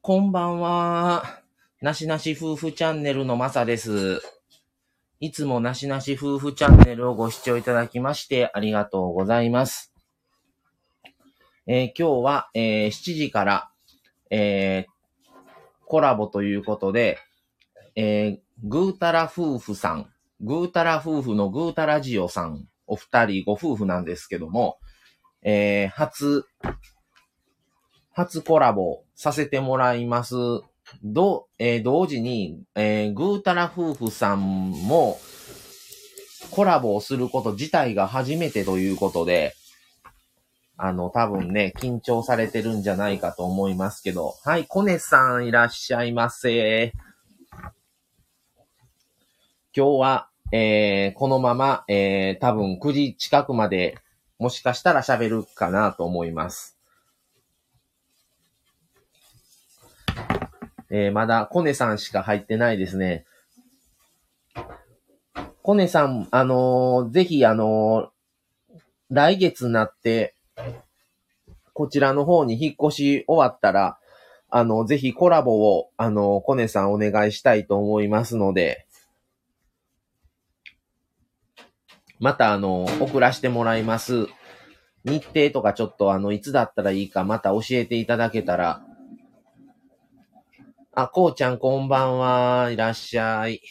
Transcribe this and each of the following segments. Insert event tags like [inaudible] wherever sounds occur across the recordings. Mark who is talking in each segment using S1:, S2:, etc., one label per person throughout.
S1: こんばんは。なしなし夫婦チャンネルのまさです。いつもなしなし夫婦チャンネルをご視聴いただきましてありがとうございます。えー今日は、えー7時から、えーコラボということで、えーぐーたら夫婦さん、ぐーたら夫婦のぐーたらジオさん、お二人ご夫婦なんですけども、えー初初コラボさせてもらいます。ど、えー同時に、えーぐーたら夫婦さんも、コラボをすること自体が初めてということで、あの、多分ね、緊張されてるんじゃないかと思いますけど。はい、コネさんいらっしゃいませ。今日は、えーこのまま、えー多分9時近くまで、もしかしたら喋るかなと思います。えーまだコネさんしか入ってないですね。コネさん、あのーぜひ、あのー来月になって、こちらの方に引っ越し終わったら、あの、ぜひコラボを、あのーコネさんお願いしたいと思いますので、また、あのー送らせてもらいます。日程とかちょっと、あの、いつだったらいいか、また教えていただけたら、あ、こうちゃんこんばんは。いらっしゃい。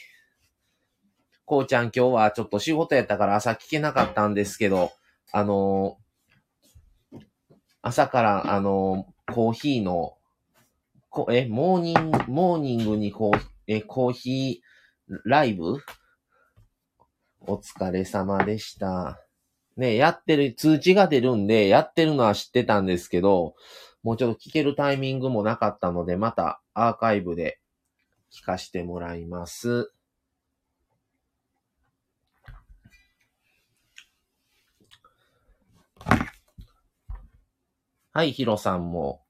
S1: こうちゃん今日はちょっと仕事やったから朝聞けなかったんですけど、あのー朝からあのーコーヒーの、こえ、モーニング、モーニングにコーえ、コーヒーライブお疲れ様でした。ね、やってる、通知が出るんで、やってるのは知ってたんですけど、もうちょっと聞けるタイミングもなかったので、またアーカイブで聞かしてもらいます。はい、ヒロさんも、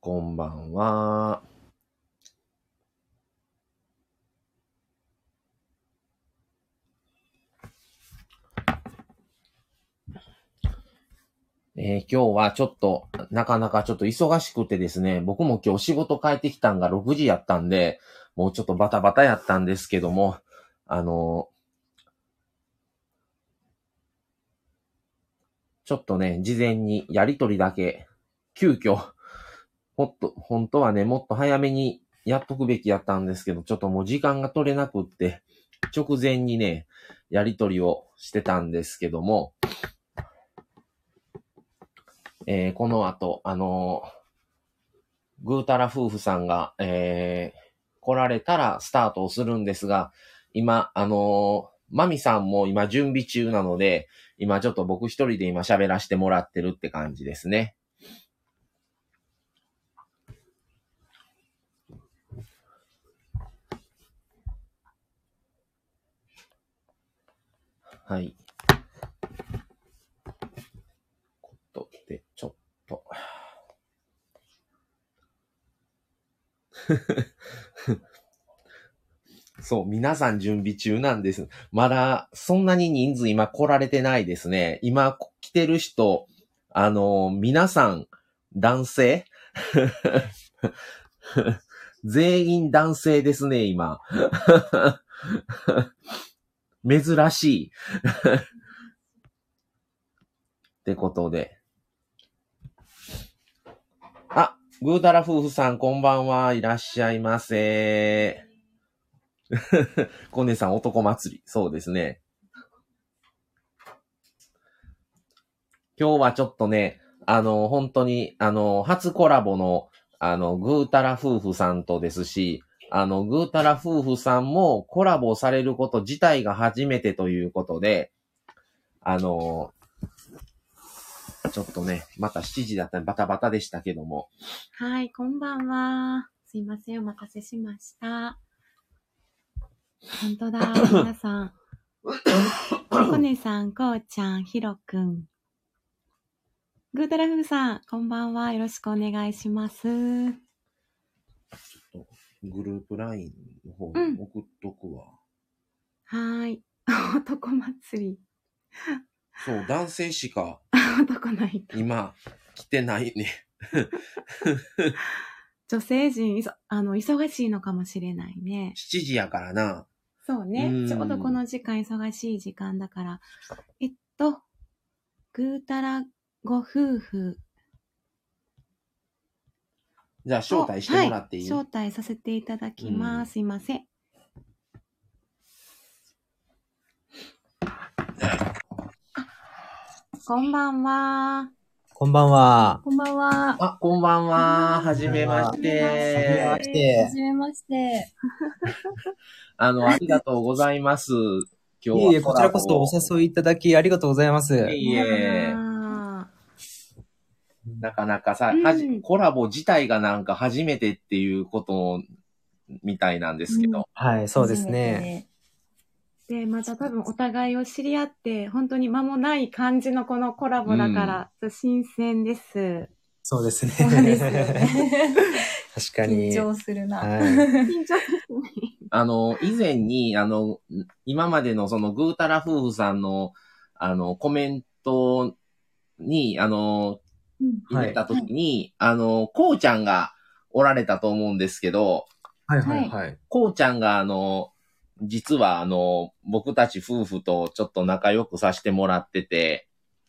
S1: こんばんは。えー今日はちょっと、なかなかちょっと忙しくてですね、僕も今日仕事帰ってきたんが6時やったんで、もうちょっとバタバタやったんですけども、あのーちょっとね、事前にやりとりだけ、急遽、もっと、本当はね、もっと早めにやっとくべきやったんですけど、ちょっともう時間が取れなくって、直前にね、やりとりをしてたんですけども、えーこの後、あのーぐーたら夫婦さんが、えー来られたらスタートをするんですが、今、あのーまみさんも今準備中なので、今ちょっと僕一人で今喋らせてもらってるって感じですね。はい。とで、ちょっと。 [laughs] そう、皆さん準備中なんです。まだ、そんなに人数今来られてないですね。今来てる人、あの、皆さん、男性 [laughs] 全員男性ですね、今。 [laughs] 珍しい。 [laughs] ってことで。あ、ぐーたら夫婦さん、こんばんは。いらっしゃいませ。 [laughs] コネさん、男祭り。そうですね。今日はちょっとね、あの、本当に、あの、初コラボの、あの、ぐーたら夫婦さんとですし、あの、ぐーたら夫婦さんもコラボされること自体が初めてということで、あの、ちょっとね、また7時だったりバタバタでしたけども。
S2: はい、こんばんは。すいません、お待たせしました。本当だ、皆さ [coughs] ん。コネさん、こうちゃん、ひろくん。グータラフグさん、こんばんは。よろしくお願いします。
S1: グループラインの方
S2: うん
S1: に送っとくわ。
S2: はい。男祭り。
S1: そう、男性しか
S2: 男の人。
S1: [laughs] 今来てないね。
S2: 女性陣、いそあの、忙しいのかもしれないね。
S1: 7時やからな。
S2: そう
S1: う
S2: ね
S1: ん。
S2: ちょうどこの時間忙しい時間だから。えっと、ぐーたらご夫婦
S1: じゃあ、招待してもらっていい、
S2: はい、招待させていただきます。すいません。あこんばんは。
S3: こんばんは。
S4: こんばんは。
S1: あ、こんばんは。はじめまし
S3: はじめ
S1: て
S3: ま。し
S4: は
S3: て。
S4: じめまして。
S1: あの、ありがとうございます。今日
S3: い
S1: は。
S3: えいえ、こちらこそお誘いいただきありがとうございます。
S1: いえいえ、
S2: あ
S1: なかなかさ、
S2: うん
S1: はじコラボ自体がなんか初めてっていうことみたいなんですけど。
S3: はい、そうですね。
S2: ーで、また多分お互いを知り合って、本当に間もない感じのこのコラボだから、ちょっと新鮮です。
S3: そうですね。
S4: 初めて。そうですよね。
S3: 確 [laughs] かに。
S4: 緊張するな。
S3: は
S2: 緊張ですね。
S1: あの、以前に、あの、今までのそのぐーたら夫婦さんの、あの、コメントに、あの、
S4: うん
S1: 入れた時に、あの、こうちゃんがおられたと思うんですけど、
S3: はい
S4: はい
S3: はい。
S1: こうちゃんがあの、実はあの、僕たち夫婦とちょっと仲良くさせてもらってて、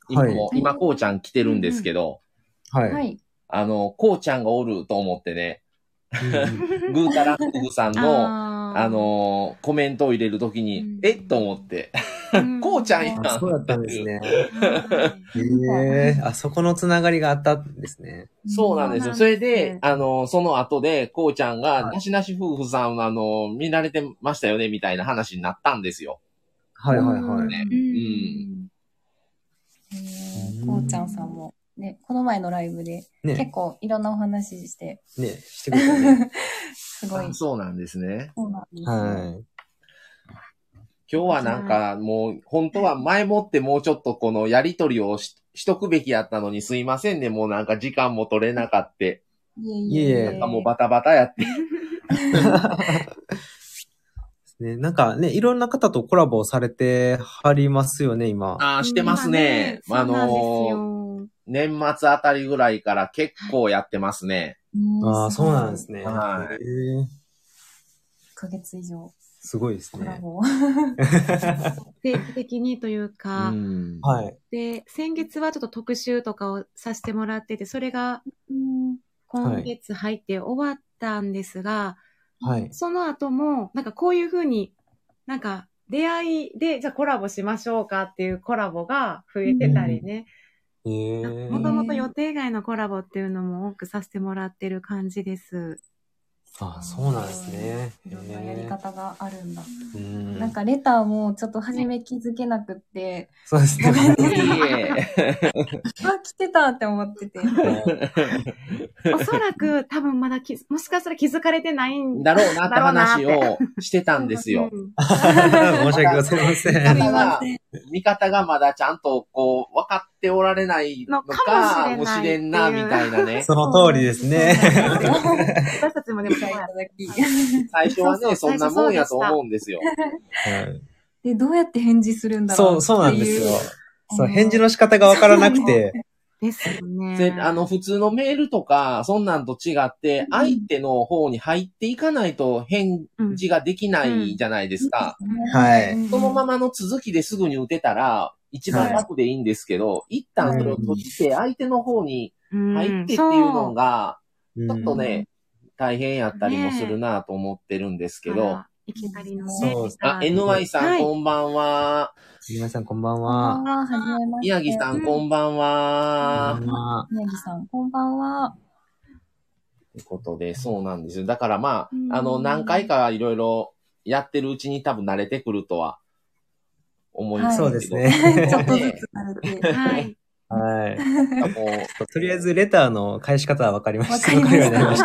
S1: 今も、
S4: はい
S1: 今こうちゃん来てるんですけど、
S3: は。
S4: はいい。
S1: あの、こうちゃんがおると思って
S2: [laughs]
S1: ね、
S3: うん
S1: ぐーたら夫婦さんの、
S2: あー
S1: あ、の、コメントを入れるときに、
S2: うん
S1: えっと思って、
S2: うん
S1: こうちゃんい
S3: あ
S1: た
S3: そうだったんですね。 [laughs]
S2: はい
S3: へえあそこのつながりがあったんですね。
S1: そうなんですよ。
S2: そ
S1: そう
S2: なん
S1: れ
S2: です
S1: で、あの、その後で、こうちゃんが、
S3: はい
S1: なしなし夫婦さん、あの、見られてましたよね、みたいな話になったんですよ。
S3: はいはいは
S4: うん
S3: い。
S2: うん
S4: えーこうちゃんさんも、ね、この前のライブで結
S3: ね、
S4: 構いろんなお話しして、
S3: ね、してくれた
S4: [laughs]
S3: ね。
S4: すごい
S1: あ。そうなんですね。
S4: そうなんですよ
S3: はい。
S1: 今日はなんか、もう、本当は前もってもうちょっとこのやりとりをししとくべきやったのに、すいませんね、もうなんか時間も取れなかって、
S4: いえい
S3: いえいえ
S4: え。
S1: なんかもうバタバタやって。
S3: ね、なんかね、いろんな方とコラボされてはりますよね、今。
S1: ああ、してますね。
S2: 今
S1: あのー、
S2: そう
S1: 年末あたりぐらいから結構やってますね。
S3: ああ、そうなんです
S4: ね。
S3: ね。
S1: はい
S3: へえ
S4: 1ヶ月以上、
S3: すごいです
S4: コラ
S3: ね。
S4: ボを。
S2: 定期的にというか、
S1: うん
S3: はい。
S2: で、先月はちょっと特集とかをさせてもらってて、それが今月入って終わったんですが、
S3: はい。
S2: その後も、なんかこういうふうに、なんか出会いで、じゃあコラボしましょうかっていうコラボが増えてたりね。
S3: へえ
S2: もともと予定外のコラボっていうのも多くさせてもらってる感
S1: [laughs]
S2: じです。
S3: あ、そうなんですね。
S4: いろんなやり方があるんだ。
S3: へえうん。
S4: なんかレターもちょっと初め気づけなくって、
S3: そうですね。
S1: い
S4: あ、来てたって思っ
S3: [laughs]
S4: てて。
S2: おそらく多分まだき、もしかしたら気づかれてないん
S1: えだろうなって
S2: だろうなっ
S1: 話
S2: て
S1: をしてたんですよ。 [laughs]
S2: うん
S3: 申し訳ございませ
S4: [laughs]
S1: だか
S3: ん。
S4: すい
S1: ら
S4: ません、
S1: 見方がまだちゃんとこう、分かっておられないのか
S2: のか
S1: も
S2: も
S1: し
S2: し
S1: れ
S2: れ
S1: んな、
S2: ないって
S1: み
S2: いう
S1: たいなね。
S3: その通りですね。
S2: 私たちもで
S4: 理
S2: も
S4: 解いただき。 [laughs]
S1: 最初は
S2: そうそ
S1: ね、そん
S2: う
S1: なもんやと思うんですよ。
S3: はい
S4: で、どうやって返事するんだろう
S3: そう、そうなんですよ
S4: ってい。
S3: そう、返事の仕方がわからなくて。
S2: ですよ
S1: で
S2: ね。
S1: あの、普通のメールとか、そんなんと違って、相手の方に入っていかないと返事ができないじゃないですか。
S3: はい。
S1: そのま
S4: ま。
S1: まの続きですぐに打てたら、一番楽でいいんですけど、一旦それを閉じて、相手の方に
S2: うん
S1: 入ってっていうのが、
S3: ち
S1: ちょっとね、大変やったりもするなと思ってるんですけど。、
S2: いきなりの
S3: そう
S2: ね。
S1: あ、
S2: の
S1: NY さん、
S2: はい
S1: こんばんは。
S3: 皆さんこんばん
S4: こんば
S3: は
S4: ん。は、はじめまして。
S1: 宮城さ
S4: ん。
S1: ん、こんばんは。
S3: こんばんは
S4: 宮城さん、こんばんは。 [laughs]
S1: ということで、そうなんですよ。だからま
S4: うん
S1: あ、あの、何回かいろいろやってるうちに多分慣れてくるとは思いますけど、
S3: はいそうですね
S4: [laughs] ちょっとずつ慣れて。 [laughs]
S2: はい。
S3: はい。
S1: なんかこ
S3: とりあえず、レターの返し方はわかりました。
S4: わかり
S3: わかる
S4: ました
S3: ようになりまし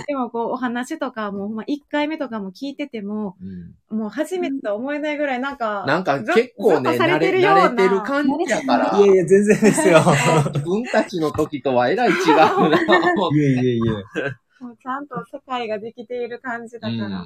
S3: た。
S2: でもこう、お話とかも、ほんま1回目とかも聞いてても、
S1: ううん
S2: もう初めてとは思えないぐらい、なんか、
S1: なんか結構ね、
S2: ずっとさ
S1: 慣れ
S2: れてるような
S1: 慣れてる感じだから、 [laughs]
S3: いえいえ、全然ですよ。
S1: 自分たちの時とはえらい違うなと思っ
S3: いえいえいえ。
S2: もうちゃんと世界ができている感じだから。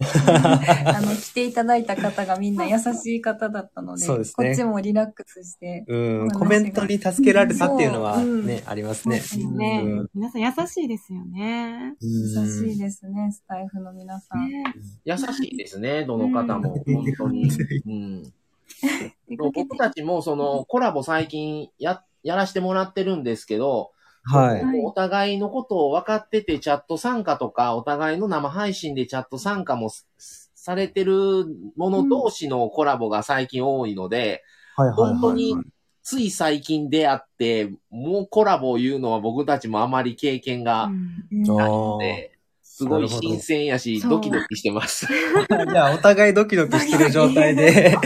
S4: あの、来ていただいた方がみんな優しい方だったので、
S3: そうですね
S4: こっちもリラックスして、
S3: うん、
S4: 話が
S3: コメントに助けられたっていうのは
S4: うん
S3: ね、ありますね。
S4: うん
S2: ね
S3: うん、
S2: 皆さん優しいですよね。
S3: う
S4: 優
S3: ん
S4: しいですね、スタイフの皆さん。
S2: ね
S1: 優しいですね、どの方も。
S3: うん
S1: 本当に。うん。
S4: 出かけて
S1: 僕たちもそのコラボ最近や、やらしてもらってるんですけど、
S3: はい。
S4: はい
S1: お互いのことを分かっててチャット参加とか、お互いの生配信でチャット参加もすされてるもの同士のコラボが最近多いので、
S3: はい、はい。
S1: 本当に
S3: はい
S1: つい最近出会って、もうコラボを言うのは僕たちもあまり経験
S2: う
S1: が
S2: ん
S4: うん
S3: あ
S1: ないの
S3: ー
S1: で、すご
S3: ないるほど
S1: 新鮮やし、
S2: そう
S1: ドキドキしてます。
S3: [laughs] じゃあ、お互いドキドキしてる状態で。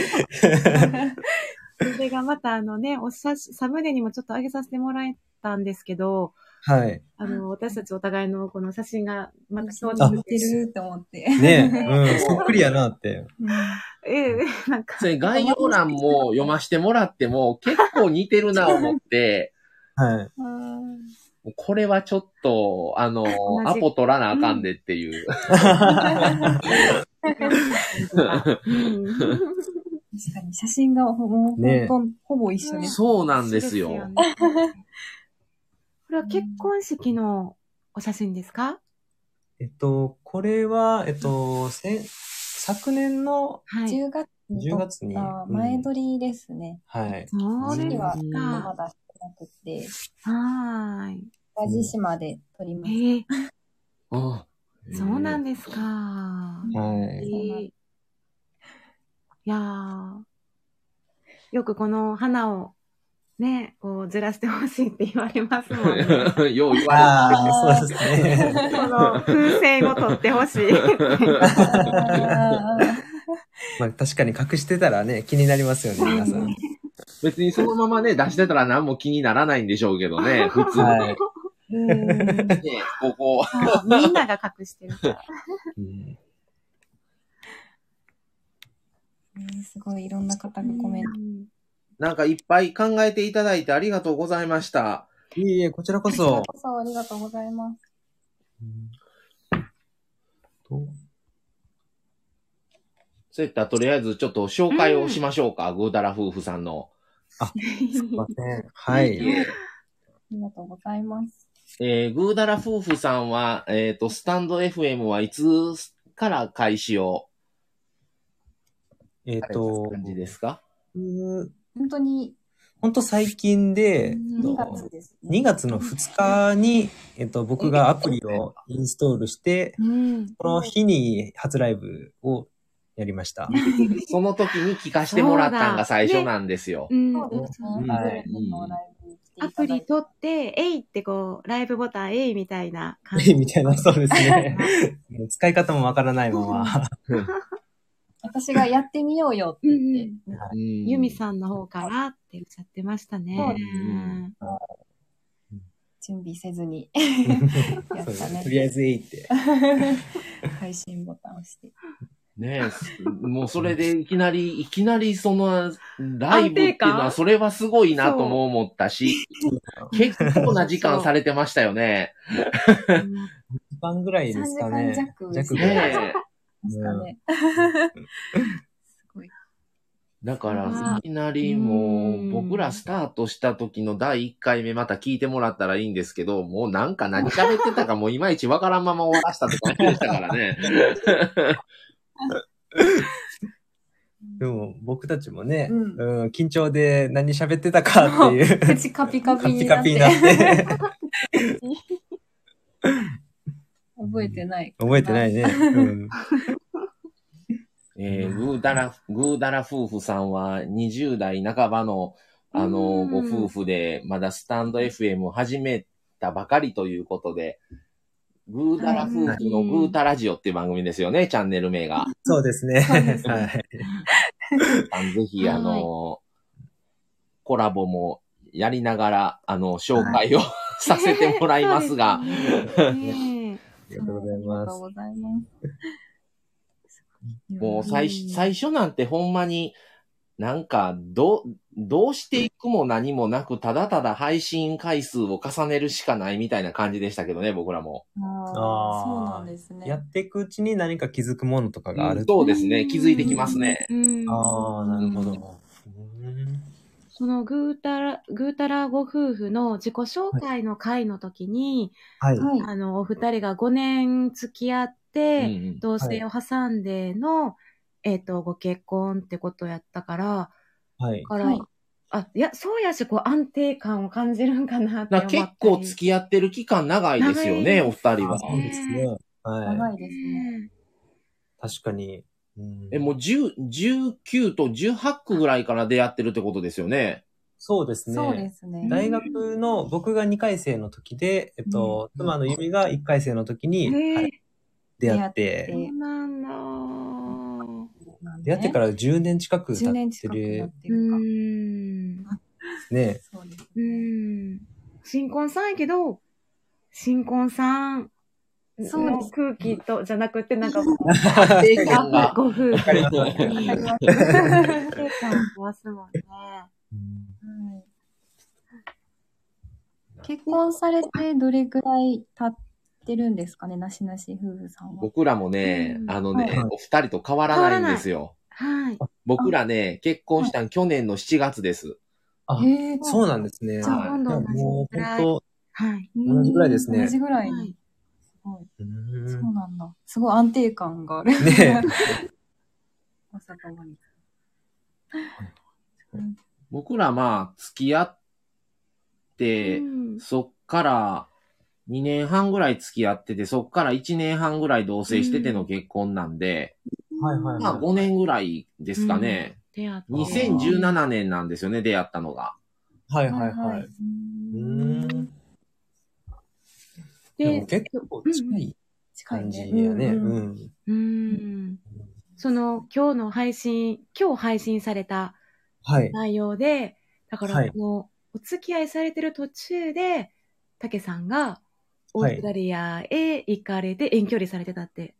S2: それがまたあのね、お写真、サムネにもちょっと上げさせてもらえたんですけど、
S3: はい。
S2: あの、私たちお互いのこの写真が、またそうな
S4: あ似てると思って。
S3: ね [laughs] え、うん、そっくりやなって。
S2: ええ、な
S1: [laughs]
S2: んか、
S1: それ概要欄も読ませてもらっても、結構似てるな思って、
S3: はい。 [laughs]
S1: これはちょっと、あの、
S2: じ
S1: アポ取らなあかんでっていう。
S3: [laughs]
S2: うん
S4: 確かに写真がほもう
S3: ね
S4: ほとんどほぼ一緒です。
S1: そうなんですよ。
S2: ね [laughs] これは結婚式のお写真ですか
S3: えっと、これは、えっと、せん昨年の、
S2: はい。
S4: 10月に
S3: 10月に
S4: 撮った前撮りですね。
S3: はい。
S2: そうです
S4: 次はま
S2: か。
S4: だしてなくて、
S2: はーい。
S4: 淡路島で撮りました。
S2: ええ
S1: うん
S2: そうなんですか。
S3: は
S2: え
S3: い。
S2: えいやーよくこの花をね、こうずらしてほしいって言われますもんね。
S1: [laughs] よう言わ
S3: ああ、そうですね。 [laughs]
S4: [laughs]
S2: この風船を取ってほしい。
S4: あー
S3: まあ、確かに隠してたらね、気になりますよね、皆さん。
S1: れ別にそのままね、出してたら何も気にならないんでしょうけど
S2: [laughs]
S1: ね、普通に
S3: は
S1: ね
S3: い、
S4: うん
S1: ここ。
S2: みんなが隠 [laughs] してるから。
S3: うん
S4: ねすごいいろんな方がコメント。
S1: なんかいっぱい考えていただいてありがとうございました。
S3: いえいえ、こちらこそ。
S4: こちらこそありがとうございます。
S3: と
S1: そういったらとりあえずちょっと紹介をしましょうか、グーダラ夫婦さんの。
S3: すいません。はい。
S4: ありがとうございます。
S1: えー、グーダラ夫婦さんは、えっ、と、スタンド FM はいつから開始を
S3: えっ
S1: された
S3: と、
S1: 感じですか、
S4: 本当に
S3: 本当最近で、えっ
S4: 2月
S3: と
S4: ですね。
S3: 2月の2日に、えっと、僕がアプリをインストールして、
S2: うん。
S3: この日に初ライブをやりました。
S1: その時に聞かしてもらったんが最初なんですよ。
S2: うん
S4: そうですね。
S3: んはい
S4: ズームのライブに来
S2: ア
S4: ていただいて
S2: プリ取って、えいってこう、ライブボタンえいみたいな感じ。
S3: みたいな、そうですね。使い方もわからないまま。
S4: 私がやってみようよって言って、
S1: うん
S2: ユミさんの方からって言っちゃってましたね。
S4: そう
S1: ですね
S4: 準備せずにやっ
S3: そうで
S4: た
S3: すね
S4: ね
S3: と。りあえずえいって。
S4: 配信ボタンを押して。
S1: ねえ、すもうそれでいきなり、いきなりその、ライブっていうの
S2: 安定
S1: は、
S2: 感
S1: それはすごいなとも思ったし、結構な時間されてましたよね。
S2: うん
S3: 一番ぐらいですか
S4: 3時間
S3: ね。
S4: 弱
S3: 弱ぐらい。
S1: ねえ。
S3: [laughs]
S4: ますかね。すごい。
S1: だか
S2: あ
S1: ら
S2: ー、
S1: いきなりも
S2: う
S1: う、
S2: ん
S1: 僕らスタートした時の第1回目また聞いてもらったらいいんですけど、もうなんか何喋ってたかもういまいちわからんまま終わらしたって感じでしたからね。
S3: でも僕たちもね、
S4: うん
S3: うん、緊張で何喋ってたかっていう、
S4: [laughs] 口カピカ
S3: カ
S4: ピ
S3: ピ
S4: に
S3: カ
S4: なっ
S3: ピに
S4: て
S3: なって、
S4: 覚えてない。
S3: 覚えてないね。
S4: [laughs]
S3: うん、
S1: えー、グーダラ、グーダラ夫婦さんは20代半ばの、あ
S2: う
S1: の、
S2: ん
S1: ご夫婦で、まだスタンド FM を始めたばかりということで、グーダラ夫婦のグータラジオっていう番組ですよね、チャンネル名
S2: [laughs]
S1: が。
S3: そうですね。
S4: そうですね
S3: はい。
S1: あのぜひ、あの、コラボもやりながら、あの、紹介を [laughs] させてもらいます
S2: [laughs]
S1: が、
S2: そうですね
S3: ありがとうござい
S4: あり
S3: ま
S4: がとう
S3: す。
S4: ございます。
S1: もう最
S2: う
S1: 初
S2: ん
S1: 最初なんてほんまに、なんか、ど、どうしていくも何もなく、ただただ配信回数を重ねるしかないみたいな感じでしたけどね、僕らも。
S4: あ
S3: あ
S4: あ、
S3: ー
S4: そうなんですね。
S3: やっていくうちに何か気づくものとかがある。
S1: そうですね、気づいてきますね。
S2: うん。
S3: ああ、なるほど。うん
S2: そのぐーたら、ぐーたらご夫婦の自己紹介の回の時に、
S3: はい。
S4: はい。
S2: あの、お二人が5年付き合
S1: う
S2: っ
S1: んう
S2: て、
S1: ん
S2: 同棲を挟んでの、えっ、と、ご結婚ってことやったから、
S3: はい。
S2: から、
S4: はい
S2: あ、いや、そうやし、こう、安定感を感じるんかなって
S1: だか
S2: 思っ
S1: ら
S2: たり
S1: 結構付き合ってる期間長いですよね、
S2: 長
S1: お
S2: い
S1: 二人
S3: あ
S1: は。
S3: そうですね。
S4: 長
S3: はいい。
S4: ですね。
S3: 確かに。うん
S1: え、もう10 19と18区ぐらいから出会ってるってことですよ [laughs] ね。
S3: そうですね。
S4: そうですね。
S3: 大学の僕が2回生の時で、えっと、
S1: うん
S3: 妻のゆみが1回生の時に
S2: へえ
S3: はい出会って、
S2: そうなんだ。う
S3: 出会ってからら10年近く経
S4: 10年
S3: って
S4: 近くなっ
S3: る
S4: て
S2: ー
S4: るか。
S2: ん。
S3: ね。
S4: そうです
S2: う
S4: ね。
S2: ーん。新婚さんやけど、新婚さん
S4: そうで
S2: の
S4: す
S2: 空気と、じゃなくて、なんか、
S1: 定
S2: あ
S1: 感が。
S2: ご夫婦に。
S3: かります
S4: わかります
S2: 定感壊すもんね。
S4: はい結婚されてどれぐらい経ってるんですかね、なしなし夫婦さんは。
S1: 僕らもね
S2: う、ん
S1: あのね
S3: はい、
S1: お二人と変わらないんですよ。
S2: はい。
S1: 僕らね、結婚したん去年の7月です。
S3: あ
S4: へえ
S3: そうなんですね。
S2: じゃあ今度同
S3: いやもう
S2: じぐらい。
S3: 本
S2: はい。
S3: 同じぐらいですね
S4: 同じぐらい
S2: は
S4: に
S2: い。
S4: すごい。
S3: 当、う
S4: そ
S3: ん
S4: うなんだ。すごい安定感がある。 [laughs]
S3: ね
S4: まさかワニ
S1: 僕らまあ、付き合って
S2: う、ん
S1: そっから2年半ぐらい付き合ってて、そっから1年半ぐらい同棲してての結婚なんで、
S3: はいはい
S1: まあ5年ぐらいですかね。
S2: 出会って。
S3: ん
S1: 2017年なんですよね、出会ったのが。
S3: はいはいは
S4: う
S3: い。う
S4: ーん
S3: ん。でも
S2: で、
S3: 結構近い
S4: 近い
S3: 感じ
S4: ね。
S3: やね。
S2: う
S3: うんん。
S2: うーん。その、今日の配信、今日配信された
S3: はい。
S2: 内容で、だか
S3: は
S2: ら
S3: い
S2: もう、お付き合いされてる途中で、たけさんが、オ
S3: はい
S2: ーストラリアへ行かれて遠距離されてたって。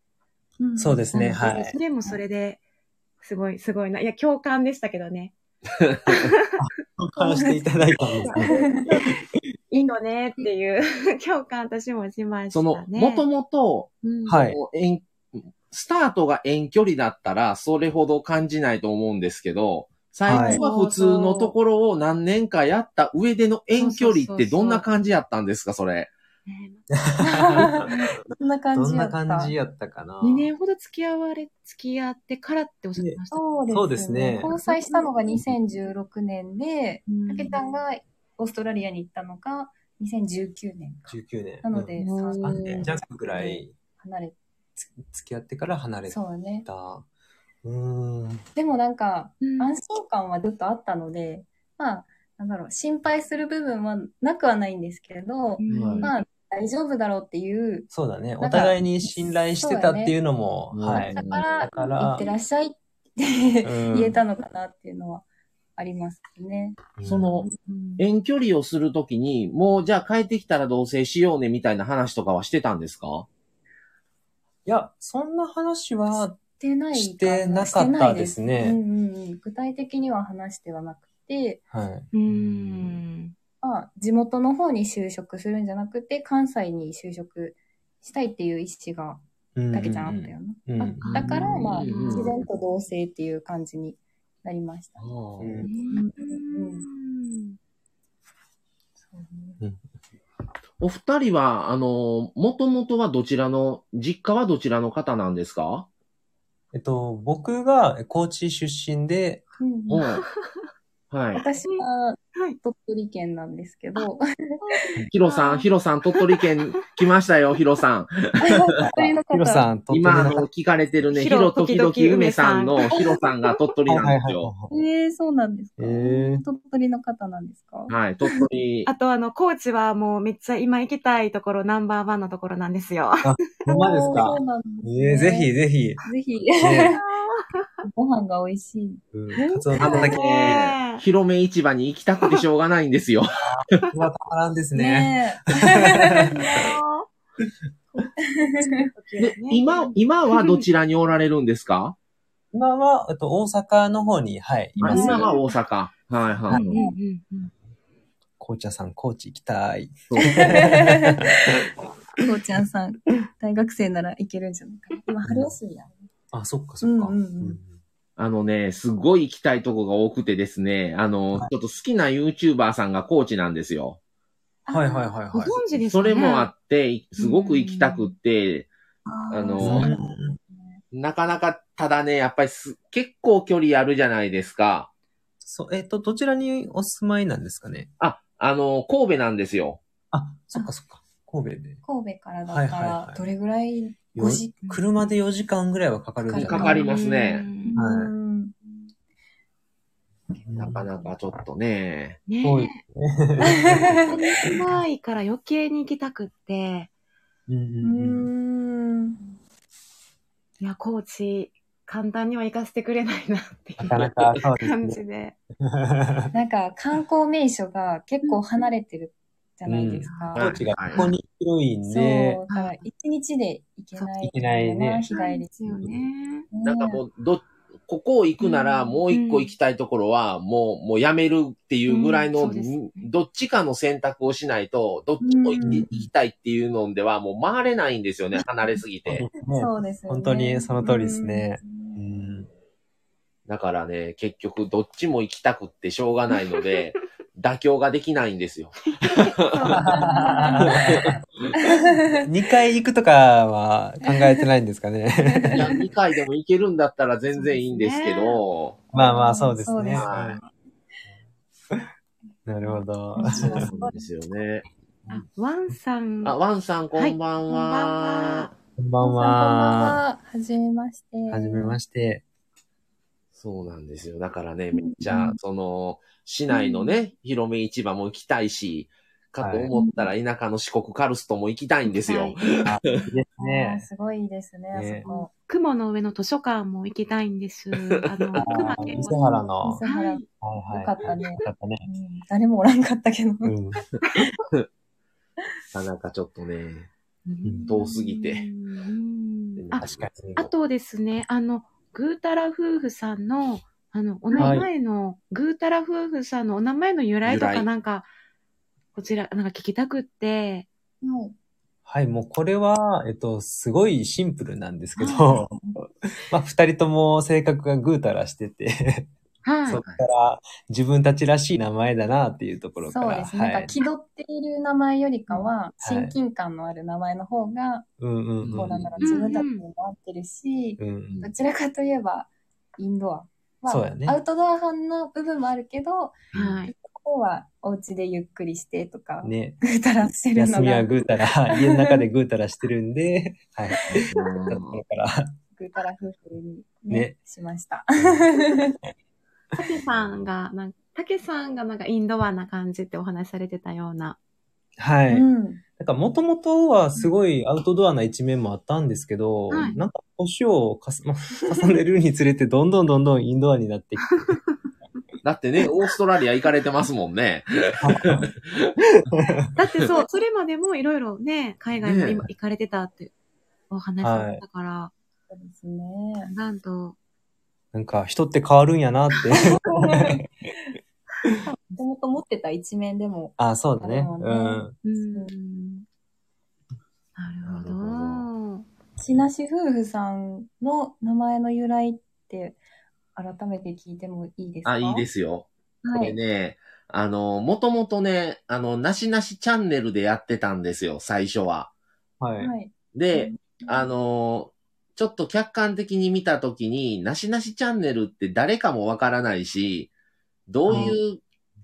S4: うん
S3: そうですね
S2: なので
S3: はい
S2: それもそれで、すごい、すごいな。いや、共感でしたけどね。
S3: 共感していただいたんですね。
S4: [laughs]
S2: いいのねっていう共感私もしましたね。
S1: その、もともと、
S2: うん
S3: はい
S1: こう遠スタートが遠距離だったら、それほど感じないと思うんですけど、最初は普通のところを何年かやった上での遠距離ってどんな感じやったんですか、それ。
S2: ね
S4: どんな感
S3: ど
S4: じ
S3: ん
S4: や
S3: な
S4: った
S3: 感じやったかな。
S2: 2年ほど付き合われ、付き合ってからっておっしゃってました。
S4: そうですね
S3: そうですね
S4: 交際したのが2016年で、
S2: うん
S4: たけたんがオーストラリアに行ったのが2019年か。
S3: 19年。
S4: なので、
S2: うん
S4: 3
S3: うん、あ
S4: 年
S3: ね、ジャックぐらい
S4: 離れ
S3: つ付き合ってから離れ
S4: て。
S3: た。
S4: そうよね。
S3: うーん。
S4: でもなんか、
S2: うん
S4: 安心感はずっとあったので、まあ、なんだろう、心配する部分はなくはないんですけど、
S2: うん
S4: まあ、大丈夫だろうっていう、
S3: そうだね。
S4: か
S3: お互いに信頼してたっていうのも、
S1: そうだ
S3: は
S1: ね
S3: い。
S1: うん
S4: だから、
S3: だから
S4: 行ってらっしゃいって
S3: 言
S4: 言えたのかなっていうのはありますね。
S1: その、
S2: うん
S1: 遠距離をするときに、もうじゃあ帰ってきたら同棲しようねみたいな話とかはしてたんですか
S3: いや、そんな話は、
S4: してないか
S3: してなかったですね
S4: してないうんうんうん、具体的には話してはなくて、
S3: はい。
S2: うん。
S4: まあ、地元の方に就職するんじゃなくて、関西に就職したいっていう意思が、
S3: う
S4: たけちゃんあったよな。
S3: うんうん
S4: あだから、まあ、
S1: うん
S2: うんうん
S4: 自然と同性っていう感じになりました。
S3: うん
S2: うん
S4: そうね
S1: お二人は、あの、もともとはどちらの、実家はどちらの方なんです [laughs] か
S3: えっと、僕が高知出身で、
S4: うん
S1: うん。はい。
S4: 私は
S2: はい
S4: 鳥取県なんですけど、
S1: ヒロさん、ヒロさん、鳥取県 [laughs] 来ましたよ、ヒロさん。
S4: 鳥取の
S3: ヒ
S4: 方
S3: ロ
S4: は
S3: さん、鳥取
S1: 今、あ
S3: の
S1: の、聞かれてるね、ヒ
S2: ヒ
S1: ロ
S2: ロ
S1: 時
S2: 時
S1: 々
S2: 々
S1: 梅さんの
S2: 梅
S1: ヒロさんが鳥取
S3: はい
S1: な
S3: は
S1: んで
S3: いは
S1: す
S3: いは
S1: よ。
S3: い。
S4: えー、そうなんですか、
S3: えー
S4: 鳥取の方なんですか
S1: はい、鳥取
S2: あ。と、あの、高知はもうめっちゃ今行きたいところ、ナンバーワンのところなんですよ。
S3: ほんまですか
S4: そうなんですね
S3: えー、ぜひぜひ、
S4: ぜ
S3: [laughs]
S4: ひ、 [laughs]
S3: ね
S4: ご飯が美味しい。
S3: うんカツオのたた
S2: ね
S3: き、こ
S1: ね広め市場に行きたくてしょうがないんですよ。
S3: れはたまらんですね。
S4: ね
S3: [laughs]
S1: で今、今はどちらにおられるんですか
S3: 今は、えっと、大阪の方に、はい、い
S1: あ
S3: ます。
S1: 今は大阪。はいは
S2: う
S1: い。
S2: ん
S3: [laughs]
S2: うんうん
S3: 紅茶さん、高知行きたい。
S4: こうちゃんさん、大学生ならいけるんじゃないかな。今、春休みや。
S3: あ、そっかそっか。
S4: うんうんうん
S1: あのね、すごい行きたいとこが多くてですね、あの、ちょっと好きな YouTuber さんがコーチなんですよ。
S3: はいはいはい
S2: ご
S3: はい。
S2: 存知ですか
S1: それ
S2: ね
S1: もあって、すごく行きたくって、
S4: あ
S1: あの
S4: そうなんだ
S1: なかなか、ただね、やっぱりす結構距離あるじゃないですか。
S3: そう、えっ、と、どちらにお住まいなんですかね
S1: あ、あの、神戸なんですよ。
S3: あ、そっかそっか。神戸で。
S4: 神戸からだか
S3: はいはいは
S4: ら、
S3: い
S4: どれぐらい
S3: よ
S4: 5時
S3: 車で4時間ぐらいはかかるんじゃない
S1: かかりますね
S2: うん
S3: はいう
S4: ーん
S1: なかなかちょっとね。
S2: ね
S3: そうで
S2: え、怖いから余計に行きたくって、
S3: うんう
S4: うん
S3: うん
S4: ーん
S2: いや、コーチ、簡単には行かせてくれないなってい
S3: な
S2: う
S3: かなかそうです
S2: 感
S3: ね。
S2: じで。
S4: なんか観光名所が結構離れてるじゃないですか。
S1: うん
S3: [laughs] 高知がここに広いん
S4: そう、
S3: で、
S4: だから一日で行けない。
S3: 行けないね
S4: 日帰
S2: なん
S4: り
S2: で。すよね。
S1: なんかもう、ど、ここを行くなら、
S2: うん
S1: もう一個行きたいところは、もう、もうやめるっていうぐらいの、
S2: うんそうですね
S1: どっちかの選択をしないと、どっちも行き,、
S3: うん
S1: 行きたいっていうのでは、もう回れないんですよね、離れすぎ
S3: [laughs]
S1: て。
S3: ね
S4: そうですよね。
S3: 本当にその通りですねう
S4: うん
S3: ん
S1: だからね、結局、どっちも行きたくってしょうがないので、妥協ができないんですよ。
S3: [laughs] 2回行くとかは考えてないんですかね。
S1: [laughs] いや、2回でも行けるんだったら全然いいんですけど、
S3: まあまあ、そうです
S4: そう
S3: ね。
S4: です
S1: ね
S3: はいなるほど。
S4: そうです
S1: そうなんですよね。
S2: あ、ワンさん。
S1: あ、ワンさんこんばんは。
S2: は
S3: こんばん
S4: こんばん
S3: は。
S4: は。はじめまして。
S3: はじめまして。
S1: そうなんですよ。だからね、めっちゃ、その、市内のね、広め市場も行きたいし、かと思ったら田舎の四国カルストも行きたいんですよ。
S2: はい
S3: あいいです
S4: あー
S3: ね。
S4: すごいですね、
S3: ね
S4: あそこ。
S2: 雲の上の図書館も行きたいんです。あの、
S3: あ
S2: 熊
S3: ー
S2: 健
S3: 伊
S2: 吾
S3: 勢
S2: さん
S3: 原の。は
S4: 水原、
S2: はい
S3: いはい。
S4: よかったね
S3: よかったね。
S4: うん誰もおらんかったけど。
S3: うん。
S1: なかなかちょっとね。
S2: うん
S1: 遠すぎて
S2: うんあ、
S3: 確か
S1: に
S2: あとですね、あの、ぐーたら夫婦さんの、あの、お名前の、ぐーたら夫婦さんのお名前の由来と
S1: 由来
S2: かなんか、こちら、なんか聞きたくって、
S4: はい
S3: はい、もうこれは、えっと、すごいシンプルなんですけ
S2: は
S3: ど、まあ、二人とも性格がぐうたらしてて、
S2: はい
S3: そっ。から自分たちらしい名前だなっていうところか
S4: そう
S3: ら、
S4: ですね。
S3: は
S4: なん
S3: い
S4: か。気取っている名前よりかは、
S3: うんはい
S4: 親近感のある名前の方が、
S3: うんうんうん。
S4: こうなんだろう、
S2: うん
S4: 自分たちにも合ってるし、
S3: うんうん
S4: どちらかといえば、インドア。まあ
S3: そうやね
S4: アウトドア派の部分もあるけど、
S2: はい。
S4: ここはお家でゆっくりしてとか、
S3: ね。
S4: ぐうたらしてる
S3: 休
S4: の
S3: み
S4: が、
S3: は
S4: ぐ
S3: ぐうたら、家の中でぐうたらしてるんで、はい。だから、
S4: うたら夫婦に、
S3: ね
S4: ね、しました。
S2: たけさんが、なんか、たけさんがなんかインドアな感じってお話しされてたような。
S3: はい。
S4: うん。
S3: なんか元々はすごいアウトドアな一面もあったんですけど、
S2: はい
S3: なんか年をかす [laughs] 重ねるにつれてどんどんどんどんインドアになってき
S1: だってね、オーストラリア行かれてますもんね。
S2: だっ
S1: [laughs]
S2: てそう、それまでもいろいろね、海外も
S1: ねえ
S2: 今行かれてたってお話だったから、
S4: そうですね。
S2: なんと、
S3: なんか人って変わるんやなって。
S4: もともと持ってた一面でも、
S3: あ、そうだね。
S4: そう
S3: う
S4: だね
S3: ん。
S2: うん。なるほど。
S4: しなし夫婦さんの名前の由来って、改めて聞いてもいいですか。
S1: あ、いいですすよ。こ
S4: は
S1: れ
S4: い。
S1: ね、あの、もともとね、あの、なしなしチャンネルでやってたんですよ、最初は。
S3: はい。
S4: はい。
S1: で、あ、のちょっと客観的に見たときに、なしなしチャンネルって誰かもわからないし、どういう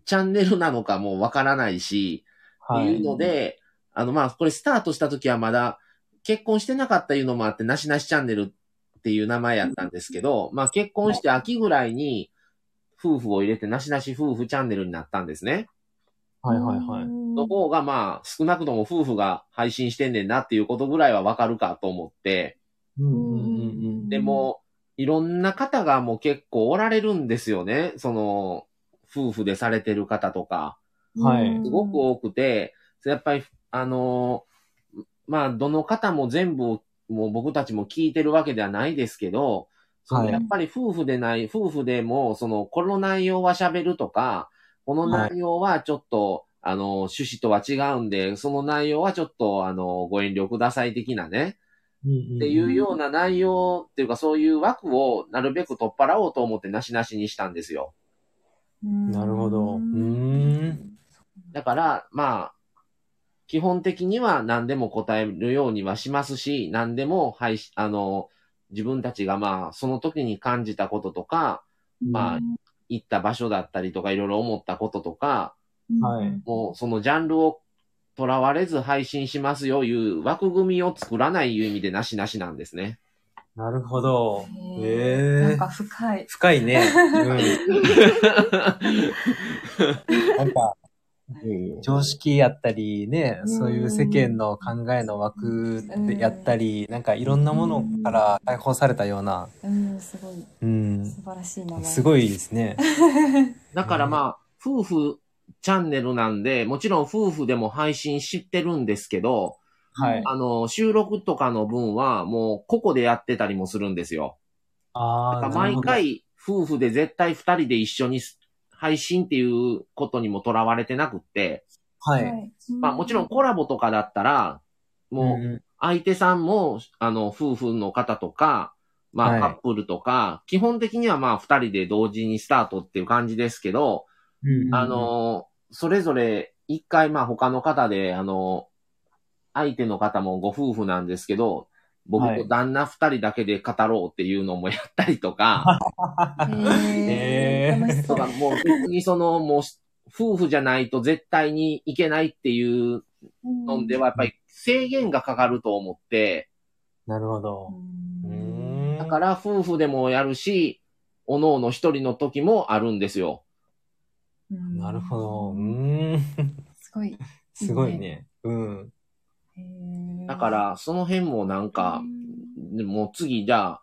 S1: チャンネルなのかもわからないし、
S3: は
S1: っていう
S3: い。
S1: ので、あの、まあ、これスタートしたときはまだ結婚してなかったいうのもあって、なしなしチャンネルっていう名前やったんですけど、まあ、結婚して秋ぐらいに、夫婦を入れて、なしなし夫婦チャンネルになったんですね。
S3: はいはいはい。
S1: の方が、まあ、少なくとも夫婦が配信してんねんなっていうことぐらいはわかるかと思って、
S3: うんうんうんうん。
S1: でも、いろんな方がもう結構おられるんですよね。その、夫婦でされてる方とか、
S3: はい
S1: すごく多くて、やっぱり、あのーまあ、どの方も全部を、もう僕たちも聞いてるわけではないですけど、その
S3: はい
S1: やっぱり夫婦でない、夫婦でも、その、この内容は喋るとか、この内容はちょっと、あの、趣旨とは違うんで、その内容はちょっと、あの、ご遠慮ください的なね、
S3: っ
S1: っていうような内容っていうか、そういう枠をなるべく取っ払おうと思ってなしなしにしたんですよ。
S3: なるほど。うーん。
S1: だから、まあ、基本的には何でも答えるようにはしますし、何でも配信、あの、自分たちがまあ、その時に感じたこととか、まあ、行った場所だったりとか、いろいろ思ったこととか、
S3: はい
S1: もうそのジャンルをとらわれず配信しますよ、いう枠組みを作らないいう意味でなしなしなんですね。
S3: なるほど。
S4: ーな
S3: ええ
S4: んか深い。
S3: 深いね。うん。なんか、常識やったりね、
S4: うん
S3: そういう世間の考えの枠でやったり、なんかいろんなものから解放されたような、
S4: うん、すごい。
S3: うん、
S4: 素晴らしい名前。
S3: す
S4: [laughs]
S3: ごいですね。
S1: だからまあ、夫婦チャンネルなんで、もちろん夫婦でも配信してるんですけど、
S3: はい。
S1: あの、収録とかの分は、もう、個々でやってたりもするんですよ。
S3: あ
S1: だ
S3: ー
S1: から
S3: な
S1: 毎
S3: るほど
S1: 回、夫婦で絶対二人で一緒に配信っていうことにもとらわれてなくって、
S3: はい。
S1: まあもちろんコラボとかだったら、もう、
S3: うん
S1: 相手さんも、あの、夫婦の方とか、ま
S3: は
S1: あ
S3: い
S1: カップルとか、基本的にはまあ二人で同時にスタートっていう感じですけど、
S3: うん
S1: あ、の、それぞれ一回まあ他の方で、あの、相手の方もご夫婦なんですけど、僕
S3: は
S1: と
S3: い
S1: 旦那二人だけで語ろうっていうのもやったりと
S3: [laughs]
S1: か、
S4: へ
S3: へ
S4: ー
S3: ー
S4: 楽しそ
S1: と [laughs]
S4: う
S1: か。もう別にその、もう夫婦じゃないと絶対にいけないっていうのではやっぱり制限がかかると思って、
S3: [laughs] なるほ
S4: う
S3: ど。、
S4: ん。
S1: だからら夫婦でもやるし、おのおの一人の時もあるんですよ。
S4: うん
S3: なるほど。うーん。
S4: すごい。
S3: すごいね。うん。
S1: だか、らその辺もなんか、でもう次じゃあ、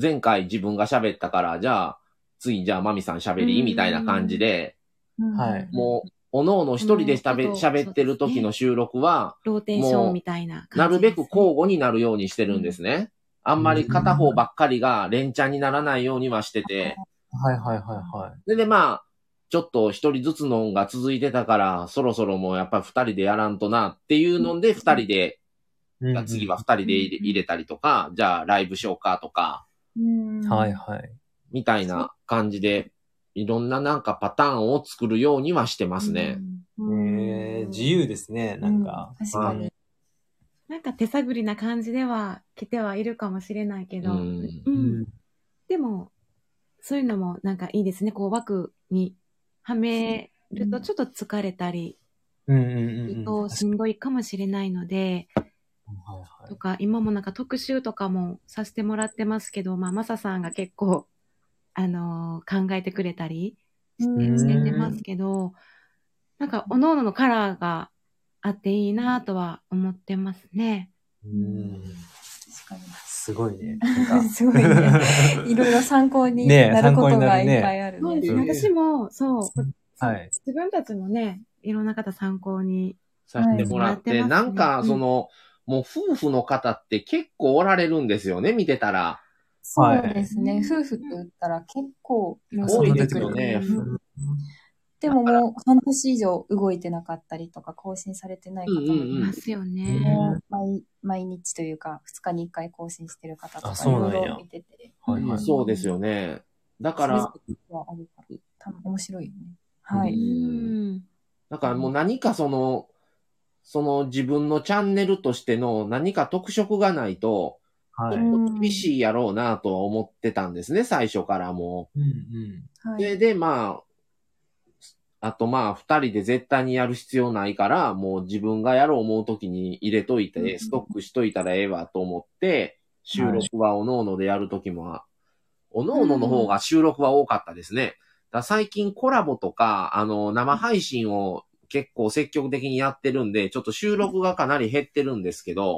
S1: 前回自分が喋ったから、じゃあ、次じゃあマミさん喋り、みたいな感じで、
S3: はい
S1: もう、おのおの一人で喋
S2: うん
S1: 喋ってる時の収録は、
S2: ローテーションみたいな
S1: な
S2: 感
S1: る
S2: じ
S1: べ
S2: です
S1: く
S2: ね、
S1: 交互になるようにしてるんですね。あんまり片方ばっかりが連チャンにならないようにはしてて。
S3: はいはいはいはい。
S1: で、で、まあ、ちょっと一人ずつの音が続いてたから、そろそろもうやっぱり二人でやらんとなっていうので、二人で、
S3: うんうん
S1: 次は。二人で入れ入れたりとか、じゃあライブしようかとか、
S4: うん
S3: はい。はい。
S1: みたいな感じで、いろんななんかパターンを作るようにはしてますね。
S3: えー、自由ですね、なんか。
S4: うん確かに。
S2: なんか手探りな感じでは来てはいるかもしれないけど、
S1: うん
S2: う
S3: うん
S2: でもそういうのもなんかいいですねこう枠にはめるとちょっと疲れたり、
S3: うんうんうん。
S2: と
S3: 確
S2: しんどいかもしれないので、
S3: かにはいはい
S2: とか今もなんか特集とかもさせてもらってますけど、まあ、マサさんが結構、あのー考えてくれたり
S4: うん
S2: しててますけど、なんか各々のカラーがあっていいなとは思ってますね。
S3: うん。
S4: 確か
S3: すごい
S4: [laughs]
S3: ね。なん
S4: に。
S3: か
S4: すごい
S3: [laughs]
S4: ね。いろいろ参考に
S3: ねえ
S4: なる
S3: 参考
S4: こと
S3: にな
S4: がい
S3: るね
S4: っぱいある
S2: そうです
S3: う
S2: ね。
S3: ん
S2: 私も、そう、
S3: はい。
S2: 自分たちもね、いろんな方参考に。
S1: させてもらっ
S2: はい
S1: て、
S2: やってますね
S1: なんかその、もう夫婦の方って結構おられるんですよね、見てたら。
S4: そうですね。夫婦って言ったら結構いろいろ
S1: 多いです
S4: 出てく
S1: よ
S4: る
S1: ね。
S4: うんでももう半年以上動いてなかったりとか更新されてない方も
S1: うん
S2: いますよ
S3: う
S2: ね。
S4: もう毎毎日というか2日に1回更新してる方とか
S3: あそうなんや
S4: いろいろ見てて。
S3: はいはい
S1: そうですよね。だ
S4: だ
S1: から、、
S4: はあるから多分面白いよね。は
S1: う
S4: い。
S2: うん。
S1: だからもう何かその、その自分のチャンネルとしての何か特色がないと、
S3: はい。
S4: う
S3: うんん
S1: 厳しいやろうなとは思ってたんですね、最初からもう。
S3: うん。
S4: は
S1: それ
S4: い。
S1: で、まあ、あとまあ、二人で絶対にやる必要ないから、もう自分がやろう思うときに入れとい
S4: うん
S1: て、ストックしといたらええわと思って、収録はおのおのでやるときも、おのおのの方が収録は多かったですね。だから最近コラボとか、あの、生配信を結構積極的にやってるんで、ちょっと収録がかなり減ってるんですけど、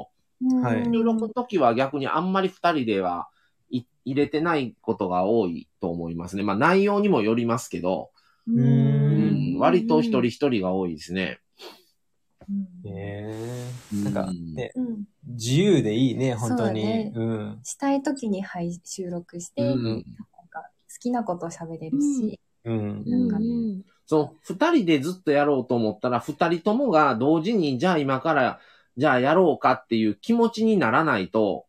S3: はい
S4: うん
S1: 収録の時は逆にあんまり二人ではい入れてないことが多いと思いますね。まあ内容にもよりますけど、
S3: う
S1: うんん、割と一人一人が多いですね。
S4: うん
S3: えー。なんかね、
S4: うん
S3: 自自由でいいね、本当に。う
S4: そうだね
S3: ん。
S4: したい時に配収録して、
S1: う
S4: なん
S1: ん。
S4: か好きなことを喋れるし、
S3: うん。
S2: うんうん
S1: そう、二人でずっとやろうと思ったら、二人ともが同時に、じゃあ今から、じゃあやろうかっていう気持ちにならないと、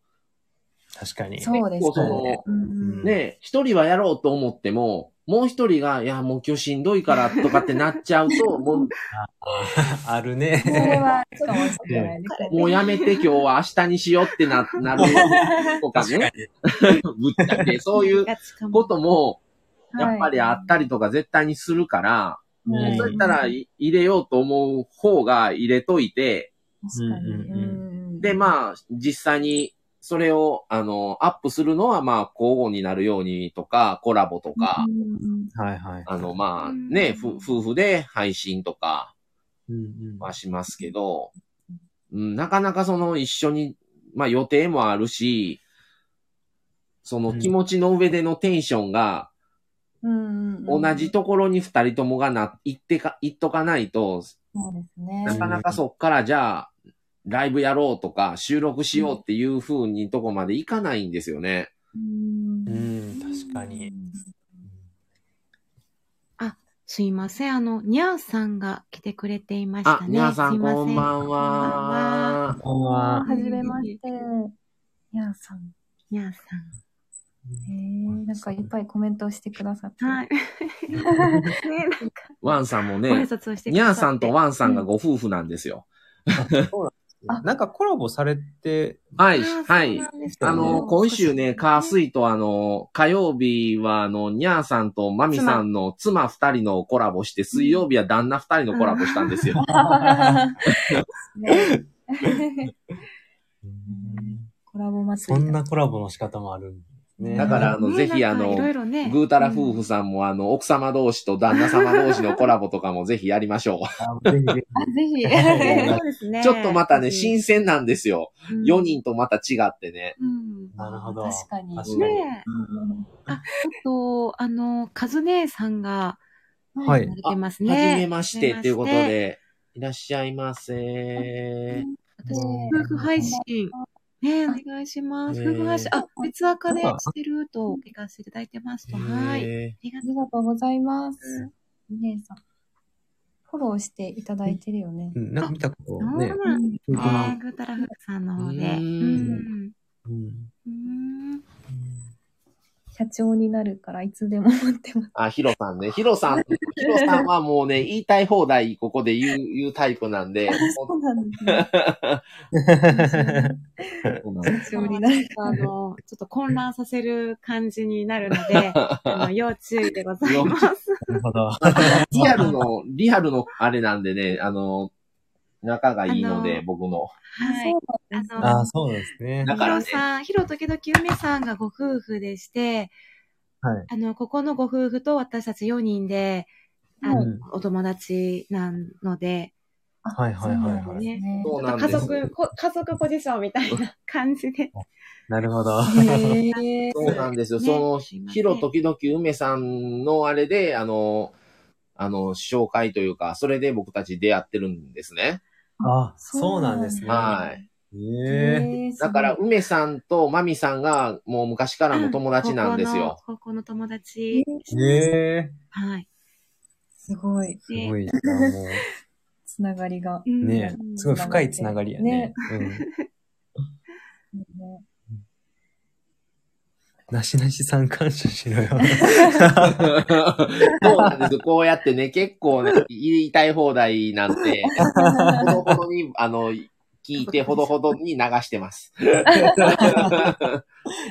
S3: 確かに。
S4: そうです
S1: 結構その
S4: ね。うんうん
S1: ね、一人はやろうと思っても、もう一人が、いや、もう今日しんどいからとかってなっちゃうと、も
S3: ある
S4: それ
S3: ね。
S4: は、ちょっと面白くないです
S1: う、もうやめて今日は明日にしようってな、なるとか
S3: 確か
S1: ね、[laughs]
S3: に。
S1: ぶっちゃけ、そういうことも、
S4: ね。
S1: やっぱりあったりとか絶対にするから、
S3: はい
S1: そういったらい入れようと思う方が入れといて、
S4: 確かに。
S3: うん
S4: うん
S1: で、まあ、実際に、それを、あの、アップするのは、まあ、交互になるようにとか、コラボとか、
S4: うんうん
S3: はいはい。
S1: あの、まあ、
S2: うん
S1: ね、ふ夫婦で配信とか
S3: うんうん
S1: はしますけど、うん、なかなかその、一緒に、まあ、予定もあるし、その
S3: うん
S1: 気持ちの上でのテンションが、
S4: うんうん
S1: 同じところに二人ともがな、行ってか、行っとかないと、
S4: そうですね。
S1: なかなかそっから、じゃあ、ライブやろうとか、収録しようっていう風にとこまでいかないんですよね。
S4: うん
S3: うん、確かに。
S2: すいません。あの、にゃーさんが来てくれていまし
S1: あ
S2: た、ね。
S1: 皆さ
S2: すい
S1: ん
S2: ませ
S1: こんばんは。
S3: こんばんは。
S4: はじめまして。にゃんさん。
S2: にゃーさ
S4: へえ、なんかいっぱいコメントをしてくださって。
S1: [laughs]
S2: ん。はい。ね、なんか、
S1: ワンさんも
S2: ご挨
S1: ね、
S2: 拶をしてく
S1: ニャ
S2: だ
S1: ン
S2: さ
S1: さ
S2: っ
S1: ん
S2: て。
S1: とワンさんがご夫婦なんですよ。
S4: あ
S3: なんかコラボされ
S4: [laughs]
S3: て、
S1: はい、
S2: あー
S1: はい
S2: そう。なんですね
S1: あの、今週ね、カースイとあの、火曜日はあの、ニャーさんとマミさんの妻二人のコラボして、水曜日は旦那二人のコラボしたんですよ。
S4: ね [laughs] コラボ祭
S3: そ
S4: りだ。
S3: んなコラボの仕方もあるんですね。
S1: だからあの
S2: ね
S1: ぜひ
S2: なんか
S1: あの
S2: いろいろ
S1: [laughs]
S2: ね、
S1: ぐうたら夫婦さんもあの、奥様同士と旦那様同士のコラボとかもぜひやりましょう。
S3: あぜひぜ
S4: あぜひ。
S3: ひ
S2: そうですね。
S1: ちょっとまたね、
S2: 新
S1: 新鮮なんですよ。4人とまた違ってね。
S2: うん。
S3: なるほど。
S4: 確かに。
S3: 確か
S2: ね
S3: に
S2: え、
S3: うん
S2: あと、あの、カズ姉さんが、
S3: はい
S2: 慣れてます
S1: はじめ
S2: ね。
S1: ましてっていうこと
S2: はじめま
S1: で、いらっしゃいませ。
S2: 私、夫婦配信。ねえ、お願いします。
S1: ねえ
S2: 夫婦配信。あ、別赤でしてるとお聞かせていただいてますと。はい。あ
S1: へ
S2: りが
S4: あ
S2: と
S4: りがとうございます。お姉さん。フォローしていただいてるよね
S3: う。んなんか見たこと
S2: う。
S3: ね
S2: そう。なんです
S3: うん
S2: ね。ぐーたらふくさんの方で。
S1: う
S2: うんん。
S4: [laughs]
S3: うん
S2: うん
S4: 社長になるからいつでも持ってます。
S1: あ、ヒロさんね。ヒロさん、ヒロさんはもうね、言いたい放題ここで言う、言うタイプなん
S2: [laughs]
S1: で、
S4: [laughs] そうなんですね。社長になる。
S2: あの、ちょっと混乱させる感じになるの
S1: [laughs]
S2: で、あの要注意でございます。
S3: なるほど。
S1: リアルの、リアルのあれなんでね、あの、仲がいいの
S2: あ
S1: で、
S2: の
S1: 僕の。
S2: はい。あの、
S3: ああ、そうなんですね。
S1: だ
S2: ヒ
S1: から
S2: ロ
S1: ね
S2: さん、ヒロ時々梅さんがご夫婦でして、
S3: はい。
S2: あの、ここのご夫婦と私たち4人で、あの、
S3: うん
S2: お友達なので、
S3: はいはいはい
S4: [laughs] そ
S3: は
S4: うなん
S3: い。
S4: ですね
S1: そうなん
S2: 家
S1: です。
S2: 族、こ家族ポジションみたいな感じで。
S3: なるほど。
S4: へえ。
S1: そうなんですよ。
S2: ね
S1: その、
S2: すいません
S1: ヒロ時々梅さんのあれで、あの、あの、紹介というか、それで僕たち出会ってるんですね。
S3: あ、そうなんですね。。
S1: はい
S3: ええ。
S4: [laughs] へえ
S1: だから、、梅さんとマミさんが、もう昔からの友達なんですよ。
S2: 高校の高校の友達。
S3: ええ。
S2: はい。
S4: すごい。
S3: すご
S2: い。
S3: いな。も
S4: つながりが。
S2: う
S3: うんねえすごい深いつながりやね。うん。なしなしさん感謝しろよ。
S1: [laughs] そうなんですよ。こうやってね、結構ね、言いたい放題なんて、ほどほどに、あの、聞いて、ほどほどに流してます。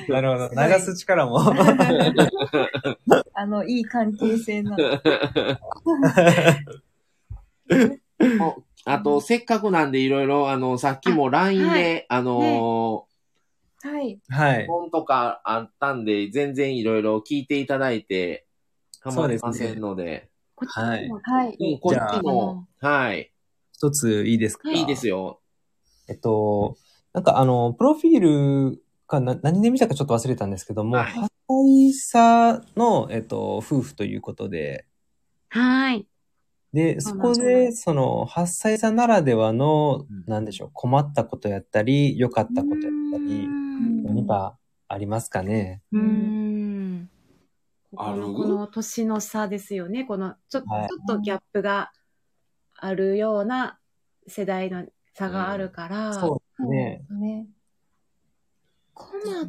S3: なるほど。流す力も。
S4: [laughs] あの、いい関係性なの。
S1: おあと、せっかくなんで、いろいろ、あの、さっきも LINE で、
S2: あは
S1: あの
S4: はい。
S3: はい。
S1: 本とかあったんで、全然いろいろ聞いていただいて、構いませんので。
S2: こっちにも
S4: はい。
S1: うん、こっちも、はい。
S3: 一ついいですか
S1: いいですよ。
S3: えっと、なんかあの、プロフィールかな何で見たかちょっと忘れたんですけども、
S1: はい
S3: 8歳差の、えっと、夫婦ということで、
S2: はい。
S3: で、
S2: そう
S3: そ
S2: なんで
S3: こ
S2: す
S3: で、その、8歳差ならではの
S1: うん、
S3: なんでしょう、困ったことやったり、良かったことやっ
S2: う
S3: たり、
S2: ん
S3: 何かありますかね
S2: うーん。こ
S5: ある
S2: のこの年の差ですよね。このちょ,、
S3: はい
S2: ちょっとギャップがあるような世代の差があるから。
S3: そうですね。
S4: ね。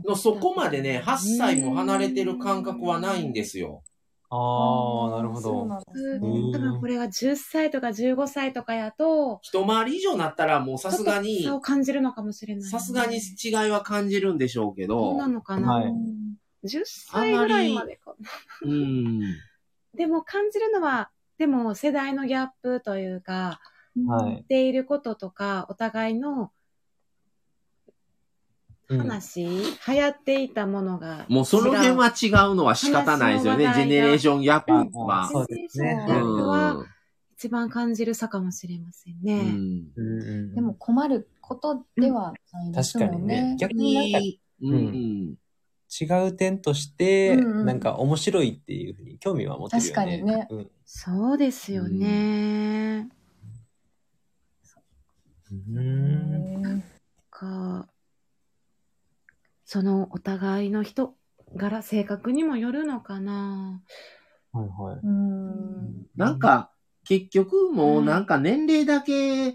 S1: のそこまでね、8歳も離れてる感覚はないん
S2: で。
S1: ですよ。
S3: ああ、なるほ
S4: そう
S3: ど。
S4: なんで
S2: う
S4: す
S2: ん
S4: ね。
S2: 多分これが10歳とか15歳とかやと、
S1: 一回り以上になったらもうさすがに
S2: ちょっと、差を感じるのかもしれない、
S1: さすがに違いは感じるんでしょうけ
S2: そう
S1: ど、
S2: なのかな、
S3: はい
S4: うん
S2: 10歳ぐらいまでかな。
S1: うん。
S2: でも感じるのは、でも世代のギャップというか、
S3: は
S2: っ
S3: い。
S2: ていることとか、お互いの
S3: うん
S2: 話、流行っていたものが違う。
S1: もうその辺は違うのは仕方ないですよね、ジ
S2: 話の話題が
S1: ェネレーションギャップ
S3: あ
S1: は。
S3: そうです
S2: ジェ
S3: ね
S2: ネレーションギャップは
S1: う
S2: 一番感じる差かもしれません
S1: ん。う
S2: ね。
S1: ん
S3: うんうん
S4: でも困ることではないですもん
S3: 確かにね
S4: ね。
S3: 逆になんか
S1: に、うん。
S3: 違う点として、
S4: うんうん
S3: なんか面白いっていうふうに興味は持ってるよね。
S4: 確かにね
S3: うん
S2: そうですよね。
S3: うん。
S4: うん
S2: か、そのお互いの人柄、性格にもよるのかな。
S3: はいは
S4: う
S3: い
S4: ん。。
S1: なん、か、結局もうなんか年齢だけ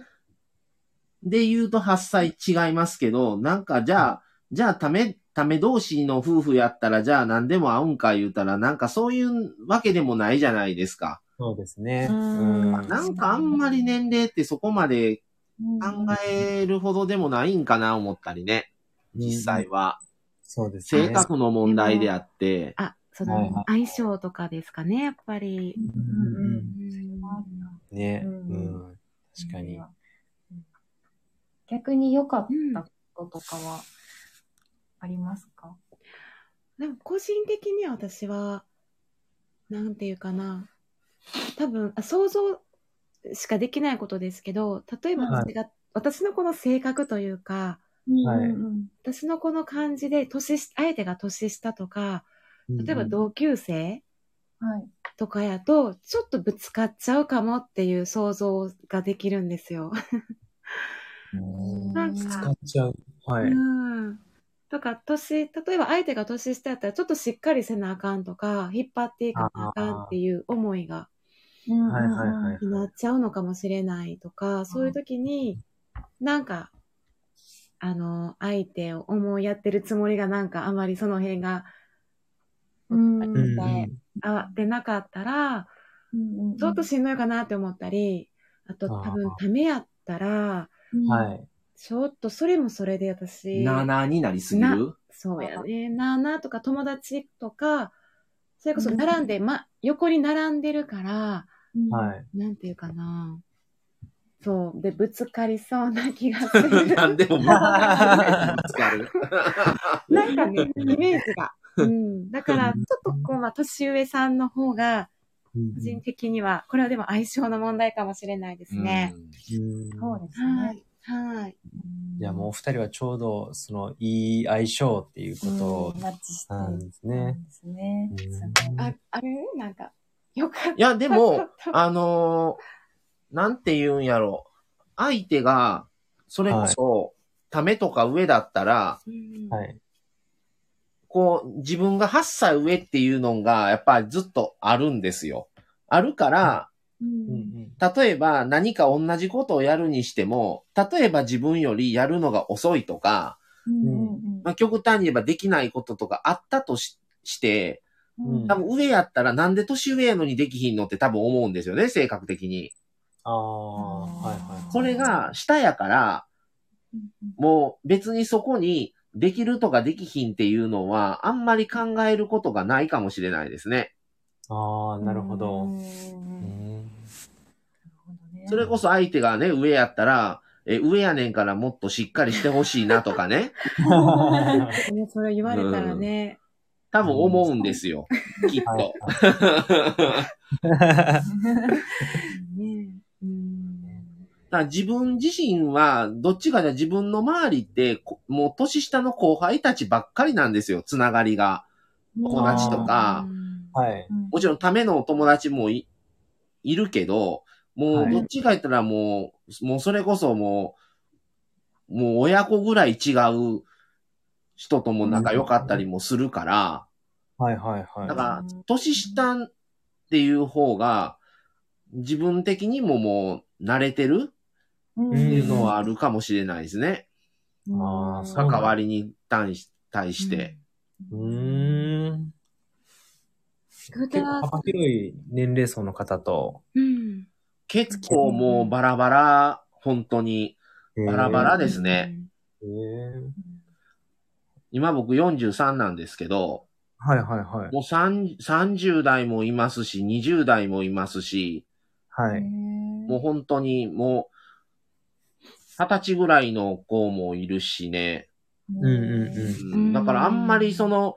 S1: で言うと8歳違いますけど、なんかじゃあ、じゃあため、ため同士の夫婦やったらじゃあ何でも合うんか言うたら、なんかそういうわけでもないじゃないですか。
S3: そうですね。
S4: うん
S3: うん
S1: なんかあんまり年齢ってそこまで考えるほどでもないんかな思ったりね。実際。は。
S3: そうですね。
S1: 性格の問題であって。
S2: あ、そ
S3: はいは
S2: の
S3: い
S2: 相性とかですかね、やっぱり。
S3: うんうんうん
S4: うん
S3: ね。う
S4: うん
S3: ん。確かに。。
S4: 逆に良かったこととかはありますか
S2: でも個人的には私は、なんていうかな、多分、あ想像しかできないことですけど、例えば
S3: はい
S2: 私が、私のこの性格というか、
S3: はい
S4: うんうん
S2: 私のこの感じで年し、相手が年下とか、例えば同級生
S4: はい。
S2: とかやと、ちょっとぶつかっちゃうかもっていう想像ができるんですよ。
S3: うん
S2: なんか
S3: 使っちゃう。はい。
S2: うん。とか、年、例えば相手が年下やったら、ちょっとしっかりせなあかんとか、引っ張っていかなあかんっていう思いが
S4: うん
S3: はいはいはい。
S2: になっちゃうのかもしれないとか、そういう時に、なんか、あの、相手を思いやってるつもりがなんかあまりその辺が
S4: うん
S2: う
S3: うんん
S2: ね合わってなかったら、
S4: うん
S2: ちょっとしんどいかなって思ったり、あと
S3: あ
S2: 多
S3: ー
S2: 分ためやったら、
S3: は。い。
S2: ちょっとそれもそれで私、
S1: 7になりすぎ
S2: な
S1: る
S2: そうやね、なあなあとか友達とか、それこそ並んで、ま、横に並んでるから、
S4: うん
S3: はい。
S2: なんていうかな。そう。で、ぶつかりそうな気がす
S1: [laughs]
S2: る。
S1: 何でもぶつかる。 [laughs]
S2: なんかね、イメージが。うん。だから、ちょっとこう、まあ、年上さんの方が、個人的には、これはでも相性の問題かもしれないですね。
S1: うん
S3: うん
S4: そうです
S2: は
S4: ね。
S2: い。はい。
S3: いや、もうお二人はちょうど、その、いい相性っていうこ
S4: マッチして
S3: となん
S4: る
S3: ですね。
S4: んですね。
S3: うん
S2: あ、あれなんか、よかっ
S1: いや、で
S2: [laughs]
S1: も、あのーなんて言うんやろ。相手が、それこそ、ためとか上だったら、
S2: た。うん
S3: はい。
S1: こう、自分が8歳上っていうのが、やっぱりずっとあるんですよ。あるから、
S4: うん
S1: 例えば何か同じことをやるにしても、例えば自分よりやるのが遅いとか、
S4: うん
S1: まあ、極端に言えばできないこととかあったとしして、
S4: うんうん
S1: 多分上やったらなんで年上やのにできひんのって多分思うんですよね、性格的に。
S3: ああ、はいはい。
S1: それが下やから、もう別にそこにできるとかできひんっていうのは、あんまり考えることがないかもしれないですね。
S3: ああ、なるほ
S4: う
S3: ど。
S4: んうんうん
S1: それこそ相手がね、上やったら、え、上やねんからもっとしっかりしてほしいなとか
S4: [laughs]
S1: ね、
S3: は
S2: ね、それ言われたらね、
S1: 多分思うんですよ。きっ [laughs] と。
S2: ね。うん。
S1: だから自分自身は、どっちかじゃ自分の周りって、こもう年下の後輩たちばっかりなんですよ、つながりが。友達とか、
S2: うん
S3: はい。
S1: もちろんためのお友達もいいるけど、も
S3: は
S1: う、
S3: い
S1: どっちか言ったらもう、もうそれこそもう、もう親子ぐらい違う人とも仲良かったりもするから、
S3: はいはいはい。
S1: だから、年下っていう方が、自分的にももう慣れてる
S4: うん
S1: っていうのはあるかもしれないですね。
S3: あーそう
S1: 関わりに対し対して。
S3: うーん。
S2: そ
S3: 結
S2: れ
S3: 構
S2: は
S3: 幅広い年齢層の方と。
S2: うん。
S1: 結構もうバラバラ、本当に。バラバラですね
S3: へー
S1: 今僕43なんですけど、
S3: はいはいはい。
S1: もう3 30代もいますし、20代もいますし、
S3: は
S4: へ
S3: い。
S4: ー
S1: もう本当にもう、20歳ぐらいの子もいるしね。
S3: うんうんうん。
S1: うんだからあんまりその、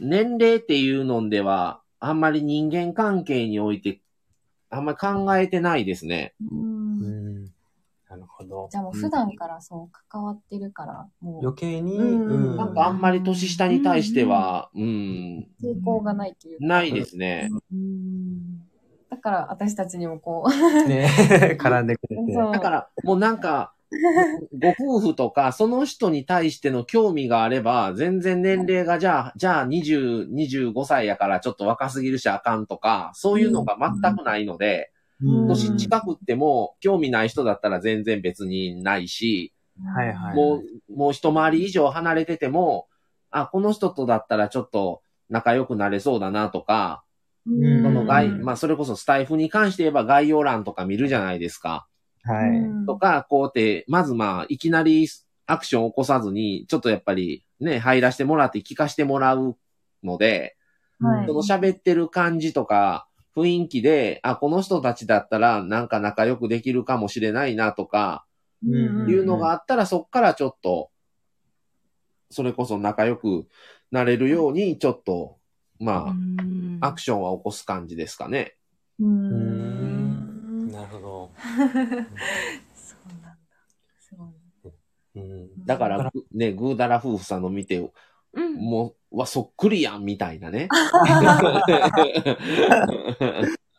S1: 年齢っていうのでは、あんまり人間関係において、あんまり考えてないですね。
S4: うん
S3: うんなるほど
S4: じ。ゃあもう普段からそう関わってるから、もう
S3: 余計に、
S4: うん
S3: うん
S1: なんかあんまり年下に対しては、うん、
S4: 抵抗がないというか、
S1: ないですね。
S2: うん
S4: だから私たちにもこう、
S3: [laughs] ね、絡んでくれて。
S4: そう
S1: だから、もうなんか、ご夫婦とか、その人に対しての興味があれば、全然年齢が、じゃあ、じゃあ20、25歳やからちょっと若すぎるしあかんとか、そういうのが全くないので、
S3: うん
S1: 年近くっても、興味ない人だったら全然別にないし、
S3: はいはい
S1: もう、もう一回り以上離れてても、あ、この人とだったらちょっと仲良くなれそうだなとか、
S3: うん
S1: その概、
S4: うん
S1: まあ、それこそスタイフに関して言えば概要欄とか見るじゃないですか。
S3: は
S4: う
S3: い。
S4: ん
S1: とか、こうやって、まずまあ、いきなりアクションを起こさずに、ちょっとやっぱりね、入らしてもらって聞かしてもらうので、
S4: はい
S1: その喋ってる感じとか、雰囲気で、あ、この人たちだったらなんか仲良くできるかもしれないなとか、
S3: うん
S1: いうのがあったら、そっからちょっと、それこそ仲良くなれるように、ちょっと、まあ、アクションは起こす感じですかね。
S4: う。
S3: うんんなるほど。
S4: そうなんだ。すごい。
S3: うん
S1: だから、ね、グーダラ夫婦さんの見て、
S2: うん。
S1: もう、わ、そっくりやん、みたいな
S3: [laughs]
S1: ね。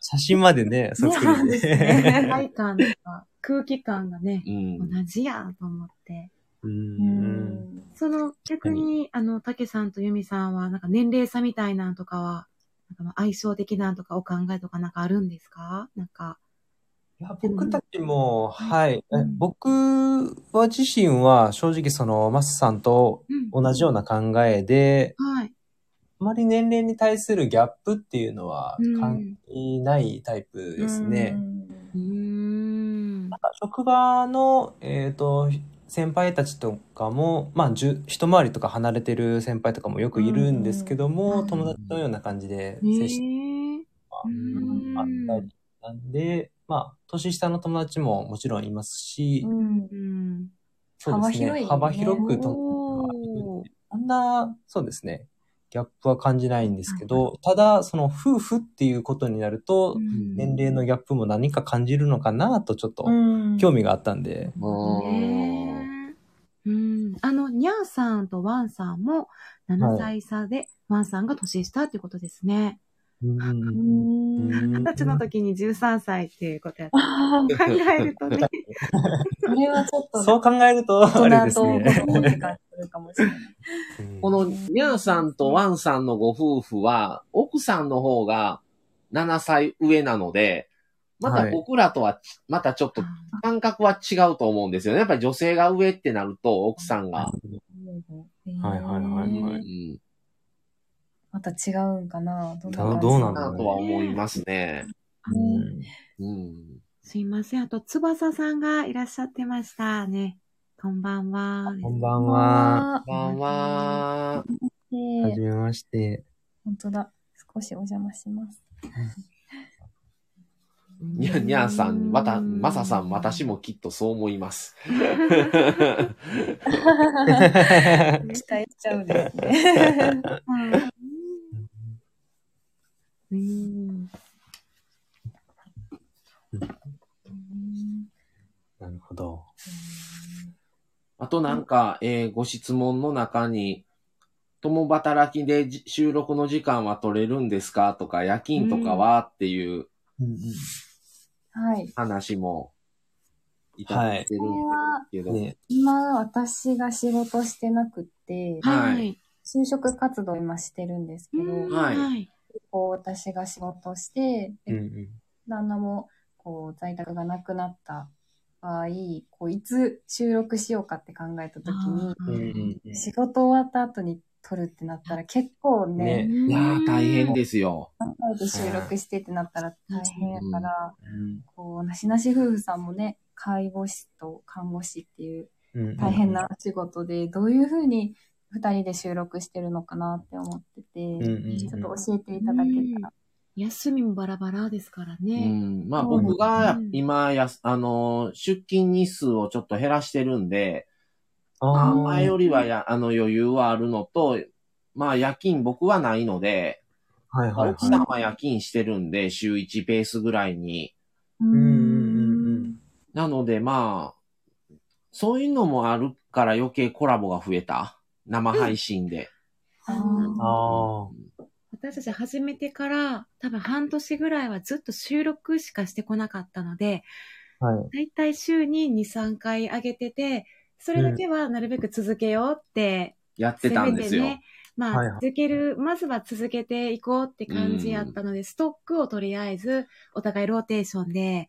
S3: 写真までね、そっくりで。
S2: [laughs]
S3: [laughs]
S2: 世界観とか空気感がね、
S1: うん
S2: 同じやと思って。
S3: う
S4: うんん。
S2: その逆に、あの、たけさんとゆみさんは、なんか年齢差みたいなんとかは、なんかまあ相性的なんとかお考えとかなんかあるんですかなんか。
S3: いや僕たちも、はい。え僕は自身は正直その、マスさんと
S2: うん
S3: 同じような考えで、
S2: はい。
S3: あまり年齢に対するギャップっていうのは
S2: うん
S3: 感じないタイプですね。
S2: うーん。
S3: なんか職場の、えー、と先輩たちとかも、まあ、じゅ一回りとか離れてる先輩とかもよくいるんですけども、
S2: うん
S3: 友達のような感じで
S2: え
S3: 接して
S2: ー
S3: あったりなんで、まあ、年下の友達ももちろんいますし、
S4: うん
S2: うん。
S3: そうですね
S4: 幅広いね
S3: 幅広く
S2: お
S3: と
S2: ー
S3: あんなそうですねギャップは感じないんですけどただその夫婦っていうことになると
S2: うん
S3: 年齢のギャップも何か感じるのかなとちょっと
S4: うん。
S3: 興味があったんで、
S1: うん
S2: ねえうん、あの、にゃーさんとワンさんも7歳差で、ワンさんが年下っていうことですね。
S3: うん
S4: うん。
S2: 二十歳の時に13歳っていうことやった。考えるとね。
S4: これはちょっと、
S3: そう考えると、あれ
S4: 大
S3: で
S4: 人
S3: す
S4: と子
S3: ね。
S4: 供って感じするかもしれない。
S1: この、ニャンさんとワンさんのご夫婦は、奥さんの方が7歳上なので、また
S3: はい
S1: 僕らとはち、またちょっと感覚は違うと思うんですよね。やっぱり女性が上ってなると、奥さんが。
S3: はいはいはいは
S1: う
S3: い
S1: ん。
S4: また違うんかなど
S3: どう
S4: んな感じ
S3: どうなんだろ
S1: なとは思いますね。
S3: うん
S1: うん。
S2: すいません。あと、翼さんがいらっしゃってましたね。こんばんは。
S3: こんばんは。
S1: こんばんは。
S3: は
S4: ね
S3: じ
S4: え
S3: めまして。
S4: 本当だ。少しお邪魔
S3: [laughs]
S4: します。
S1: ニャンニャンさん、また、マサさん、私もきっとそう思います。う
S4: 期待しちゃうで
S3: [laughs]
S4: すね。
S2: うん。うん
S3: なるほど。
S1: あとなんか、えーご質問の中に、共働きでじ収録の時間は取れるんですかとか、夜勤とかはっていう、
S4: はい。
S1: 話もいただいてるんですけど、
S3: ね、
S4: 今、私が仕事してなくて、
S1: はい
S2: はい。
S4: 就職活動今してるんですけど、
S2: うん
S1: はい
S2: はい。
S4: こう私が仕事して、
S3: う
S4: で
S3: んうん。
S4: 旦那もこう在宅がなくなった場合、こういつ収録しようかって考えた時に、
S2: あー
S3: うんうんうん
S4: 仕事終わった後に撮るってなったら結構ね、
S3: ね
S1: いやー大変ですよ。
S4: 考えて収録してってなったら大変やから、
S3: うん
S4: こうなしなし夫婦さんもね、介護士と看護師っていう
S3: うんうん
S4: 大変な仕事で、どういうふうに二人で収録してるのかなって思ってて、
S3: うんうんうん
S4: ちょっと教えていただけたら。
S2: 休みもバラバラですから
S1: う
S2: ね。
S1: ん、まあ
S4: うん
S1: 僕が今やす、あのー、出勤日数をちょっと減らしてるんで、まあ
S3: あ
S1: 前よ
S3: ー
S1: りはや、あの余裕はあるのと、まあ夜勤僕はないので、
S3: はいはい
S1: 奥さん
S3: は
S1: は夜勤してるんで、週1ペースぐらいに。
S4: う
S3: い。うんうんうん
S4: ん。
S1: なのでまあ、そういうのもあるから余計コラボが増えた。生配信で。
S2: あ
S3: うん。
S2: の
S3: あ
S2: 私たち始めてから多分半年ぐらいはずっと収録しかしてこなかったので、
S3: あ。はい。
S2: だいたい週に2、3回上げてて、それだけはなるべく続けようって、
S1: やってたんですよ。
S2: ね、ま
S3: はい
S2: あ
S3: はい
S2: 続ける、まずは続けていこうって感じやったので、ストックをとりあえずお互いローテーションで、
S3: うんうん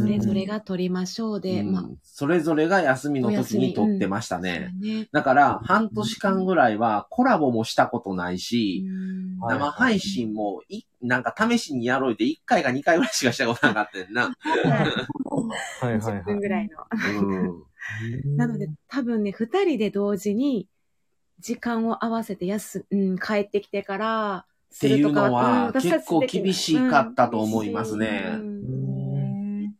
S2: それぞれが取りましょうで、
S1: うん
S2: まあ、
S1: それぞれが休みの時に撮ってましたね。
S2: ね。
S1: だから、半年間ぐらいはコラボもしたことないし、
S2: うん
S3: はい
S1: 生配信もい、なんか試しにやろうって1回か2回ぐらいしかしたことなかったよな。
S3: はいはい
S2: 10
S3: は
S2: 分ぐらいの。
S1: うん。
S3: い。
S2: なので、多分ね、二人で同時に時間を合わせてやす、うん、帰ってきてから、っ
S1: っていうのは、結構厳しかったと思いますね。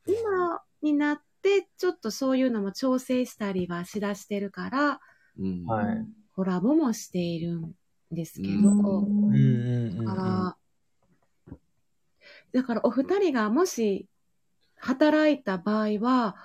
S2: 今になって、ちょっとそういうのも調整したりはしだしてるから、
S1: うん。
S3: はい
S2: コラボもしているんですけど、
S3: うんう
S4: う
S3: んんうん
S2: だ
S3: う
S2: か
S3: ん。
S2: ら、だからお二人がもし働いた場合は、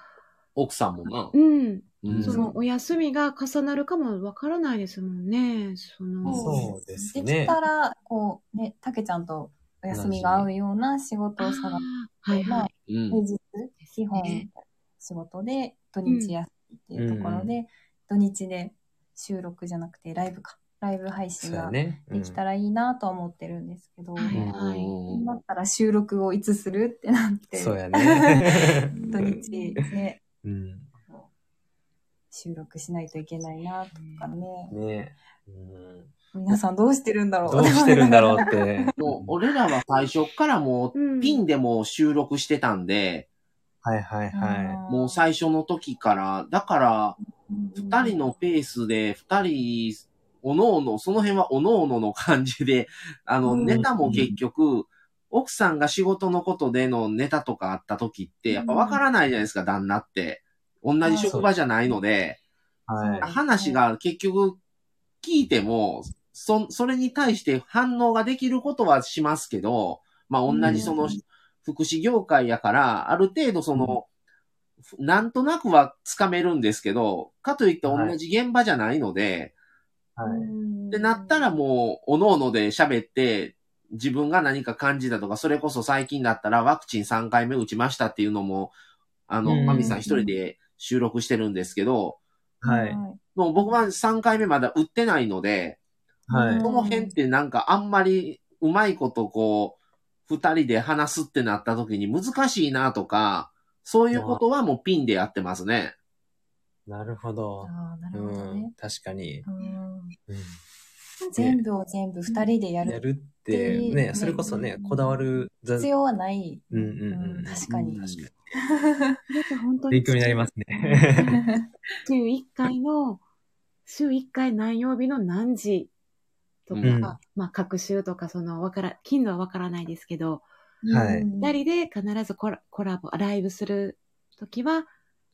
S1: 奥さんもな。
S2: うん、
S1: うん
S2: そのお休みが重なるかもわからないですもんね。その、
S3: そうですね
S4: できたら、こう、ね、たけちゃんとお休みが合うような仕事を探し
S2: あーは
S4: て、
S2: い
S4: ま
S2: は
S4: あ
S2: い。、
S1: うん
S4: 平日、基
S2: ね
S4: 本、仕事で、土日休みっていうところで、土日で収録じゃなくて、ライブか。ライブ配信
S3: そうや
S4: が
S3: ね。
S4: できた
S3: ら。
S4: らいいなとは思ってるんですけど、
S2: はいはい
S1: うん
S4: だったら収録をいつするってなって、
S3: そうやね。
S4: [laughs] 土日ね、
S3: [laughs] うん。
S4: 収録しないといけないなとかね。
S3: ねうん。
S4: 皆さんどうしてるんだろう
S3: どうして
S4: [laughs]
S3: るんだろう [laughs] って。
S1: もう俺らは最初からも
S2: う
S1: うんピンでも収録してたんで、
S3: はいはいは
S1: もう最初の時から、だから、二人のペースで、二人、おのおの、その辺はおのおのの感じで、 [laughs] あの、
S4: うん
S1: ネタも結局、奥さんが仕事のことでのネタとかあった時って、やっぱわからないじゃないですか、旦那って。同じ職場じゃないので、
S3: い。は
S1: 話が結局聞いても、そ、それに対して反応ができることはしますけど、まあ同じその
S4: うん
S1: 福祉業界やから、ある程度その、なんとなくはつかめるいんですけど、かといって同じ現場じゃないので、
S3: い。はい。
S1: で、なったらもう、おのおので喋って、自分が何か感じたとか、それこそ最近だったらワクチン3回目打ちましたっていうのも、あ
S3: う
S1: の、
S3: ん
S1: マミさん一人で収録してるんですけど、
S3: はい。
S1: もう僕は3回目まだ売ってないので、
S3: はい。
S1: この辺ってなんかあんまりうまいことこう、二人で話すってなった時に難しいなとか、そういうことはもうピンでやってますね。
S3: なるほど。
S4: ああ、な
S3: う
S4: るほどね
S3: ん。。確かに。
S4: うん
S3: うん
S4: 全部を全部二人でや
S3: や
S4: る
S3: るって、ね、それこそね、こだわる、ざ
S4: 必要はない。
S3: うんうんうん。
S4: 確かに。
S1: 確かに
S2: 本当
S3: 勉強になりますね。
S2: 週1回の、週1回何曜日の何時とか、
S1: うん
S2: まあ、各週とか、その、わから、頻度はわからないですけど、
S4: [laughs]
S3: はい
S2: 二人で必ずコラコラボ、ライブするときは、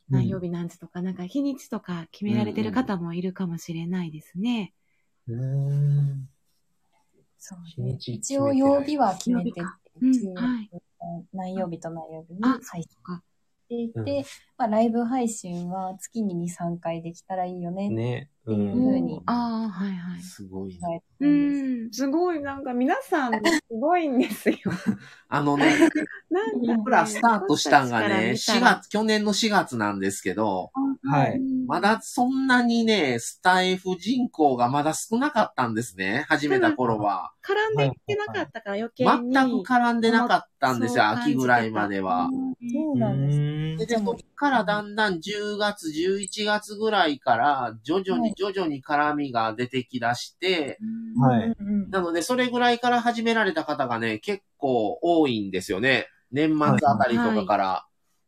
S2: 何曜日何時とか、なんか日にちとか決められてる方もいるかもしれないですね。
S3: うん。
S4: そう
S3: 日にち
S4: 一応曜日は決めてて
S2: 曜日かうんはい
S4: 何曜日と何曜日に
S2: あ
S4: 配信
S2: そっか
S4: していて、まあ、ライブ配信は月に2、3回できたらいいよねって
S3: ね。
S4: ていう
S2: お
S4: 風に
S2: ーああ、はいはい。
S1: すごいな
S4: 考。えて
S5: う
S4: るんです。
S5: ん、すごい、なんか皆さん、すごいん
S2: [laughs]
S5: ですよ。
S1: あのね、
S5: なんか、
S4: うん
S1: 僕らスタートしたんがね、
S2: 私た
S1: 4
S2: ちから見たら
S1: 月、去年の4月なんですけど、
S3: はい。
S1: まだそんなにね、スタイフ人口がまだ少なかったんですね、始めた頃は。
S5: 絡んでいってなかったから余計
S1: 全
S5: に。
S1: く絡んでなかったんですよ、
S2: そう感じて
S1: 秋
S2: た
S1: ぐらいまでは。
S4: そう
S3: う
S4: なんです。
S3: ん
S1: で、でも、こっからだんだん10月、11月ぐらいから、徐々
S4: は
S1: に
S4: い
S1: 徐々に絡みが出てきだして、
S3: は
S4: う
S3: い。
S4: んうん
S1: なので、それぐらいから始められた方がね、結構多いんですよね。年末あたりとかから。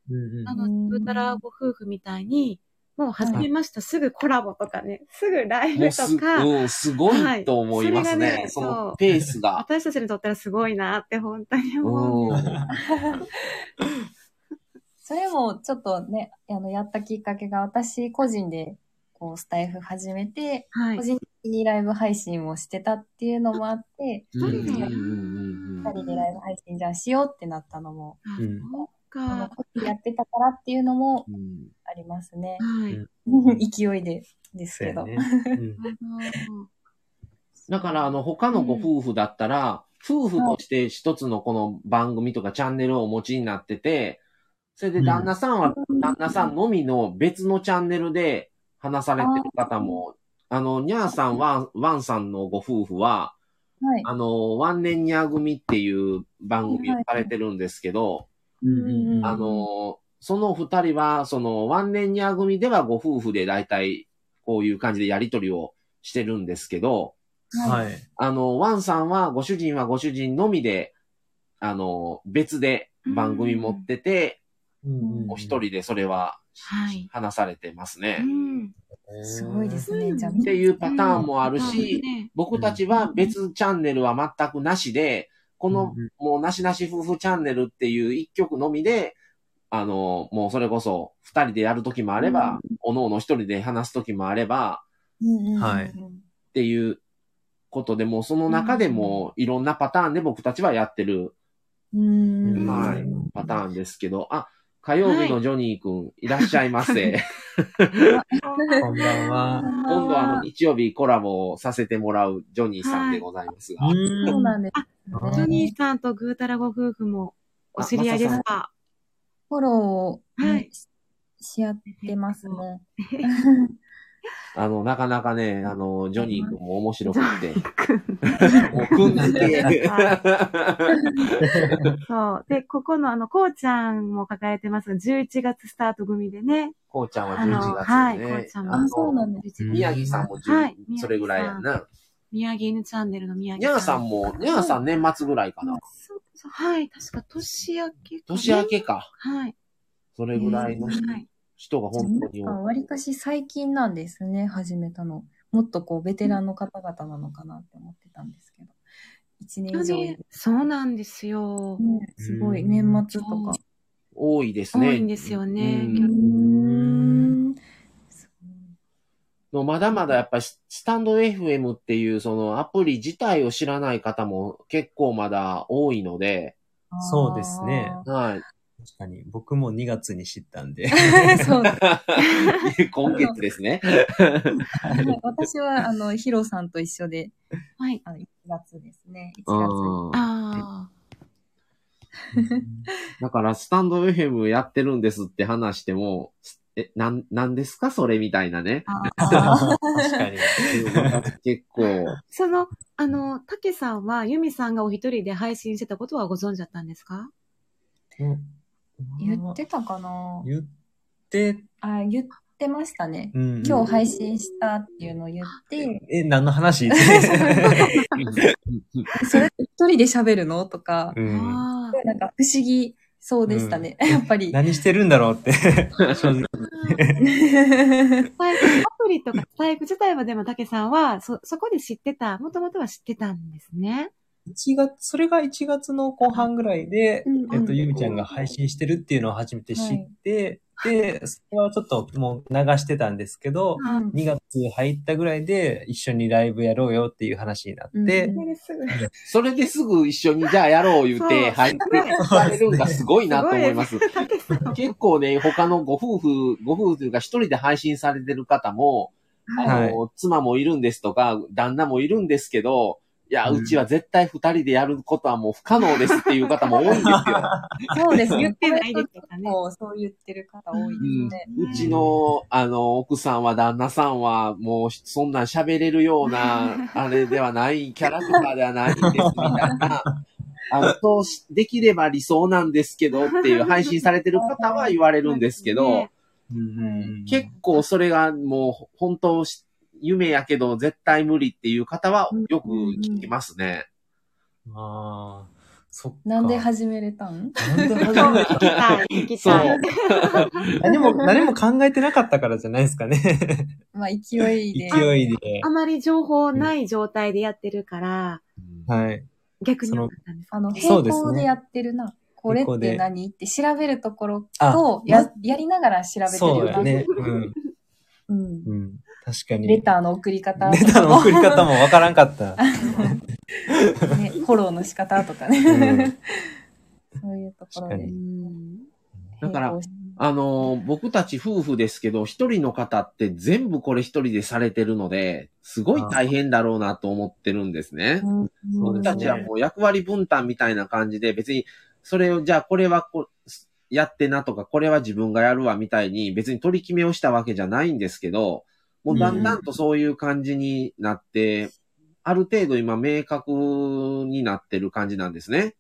S3: うんうん
S2: あの、ブータラご夫婦みたいに、もう始めました、すぐコラボとかね、すぐライ
S1: も
S2: ブ
S1: うす、
S2: とか、
S1: うん、すごいと思いますね。
S5: はいそ
S1: そ
S5: れがね
S1: のペー
S5: [laughs]
S1: スが。
S2: 私たちにとったらすごいなって本当に思う。
S1: うん。
S4: それもちょっとね、あの、やったきっかけが私個人で、こう、スタイフ始めて、
S2: はい
S4: 個。人的にライブ配信をしてたっていうのもあって、
S1: うんうんうんうん
S4: 二人でライブ配信じゃあしようってなったのも、
S2: あ
S3: うん
S2: そう
S4: あの
S2: か。
S4: 個人やってたからっていうのも
S1: うん
S4: ありますね。
S2: はい。
S3: うん
S4: [laughs] 勢いでで
S3: [laughs]
S4: す
S3: そう
S4: け
S3: や
S4: ど。
S3: ね。
S1: だから、あの、他のご夫婦だったら、夫婦として一つのこの番組とかチャンネルをお持ちになってて、それで旦那さんは、旦那さんのみの別のチャンネルで話されてる方も、あの、ニャーさん、ワン、ワンさんのご夫婦は、
S4: はい。
S1: あの、ワンネンニャー組っていう番組をされてるんですけど、
S3: うんうん
S1: あの、その二人は、その、ワンレンニャー組ではご夫婦で大体、こういう感じでやりとりをしてるんですけど、
S3: はい。
S1: あの、ワンさんは、ご主人はご主人のみで、あの、別で番組持ってて、お一人でそれは、
S2: はい
S1: 話されてますね
S2: う。ん。
S4: すごいです
S2: う
S4: ね。
S2: ん
S4: じゃあ、
S1: っていうパターンもあるし、
S2: ね
S1: 僕たちは別チャンネルは全くなしで、この
S3: うんうん、
S1: もうなしなし夫婦チャンネルっていう一曲のみで、あの、もうそれこそ二人でやるときもあれば、おのおの一人で話すときもあれば、
S3: は。
S4: はい
S1: っていうことでもうその中でもいろんなパターンで僕たちはやってる
S4: うん。
S1: は
S4: はい
S1: い。パターンですけど、あ、火曜日のジョニーくん、いらっしゃいませ。
S3: こんばんは。
S1: 今度はあの日曜日コラボをさせてもらうジョニーさんでございますが。
S4: そうなんです
S3: あ
S2: ジョ
S4: ね。
S2: ニーさんとグータラご夫婦もお知り合いですか
S4: フォローをね、
S2: はい
S4: しし合ってますね。
S3: [laughs]
S1: あの、なかなかね、あの、ジョニーくんも面白くて。
S3: もう組んだね。
S2: そう。で、ここのあの、こうちゃんも抱えてますが、11月スタート組でね。
S1: こうちゃんは
S2: あの、
S1: 11
S2: はい、
S1: 月
S2: こ
S1: ね。
S2: うちゃんも。
S1: の
S4: あそうなんだ
S3: うん
S1: 宮城さんも10、
S2: はい
S1: それぐらいやんな。
S2: 宮城犬チャンネルの宮
S1: に
S2: 城
S1: ゃーさんも、にゃーさん年末ぐらいかな。
S2: そうそうはい、確か年明けかな
S1: 年明けか。
S2: はい。
S1: それぐらいの
S2: はい。
S1: 人が本当に多い。
S4: わりかし最近なんですね、始めたの。もっとこう、ベテランの方々なのかなって思ってたんですけど。一年以上、
S2: ねそうなんですよ。
S4: ねすごい、年末とか。
S1: 多いですね。
S2: 多いんですよね。
S1: うん
S2: 結構
S4: うん。
S1: のまだまだやっぱりススタンド FM っていうそのアプリ自体を知らない方も結構まだ多いので、
S3: そうですね
S1: はい。
S3: 確かに、僕も2月に知ったんで。
S5: [laughs]
S4: そうです
S1: 今月ですね。
S4: ね。私は、あの、ヒロさんと一緒で、
S2: はい。
S4: あの、1月ですね。1月に。
S1: うん
S2: あ
S1: だから、スタンド FM やってるんですって話しても、え、なん、なんですかそれみたいなね。
S5: [laughs]
S4: あ
S3: 確かに。
S1: 結構、
S2: あ。その、あの、たけさんは、ゆみさんがお一人で配信してたことはご存知だったんですか
S4: ー言ってたかな
S3: 言って、
S4: あ、言ってましたね。
S3: うん
S4: 今日配信したっていうのを言って、
S3: え、何の話
S4: それって一人で喋るのとか、
S3: うん
S2: あ
S4: なんか不思議そうでしたね。やっぱり。
S3: 何してるんだろうって。正直。
S1: [laughs]
S2: あ。スタイフアプリとかスタイフ自体はでも、たけさんは、そ、そこで知ってた、もともとは知ってたんですね。
S3: 1月、それが1月の後半ぐらいで
S4: う、ん
S3: えっと、ゆみちゃんが配信してるっていうのを初めて知って、で、それはちょっともう流してたんですけど、
S4: うん
S3: 2月入ったぐらいで一緒にライブやろうよっていう話になって、
S4: うん
S5: それすぐ。す
S1: それですぐ一緒にじゃあやろう言うて
S5: そう
S1: 入ってされるんがすごいなと思います。
S5: たけしさん。
S1: [laughs] 結構ね、他のご夫婦、ご夫婦というか一人で配信されてる方も、あの、妻もいるんですとか、旦那もいるんですけど、いや、
S3: うん
S1: うちは絶対二人でやることはもう不可能ですっていう方も多いんで
S3: [laughs]
S1: すよ。
S4: そうです。
S5: 言ってないですとかね。
S4: そう、そう言ってる方多いです
S1: うん
S4: ね。
S1: うちの、あの、奥さんは旦那さんは、もう、そんなん喋れるよう
S3: [laughs]
S1: な、あれではない、キャラクターではないんです、みたいな。あの、そうし、できれば理想なんですけどっていう配信されてる方は言われるんです
S3: [laughs]
S1: けど、結構それがもう、本当し、夢やけど絶対無理っていう方はよく聞きますね。
S3: ああ、そっか。
S4: なんで始めれたん
S3: なんで始め [laughs]
S5: 聞きたい、聞き
S1: そう
S5: たい。。
S3: 何も、何も考えてなかったからじゃないですか
S4: [laughs]
S3: ね。
S4: まあ、勢いで。
S3: 勢いで。
S5: あまり情報ない状態でやってるから、
S3: はい。
S5: 逆に良かったんです。
S4: あの、
S3: そう
S4: 並
S3: ですね
S4: 行でやってるな。これっ
S3: 並行で
S4: て何って調べるところ
S3: あ
S4: とや、やりながら調べてる
S3: そう
S4: よ
S3: だよね。うん。
S4: うん。
S3: うん。確かに。
S4: レターの送り方とか
S3: レターの送り方もわからんかった。
S4: ね、フォローの仕方とかね。
S3: うん
S4: そういうところ
S3: 確か
S4: で
S3: に。
S1: だから
S4: 並行して
S1: あのー、僕たち夫婦ですけど、一人の方って全部これ一人でされてるので、すごい大変だろうなと思ってるんですね。
S4: う
S3: そ
S4: ん
S3: うで
S1: 僕
S3: す
S1: たちはもう役割分担みたいな感じで、別に、それを、じゃあこれはこやってなとか、これは自分がやるわみたいに、別に取り決めをしたわけじゃないんですけど、もうだんだんとそういう感じになって、ある程度今明確になってる感じなんですね。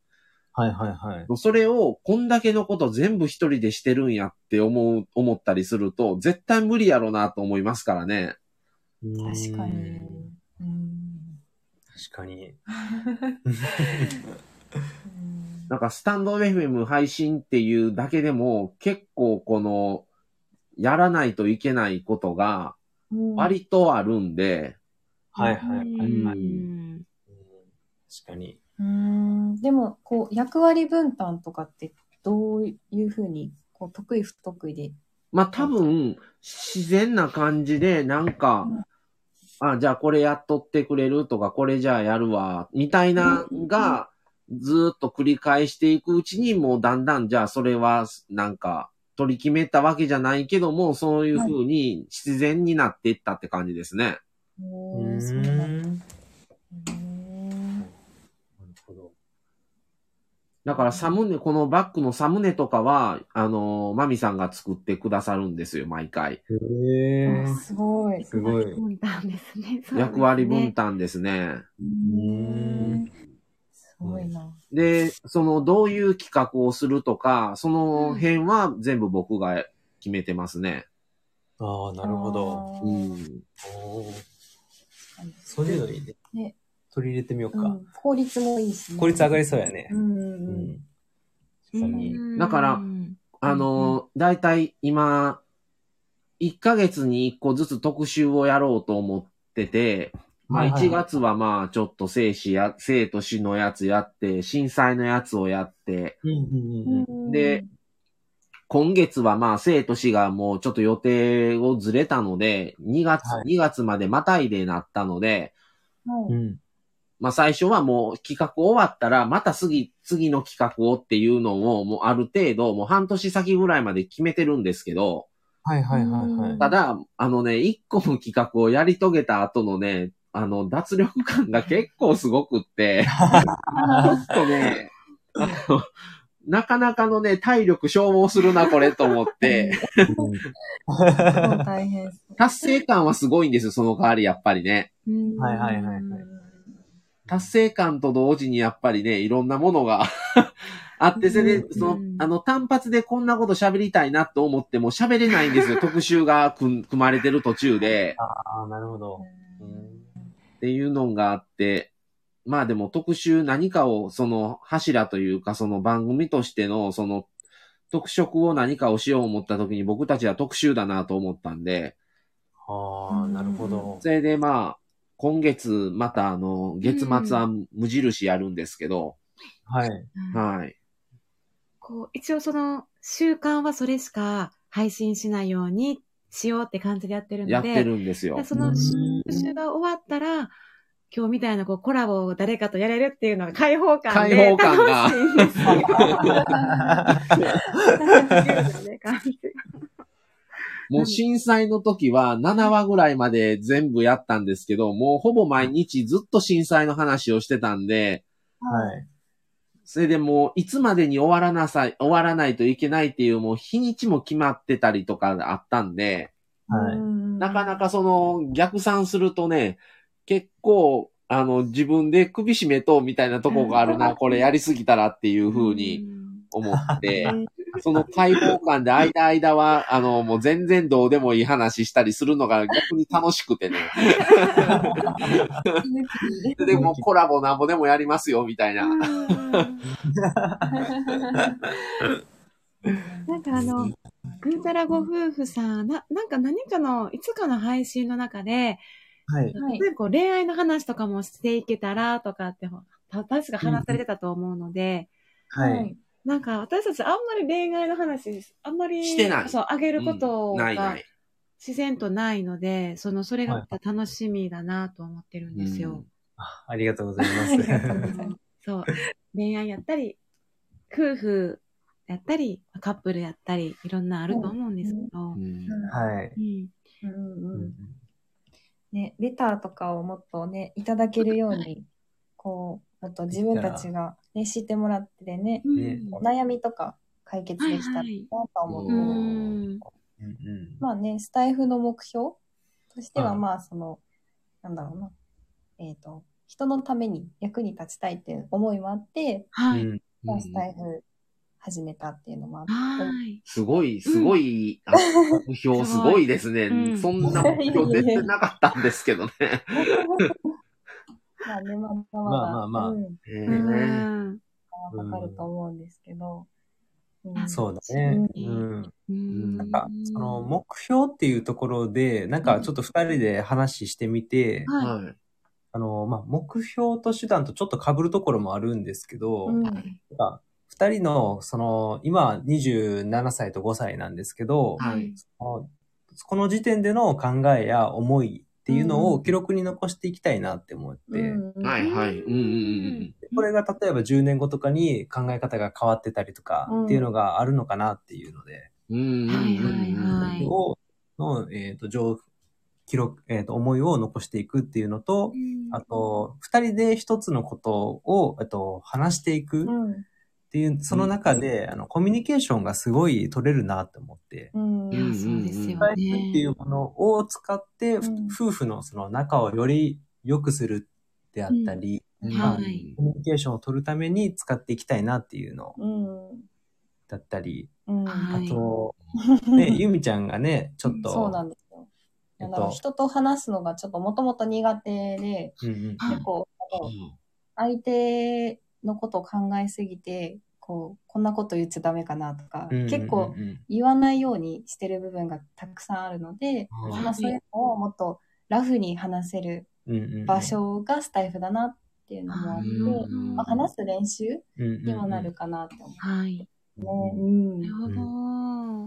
S3: はいはいはい。
S1: それを、こんだけのこと全部一人でしてるんやって思う、思ったりすると、絶対無理やろなと思いますからね。
S4: 確か
S3: う
S4: に
S3: ん。
S4: うん
S3: 確かに。
S1: なんか、スタンド FM 配信っていうだけでも、結構この、やらないといけないことが、
S4: うん
S1: 割とあるんで、
S3: はいはいはいは
S5: う
S3: い。うん
S5: ん
S3: 確かに。
S4: うんでも、こう、役割分担とかって、どういうふうに、こう、得意不得意で。
S1: まあ多分、自然な感じで、なんか、あ、じゃあこれやっとってくれるとか、これじゃあやるわ、みたいなのが、ずーっと繰り返していくうちに、もうだんだん、じゃあそれは、なんか、取り決めたわけじゃないけども、そういう風に自然になっていったって感じですね。
S4: お
S3: う
S4: ーそうなんだへ
S3: ん。な
S4: ー
S3: るほど。
S1: だからサムネ、このバッグのサムネとかは、あのーマミさんが作ってくださるんですよ、毎回。
S3: へえ。
S4: あすごい。
S3: すごい。
S5: 分担ですね。そうですね
S1: 役割分。担ですね。
S3: ん
S4: すごいな。
S1: で、その、どういう企画をするとか、その辺は全部僕が決めてますね。
S3: ああ、なるほど。
S4: あー
S1: うん。
S3: おーそういうのいいね。
S4: ね
S3: 取り入れてみよう
S4: う
S3: か。
S4: ん効率もいいしね。
S3: 効率上がりそうやね
S4: う。ん
S3: う
S4: うん
S3: ん。確かに。
S1: だからあの、だいたい今、1ヶ月に1個ずつ特集をやろうと思ってて、まあ
S3: はいはい
S1: 1月はまあちょっと生死や、生と死のやつやって、震災のやつをやって、
S3: うんうんうん。
S4: うん。
S1: で、今月はまあ生と死がもうちょっと予定をずれたので、2月、
S3: はい
S1: 2月までまたいでなったので、
S4: はい
S3: うん。
S1: まあ最初はもう企画終わったら、また次、次の企画をっていうのをもうある程度、もう半年先ぐらいまで決めてるんですけど、
S3: はいはいはいはい。
S1: ただ、あのね、一個の企画をやり遂げた後のね、あの、脱力感が結構すごくっ
S3: [laughs]
S1: て、ちょっとね、あの、なかなかのね、体力消耗するな、これと思って、
S4: もう大変そう。
S1: 達成感はすごいんですよ、その代わりやっぱりね。
S3: はいはいはいはい
S1: 達成感と同時にやっぱりね、いろんなものが [laughs] あって、それ
S3: う
S1: で、
S3: ん
S1: その
S5: うん、
S1: あの、単発でこんなこと喋りたいなと思っても喋れないんですよ、特集が組組まれてる途中で。
S3: ああ、なるほど。うん
S1: っていうのがあって、まあでも特集何かを、その柱というか、その番組としての、その特色を何かをしよう思った時に僕たちは特集だなと思ったんで、
S3: ああ、なるほど
S1: そ。れでまあ、今月またあの、月末は無印やるんですけど、
S3: [laughs] はい。
S5: うん
S1: はい。
S5: こう、一応その、習慣はそれしか
S2: 配信しないようにしようって感じでやってるので、
S1: やってるんですよ
S2: で。その復習が終わったら、今日みたいなこうコラボを誰かとやれるっていうのが開放感で
S1: 開放感が
S2: 楽しいんですよ。楽しいですよね感じ
S1: もう震災の時は7話ぐらいまで全部やったんですけど、もうほぼ毎日ずっと震災の話をしてたんで、
S3: はい。
S1: それでもういつまでに終わらなさい、終わらないといけないっていうもう日にちも決まってたりとかあったんで、
S3: はい。
S1: な
S4: な
S1: かな
S4: [laughs]
S1: かその逆算するとね、結構、あの、自分で首絞めと、みたいなとこがあるな、これやりすぎたらっていう風に思って、その開放感で間間は、あの、もう全然どうでもいい話したりするのが逆に楽しくてね。で
S2: [laughs]
S1: もうコラボなんぼでもやりますよ、みたいな。
S2: なんかあの、ぐうたらご夫婦さん、な、なんか何かの、いつかの配信の中で、
S3: はい。
S4: はい
S2: 例えばこう恋愛の話とかもしていけたらとかってほ、た確か話されてたと思うので、
S3: はい。
S2: なんか私たちあんまり恋愛の話、あんまり、
S1: してない
S2: そう、あげること
S1: ないな
S2: が
S1: い。
S2: 自然とないので、その、それが
S3: はい
S2: また楽しみだなと思ってるんですよ。
S3: ありがとうございま
S4: ありがとうござ
S3: す。
S4: います
S2: [laughs] そう。恋愛やったり、夫婦やったり、カップルやったり、いろんなあると思うんですけど。
S1: うん
S3: [laughs] はい。
S2: うん
S4: うんうんね、レターとかをもっとね、いただけるように、こう、もっと自分たちが、ね、知ってもらってね、
S3: ね
S4: お悩みとか解決できたらなと思って
S2: う
S4: る、
S2: ん。
S3: うんうん
S4: まあね、スタイフの目標としては、
S3: はい
S4: まあ、その、なんだろうな、えっ、と、人のために役に立ちたいっていう思いもあって、
S2: は
S3: う
S2: い。
S3: ん
S4: まあスタイフ始めたっていうのも
S2: [laughs]
S4: あって、
S2: はい。
S1: すごい、すごい、あ目標すごいですね。
S2: うん
S1: そんな目標全然なかったんですけどね。
S4: まあね、まあ
S3: まあまあまあ
S4: うん
S1: へ
S2: う
S1: ー
S2: ん。
S4: 時間はかかると思うんですけど、うん
S3: そうだね。
S4: う
S3: うんん。
S2: うん
S1: なん
S3: なんか、その、目標っていうところで、なんかちょっと二人で話してみて、
S2: はい。
S1: はい
S3: あの、まあ、目標と手段とちょっと被るところもあるんですけど、
S4: うん
S3: なんか二人の、その、今27歳と5歳なんですけど、
S1: はい。
S3: この時点での考えや思いっていうのを記録に残していきたいなって思って、
S4: うん
S1: はい、はい。うん、うん、
S3: これが例えば10年後とかに考え方が変わってたりとか
S4: うん
S3: っていうのがあるのかなっていうので、
S1: うん。うん、うん
S2: はいは
S1: う
S2: い
S1: ん
S2: は
S1: うん
S2: い。
S3: を、の、えっ、と、上、記録、えっ、と、思いを残していくっていうのと、あと、二人で一つのことを、えっと、話していくっ
S4: うん
S3: ていう、その中で、あの、コミュニケーションがすごい取れるなって思って、
S4: うん
S2: いや、そうですよ
S3: 伝え
S2: ね。
S3: るっていうものを使って、
S4: ん
S3: 夫婦のその仲をより良くするであったり、
S1: うん
S3: まあ
S2: はい
S3: コミュニケーションを取るために使っていきたいなっていうの
S4: うん
S3: だったり、
S4: うん
S2: はい
S3: あ
S4: [laughs]
S3: と、ね、ゆみちゃんがね、ちょっと、
S4: そうなんですよ。
S3: え
S4: な
S3: っ
S4: んだろう
S3: と、
S4: 人と話すのがちょっともともと苦手で、
S3: うんうん
S2: はい
S4: 結構、相手のことを考えすぎて、こう、こんなこと言っちゃダメかなとか、
S3: うん
S4: 結
S3: う
S4: 構
S3: んうん
S4: 言わないようにしてる部分がたくさんあるので、
S3: はい
S4: まあそういうのをもっとラフに話せる
S3: うんうんうん
S4: 場所がスタイフだなっていうのもあって、
S1: うん
S4: まあ、話す練習にもなる、かなって思
S2: はい。
S4: うね。
S2: なるほど。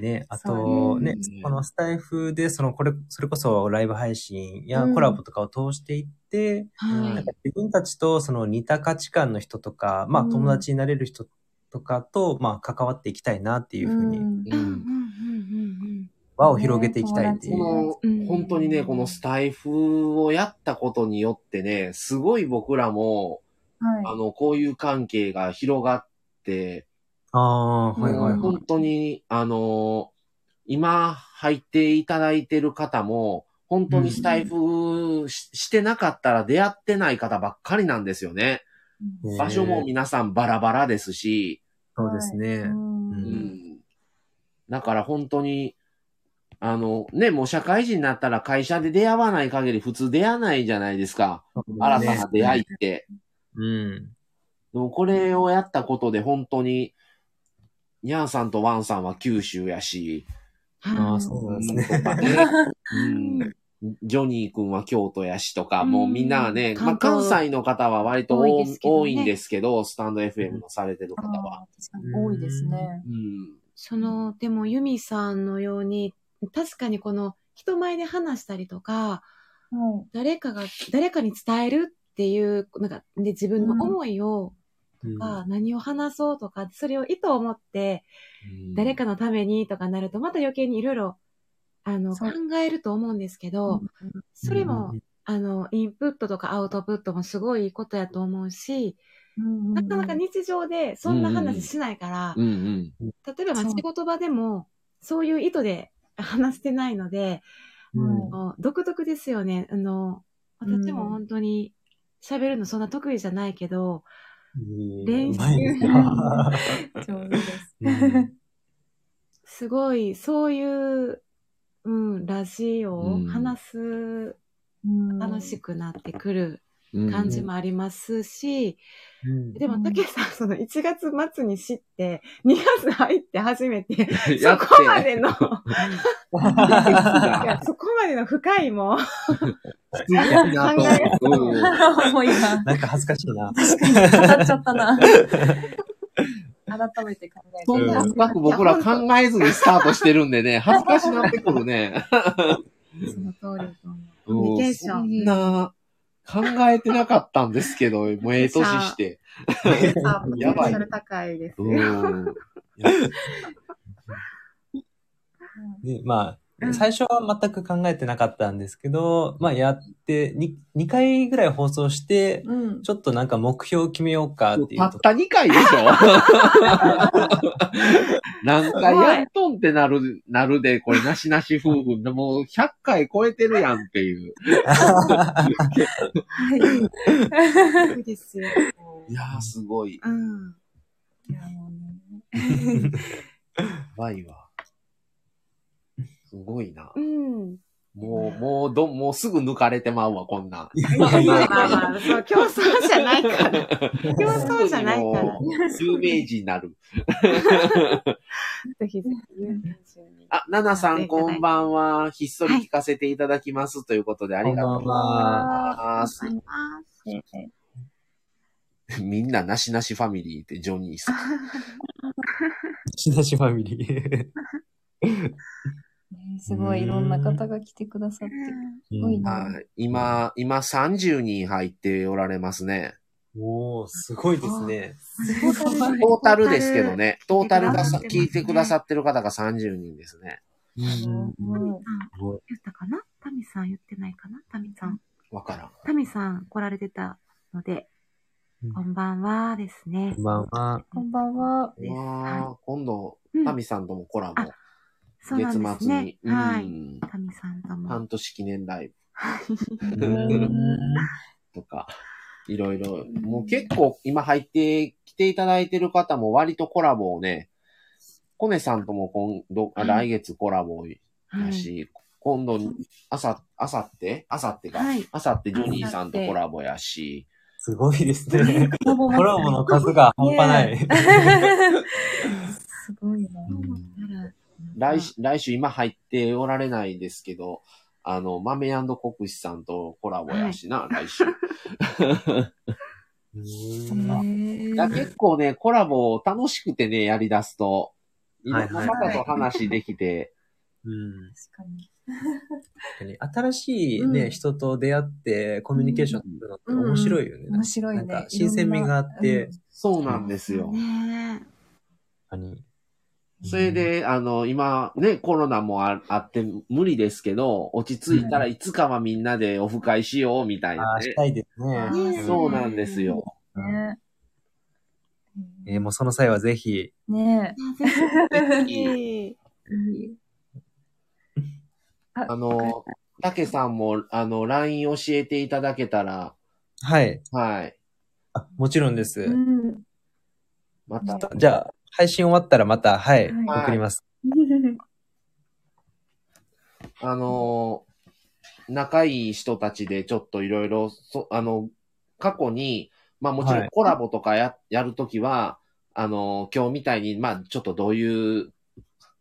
S3: ね、あ
S4: そ
S3: と
S4: う
S3: ね
S1: うん、
S3: このスタイフで、その、これ、それこそライブ配信や
S4: うん
S3: コラボとかを通していって、
S2: は
S3: なん
S2: い
S3: か。自分たちとその似た価値観の人とか、まあ
S4: うん
S3: 友達になれる人とかと、まあ関わっていきたいなっていうふう
S4: う
S3: に、
S4: ん
S2: うんうん
S1: うん
S2: うん
S3: 輪を広げていきたいってい
S4: ね
S3: う。
S1: この、本当にね、このスタイフをやったことによってね、すごい僕らも、あ
S4: は
S1: の、こういう関係が広がって、
S3: ああ、はいはい
S1: もう
S3: はい。
S1: 本当に、あの、今入っていただいてる方も、本当にスタイフし,、てなかったら出会ってない方ばっかりなんですよね。
S4: い。
S1: 場所も
S3: ね
S1: 皆さんバラバラですし、
S3: そうです
S4: う
S3: ね。
S4: ん
S3: うん
S1: だから本当に、あの、ね、もう社会人になったら会社で出会わない限り普通出会わないじゃないですか。新たな出会いって。
S3: うん。
S1: でもこれをやったことで本当に、ニャンさんとワンさんは九州やし、
S3: あ
S2: は
S3: あ、
S2: い。
S3: そうなんです
S1: と
S3: ね。
S1: かねうんジョニー君は京都やしとか、もうみんなはね、
S2: うん
S1: まあ、
S2: 関
S1: 関
S2: 東
S1: 西の方は割と
S2: 多
S1: 多
S2: い
S1: い,、
S2: ですけどね
S1: んですけど、スタンド FM のされてる
S4: あ
S1: 方は。
S4: ー確かに多いですね。
S1: うん、
S2: その、でもユミさんのように、確かにこの人前で話したりとか、
S4: は
S2: 誰かが、誰かに伝えるっていう、なんか、で、自分の思いを、
S3: うん
S2: とか、何を話そうとか、それを意図を持って、誰かのためにとかなると、また余計にいろいろ、あの、
S4: そ
S2: 考
S4: う
S2: えると思うんですけど、それも、あの、インプットとかアウトプットもすごいいいことやと思うし、
S4: い。
S2: なかなか日常でそんな話しないから、
S1: うんうん。
S2: 例えばまあ
S4: そう
S2: 仕事場でも、そういう意図で話してないので、
S3: うん
S2: もう独特ですよね。あの、
S4: うん
S2: 私も本当に喋るのそんな得意じゃないけど、
S3: いい
S2: 練習
S3: うまい
S4: [laughs]
S3: ですね
S4: 上手です。
S3: うん
S2: すごい、そういう、うん、ラジオ
S1: う
S2: を
S1: ん
S2: 話す、楽しくなってくる
S1: うん
S2: 感じもありますし、
S3: うん
S2: で
S4: う
S2: も、
S4: ん
S2: たけさん、その1月末に知って、2月入って初めて、
S1: [laughs] やって
S2: そこま
S1: [laughs]
S2: での、い
S1: が
S2: やそこまでの深いも、
S1: すごいなと思う。うん
S4: 思いが
S3: [laughs] なんか恥ずかしいな。
S4: 語っちゃったな。改めて考えて。
S1: そんな深く僕ら考えずにスタートしてるんで
S2: [laughs]
S1: ね、恥ずかしなってくるね。
S2: その通りと思う。
S1: うん
S2: コミュニケーショ
S1: そ
S2: ン。
S1: んな、考えてなかったんですけど、もうええ年して。
S2: さあ、ポテ
S1: や
S2: ンシ
S1: ばい
S2: ャル高いです
S1: う
S2: よ。
S1: ん。
S3: でま
S2: うん
S3: あ、最初は全く考えてなかったんですけど、まあやって、に2回ぐらい放送して、
S4: うん。
S3: ちょっとなんか目標を決めようかってい
S1: た
S3: う
S1: っ
S3: とこ
S1: た2回でしょ
S2: [laughs]
S1: 何回やっとんってなる、なるで、これなしなし夫婦、もう100回超えてるやんっていう。[laughs]
S3: [laughs]
S2: すごいですよ。
S1: いやーすごい。や
S2: うん。
S4: いやもうね
S1: ばいわ。すごいな
S2: う。ん。
S1: もう、もう、ど、もうすぐ抜かれてまうわ、こんなん。
S2: まあまあ、そう、競争じゃないから。競争じゃないから。
S1: 有名人になる。
S2: ぜひぜひ、ゆうたちに
S1: あ、ナナさんこんばんは。ひっそり聞かせていただきます。ということで、ありがとうございます。
S2: あります。
S1: みんななしなしファミリーってジョニーさん。
S3: しなしファミリー。
S4: ねすごいいろんな方が来てくださって。すごいな
S1: はい今、今30人入っておられますね。
S3: おおすごいですね。
S1: トータルですけどね。トータルがさ聞いてくださってる方が30人ですね。
S4: うん
S2: 言ったかなタミさん言ってないかなタミさん。
S1: わからん。
S2: タミさん来られてたので
S3: うん、
S2: こんばんはですね
S3: こん。ばんは。
S4: こんばんは。
S2: です
S1: わあ今度、
S2: うん
S1: タミさんともコラボ
S2: あ。そうなんで
S1: 月
S2: す
S1: 末に
S2: ね。。
S1: うん
S2: はい。タミさんとも。
S1: 半年記念ライ
S3: うん
S1: ブとか、いろいろ。もう結構今入ってきていただいてる方も割とコラボをね、コネさんとも今度、あ
S2: は
S1: 来
S2: い
S1: 月コラボ
S2: は
S1: だ
S2: い。
S1: し、今度、あさ、あさってあさってが
S2: はい、
S1: あさってジョニーさんとコラボやし、
S3: すごいです [laughs] ね。
S4: コラボ
S3: コラボの数が半端ない。
S4: すごいな。
S1: 来週、来週今入っておられないですけど、あの、豆国士さんとコラボやしな、来週。
S3: うん
S1: い
S4: [laughs]
S1: や結構ね、コラボ楽しくてね、やり出すと、いろ
S3: はい
S1: ん
S3: は
S1: ない方と話できて、
S3: うん
S4: 確かに。
S3: 確かに新しいね、
S2: うん
S3: 人と出会ってコミュニケーションするのって面白いよね。
S4: 面白いね。
S3: なんか新鮮味があっ
S4: いろ
S3: て
S4: んな。
S1: そうなんですよ。
S2: ね
S3: 確かに
S1: それ、で、あの、今、ね、コロナもああって無理ですけど、落ち着いたらいつかはみんなでオフ会しようみたい
S3: あ
S1: な
S3: あ、し
S1: ね。
S3: たいですね
S4: あ。ー
S2: ね
S1: そうなんですよ。
S4: うんね。
S3: えーもうその際はぜひ、
S4: ね
S2: え。ぜひ。
S4: え。いい
S1: あの、たけさんも、あの、LINE 教えていただけたら、
S3: はい。
S1: はい。
S3: あもちろんです。
S4: うん。
S1: また、
S3: じゃあ、配信終わったらまた、はい、
S4: はい
S3: 送ります。
S1: あのー仲いい人たちでちょっといろいろ、そあの、過去に、まあもちろ
S3: は
S1: ん
S3: い
S1: コラボとかや、やるときは、あのー今日みたいに、まあちょっとどういう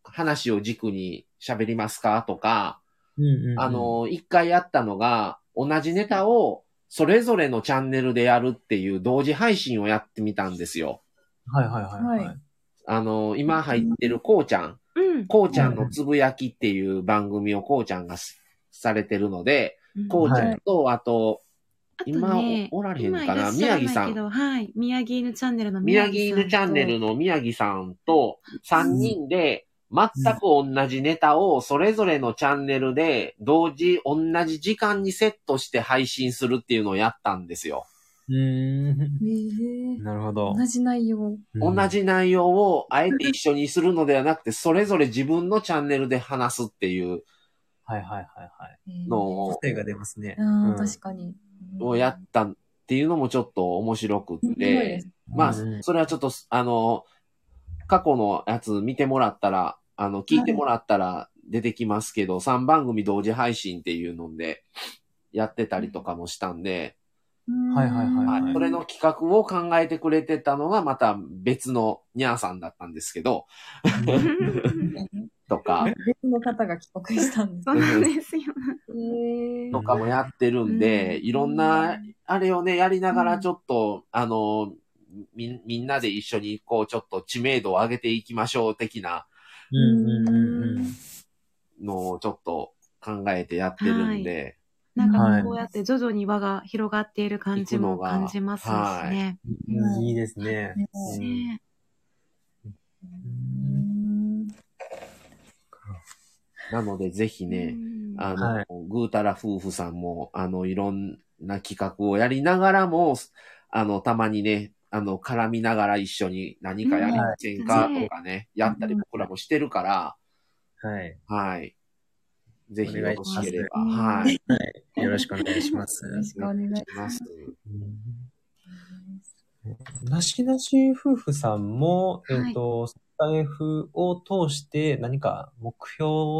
S1: 話を軸に喋りますかとか、
S3: うんうんうん
S1: あ、のー一回やったのが、同じネタをそれぞれのチャンネルでやるっていう同時配信をやってみたんですよ。
S3: はいはいはい、はい
S4: はい
S1: あの、今入ってるこうちゃん、
S5: うん。
S1: こうちゃんのつぶやきっていう番組をこうちゃんがしされてるので、こうちゃんと、あと、
S5: あと
S1: 今
S5: ね、
S1: おられへん
S5: 今
S1: の
S5: い
S1: からな
S5: っしゃ
S1: 宮
S5: ら
S1: 城
S5: な
S1: さ
S5: いけ
S1: ん。
S5: ど、はい。宮城犬チャンネルの
S1: 宮
S5: 宮
S1: 城
S5: 城さんと。
S1: 犬チャンネルの宮城さんと3人で全く同じネタをそれぞれのチャンネルで同時同じ時間にセットして配信するっていうのをやったんですよ。
S3: うーん。
S4: え
S3: なるほど
S4: ー、。同じ内容。
S3: うん
S1: 同。じ内容をあえて一緒にするのではなくてそれぞれ自分のチャンネルで話すっていう
S3: はいはいはいはい。
S4: えー
S1: の
S3: 個
S1: を
S3: 性が出ますね。
S4: あ
S3: うん
S4: あ、確かに。
S1: をやったっていうのもちょっと面白く
S4: 面白いで
S1: て
S4: す、
S1: まあ
S3: うん、
S1: それはちょっと、あの、過去のやつ見てもらったら、あの、聞いてもらったら出てきますけど、3番組同時配信っていうので、やってたりとかもしたんで、
S3: はいはいはい
S1: はいそれの企画を考えてくれてたのがまた別のニャーさんだったんですけど、とか、
S4: 別の方が帰国したんで
S5: [laughs]
S4: す。
S5: そうなんです
S1: [laughs]
S5: よ。
S4: え
S1: とかもやってるんで、いろんな、あれをね、やりながらちょっと、あの、み、みんなで一緒に、こう、ちょっと知名度を上げていきましょう的な
S3: うんうんうんうん。
S1: のをちょっと考えてやってるんで、
S5: なん
S3: は
S5: か
S3: い
S5: こうやって徐々に輪が広がっている感じも感じますしね。
S3: うんいいですね。
S4: は
S3: うん
S4: い
S5: ね
S1: なのでぜひね、
S5: うん
S1: あの、
S3: はい
S1: ぐうたら夫婦さんも、あの、いろんな企画をやりながらも、あの、たまにね、あの、絡みながら一緒に何かやりませんか
S5: うん
S1: とかね、やったり僕らもしてるから、
S3: はい。
S1: はい。ぜひ
S3: お
S1: よ
S3: 願い
S1: ろ
S3: し
S1: し
S3: ま
S1: け
S3: す
S1: れば。
S5: うん
S1: はい。
S3: よろしくお願いします
S4: よ。ろしくお願いし
S1: ます。
S3: なしなし夫婦さんも、
S5: はい
S3: えっと、スタイフを通して何か目標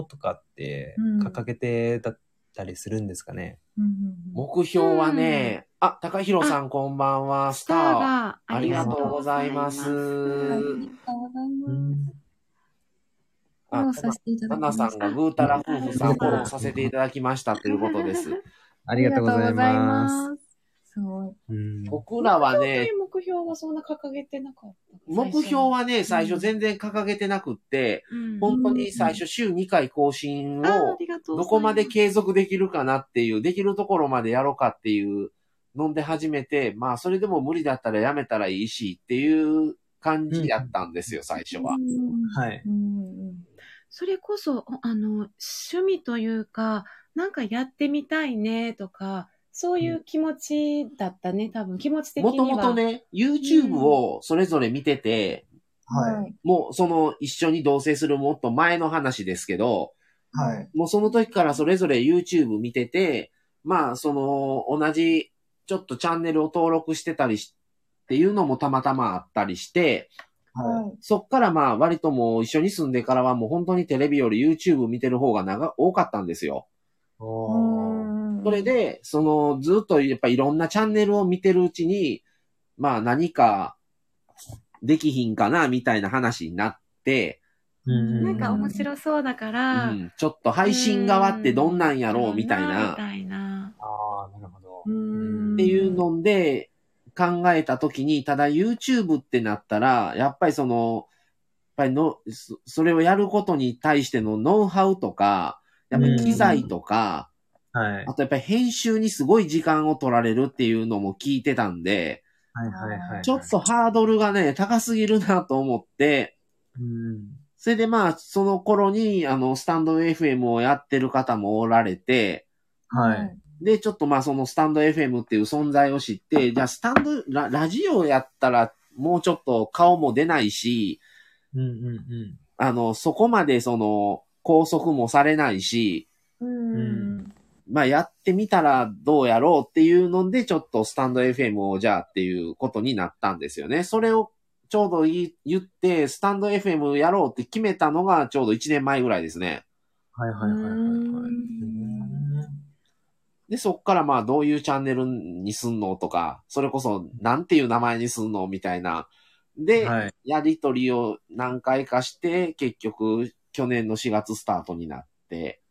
S3: とかって
S4: うん
S3: 掲げてだったりするんですかね。
S4: ま
S1: 目標はね、あ、高弘さんこんばんは、ス
S5: スター
S1: ター。
S5: が
S1: ありがとうございます。
S4: す。フォロ
S1: あ
S4: ー、させていただ
S1: ナ
S4: き
S1: ナ
S4: ま
S1: さ
S4: し
S1: ん
S4: た。
S1: がぐーたら夫婦さんフォローさせていただきましたということです。
S3: あ
S4: あ
S3: りがとうございます。
S4: す。すごい。
S3: うん
S1: 僕らはね、
S4: 目標はそんな掲げてなかった。
S1: 目標はね、最初全然掲げてなくって、
S5: うん
S1: 本当に最初週2回更新
S5: ああ
S1: を
S5: りがとうございます
S1: どこまで継続できるかなっていう、できるところまでやろうかっていうので始めて、まあそれでも無理だったらやめたらいいしっていう感じやったんですよ、最初は。
S3: はい。
S4: うん
S5: それこそ、おあの、趣味というか、なんかやってみたいねとか、そういう気持ちだったね、多分。気持ち的
S1: も
S5: に
S1: と
S5: は。
S1: もとね、YouTube をそれぞれ見てて、
S4: はい。
S1: もうその一緒に同棲するもっと前の話ですけど、
S3: はい。
S1: もうその時からそれぞれ YouTube 見てて、まあその同じちょっとチャンネルを登録してたりし、っていうのもたまたまあったりして、
S4: はい。
S1: そっからまあ割ともう一緒に住んでからはもう本当にテレビより YouTube 見てる方が長、多かったんですよ。
S3: おー
S1: それ、で、そのずっとやっぱいろんなチャンネルを見てるうちに、まあ何かできひんかなみたいな話になって、
S3: うん
S5: なんか面白そうだから、
S1: うんちょっと配信側ってどんなんやろうみたい
S5: み
S1: な、
S5: たいな。
S3: ああ、なるほど。
S4: うん
S1: っていうので考えたときに、ただ YouTube ってなったら、やっぱりその、やっぱりの、そそれをやることに対してのノウハウとか、やっぱり機材とか、
S3: はい。
S1: あとやっぱり編集にすごい時間を取られるっていうのも聞いてたんで、
S3: はいはいはい。
S1: ちょっとハードルがね、高すぎるなと思って、
S3: うん。
S1: それでまあ、その頃に、あの、スタンド FM をやってる方もおられて、
S3: はい。
S1: で、ちょっとまあそのスタンド FM っていう存在を知って、じゃあスタンドラ、ラジオやったらもうちょっと顔も出ないし、
S3: うんうん
S1: あの、そこまでその拘束もされないし、
S4: うん。
S1: まあやってみたらどうやろうっていうので、ちょっとスタンド FM をじゃあっていうことになったんですよね。それをちょうど言い言って、スタンド FM やろうって決めたのがちょうど1年前ぐらいですね。
S3: はいはいはいはいはい。
S1: で、そっからまあどういうチャンネルにすんのとか、それこそなんていう名前にすんのみたいな。で、
S3: はい。
S1: やりとりを何回かして、結局去年の4月スタートになって、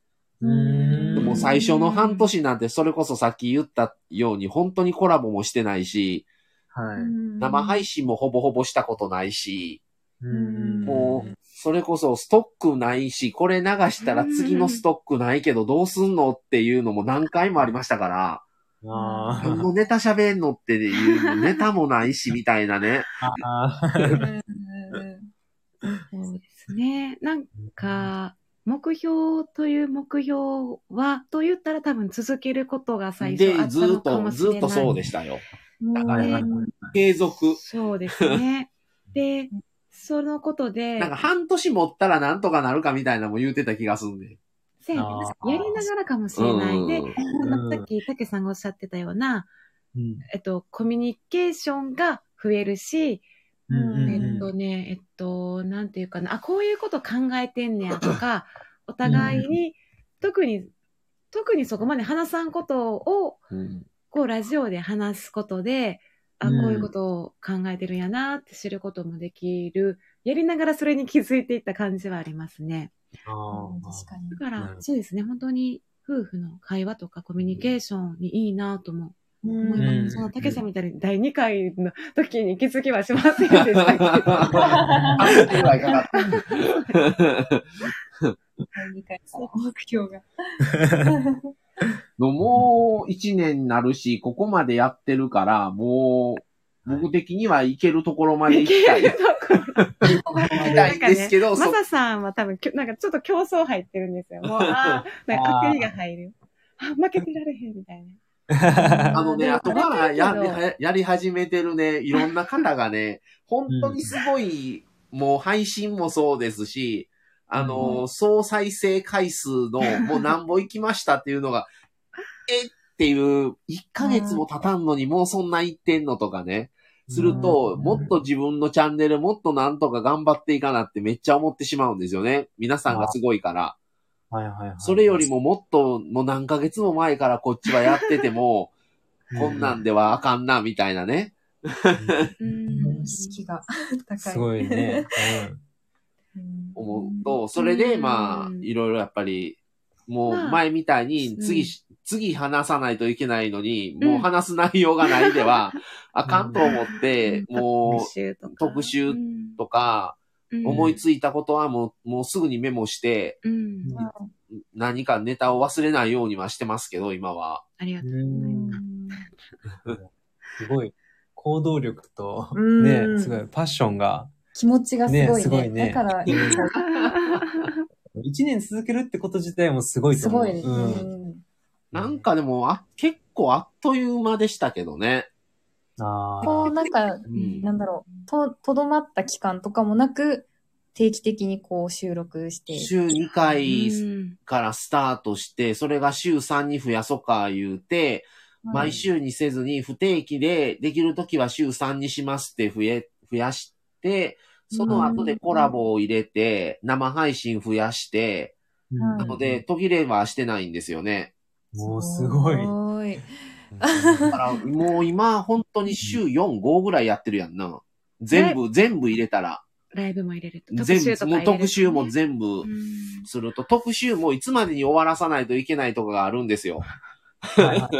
S3: うん
S1: もう最初の半年なんてそれこそさっき言ったように本当にコラボもしてないし、
S3: はい。
S1: 生配信もほぼほぼしたことないし、
S3: うん
S1: こうそれこそストックないし、これ流したら次のストックないけどどうすんのっていうのも何回もありましたから、
S3: あ
S1: このネタ喋んのっていうのネタもないしみたいなね。
S3: ーあー。
S2: そうですね。なんか、目標という目標は、と言ったら多分続けることが最初
S1: で
S2: あっ、
S1: ず
S2: た
S1: ー
S2: の
S1: っ
S2: か
S1: と、
S2: もし
S1: ず
S2: れ
S1: ー
S2: ない。
S1: っとそうでしたよ。
S3: はいはいはい
S1: 継続。
S2: そうです
S1: [laughs]
S2: ね。で、そのことで、
S1: なんか半年持ったらなんとかなるかみたいなのも言うてた気がすんね。
S2: せやね
S3: あー
S2: やりながらかもし
S1: う
S2: れない。
S1: ん。
S2: で、あのさっき、たけさんがおっしゃってたような、
S3: うん
S2: えっと、コミュニケーションが増えるし、
S3: うんうん
S2: えっとね、えっと、なんていうかな、あ、こういうこと考えてんねやとか、お互いに、特に、特にそこまで話さんことを、
S1: うん
S2: こう、ラジオで話すことで、あ、
S3: うん
S2: こういうことを考えてるんやなって知ることもできる。やりながらそれに気づいていった感じはありますね。
S3: あー
S4: 確かに。
S2: だか
S3: なるほ
S2: ら、
S3: ど
S2: そうですね、本当に夫婦の会話とかコミュニケーションにいいなとも思います。
S3: うん
S2: その、たけさんみたいに第2回の時に気づきはしませんで [laughs] したけど。
S1: 半年ぐらいかかった。
S4: 理解した目標が。
S1: の [laughs] もう一年になるし、ここまでやってるから、もう、僕的にはいけるところまで行きたい。行きたいんですけど、
S2: マ
S1: そ
S2: サさんは多分きょ、なんかちょっと競争入ってるんですよ。 [laughs] もう、ああ、なんか悪意が入る。あ、負けてられへんみたいな。
S1: あのね、
S2: うん
S1: 後から
S2: でも
S1: や
S2: わかるけど
S1: ややり始めてるね、いろんな方が
S3: [laughs]
S1: ね、本当にすごい、もう配信もそうですし、あの、総再生回数
S3: [laughs]
S1: のもう何本行きましたっていうのが、えっていう、1ヶ月も経たんのにもうそんな言ってんのとかね、すると、
S3: うん
S1: もっと自分のチャンネルもっとなんとか頑張っていかなってめっちゃ思ってしまうんですよね。皆さんがすごいから。
S3: はいはいはい。
S1: それよりももっとの何ヶ月も前からこっちはやってても、
S3: うん、
S1: こんなんではあかんな、みたいなね。
S2: うん
S4: 意識が高い。
S3: すごいね。
S4: うん。
S1: 思うと、それで、
S2: うん
S1: まあ、いろいろやっぱり、も
S2: ま
S1: う
S2: あ
S1: 前みたいに、
S2: う
S1: 次
S2: ん
S1: し、次話さないといけないのに、
S2: うん
S1: もう話す内容がないでは、あかんと思って、も
S2: 集とか
S1: 特集う、とか、
S2: うん
S1: 思いついたことはもう、もうすぐにメモして、
S2: うん。
S1: 何かネタを忘れないようにはしてますけど、今は。
S2: ありが [laughs] とう。
S4: うん
S3: すごい。行動力と、
S4: うん
S3: ね、すごい、パッションが、
S4: 気持ちがすごいね。
S3: ねすごいね
S4: だから、
S3: 一年続けるってこと自体もすごいと
S4: す
S3: 思う。
S4: ごいね。
S3: うん。
S1: なんかでも、あ、結構あっという間でしたけどね。
S3: あ
S4: こう、
S3: あ。
S4: なんか、
S1: うん
S4: なんだろう、と、とどまった期間とかもなく、定期的にこう収録して。
S1: 週2回からスタートして、それが週3に増やそうか言うて、毎週にせずに不定期でできるときは週3にしますって増え、増やして、その後でコラボを入れて、生配信増やして、
S4: うん
S1: なので、途切れはしてないんですよね。
S3: もうすごい。
S4: すごい。
S1: だから、もう今、本当に週4、5ぐらいやってるやんな。全部、全部入れたら。
S2: ライブも入れると。特
S1: 全
S2: 集と
S1: 部、も
S2: か入
S1: う
S2: れるとね
S1: 特集も全部
S2: うん
S1: すると、特集もいつまでに終わらさないといけないとかがあるんですよ。
S2: ちょっと、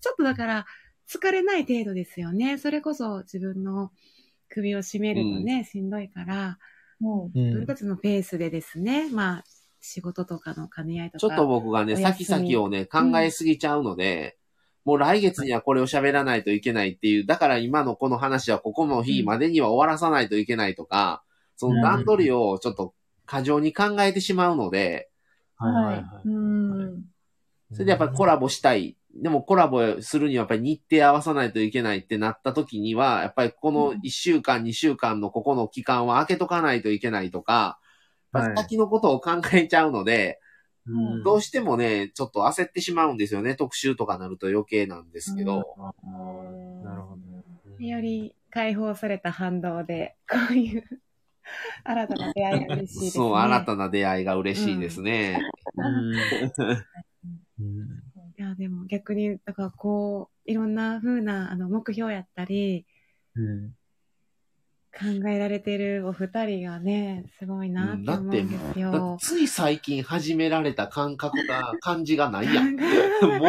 S2: ちょっとだから、疲れない程度ですよね。それこそ自分の首を絞めるとね、しんどいから、
S4: も
S3: うん
S2: 自分たちのペースでですね、まあ、仕事とかの兼ね合いとか。
S1: ちょっと僕がね、
S2: お
S1: 先
S2: 休み
S1: 々をね、考えすぎちゃうので、もう来月にはこれを喋らないといけないっていう、だから今のこの話はここの日までには終わらさないといけないとか、その段取りをちょっと過剰に考えてしまうので、
S3: [laughs]
S4: う、
S3: はいはい
S4: は。
S3: はい
S4: うん。
S3: い。
S1: それでやっぱりコラボしたい。でもコラボするにはやっぱり日程合わさないといけないってなった時には、やっぱりこの1週間、2週間のここの期間は空けとかないといけないとか、やっぱり先のことを考えちゃうので、
S3: うん
S1: どうしてもね、ちょっと焦ってしまうんですよね。特集とかなると余計なんですけど。
S3: なるほど。
S2: より解放された反動で、こういう [laughs] 新たな出会いが嬉しいです、ね。
S1: そう、新たな出会いが嬉しいですね。
S3: うん。
S2: いや、でも逆に、だからこう、いろんな風な、あの、目標やったり、
S3: うん。
S2: 考えられてるお二人がね、すごいなって思うんです
S1: だって
S2: よ。
S1: つい最近始められた感覚が、感じがないや
S2: [laughs]
S1: ん。
S2: 考えられ
S1: も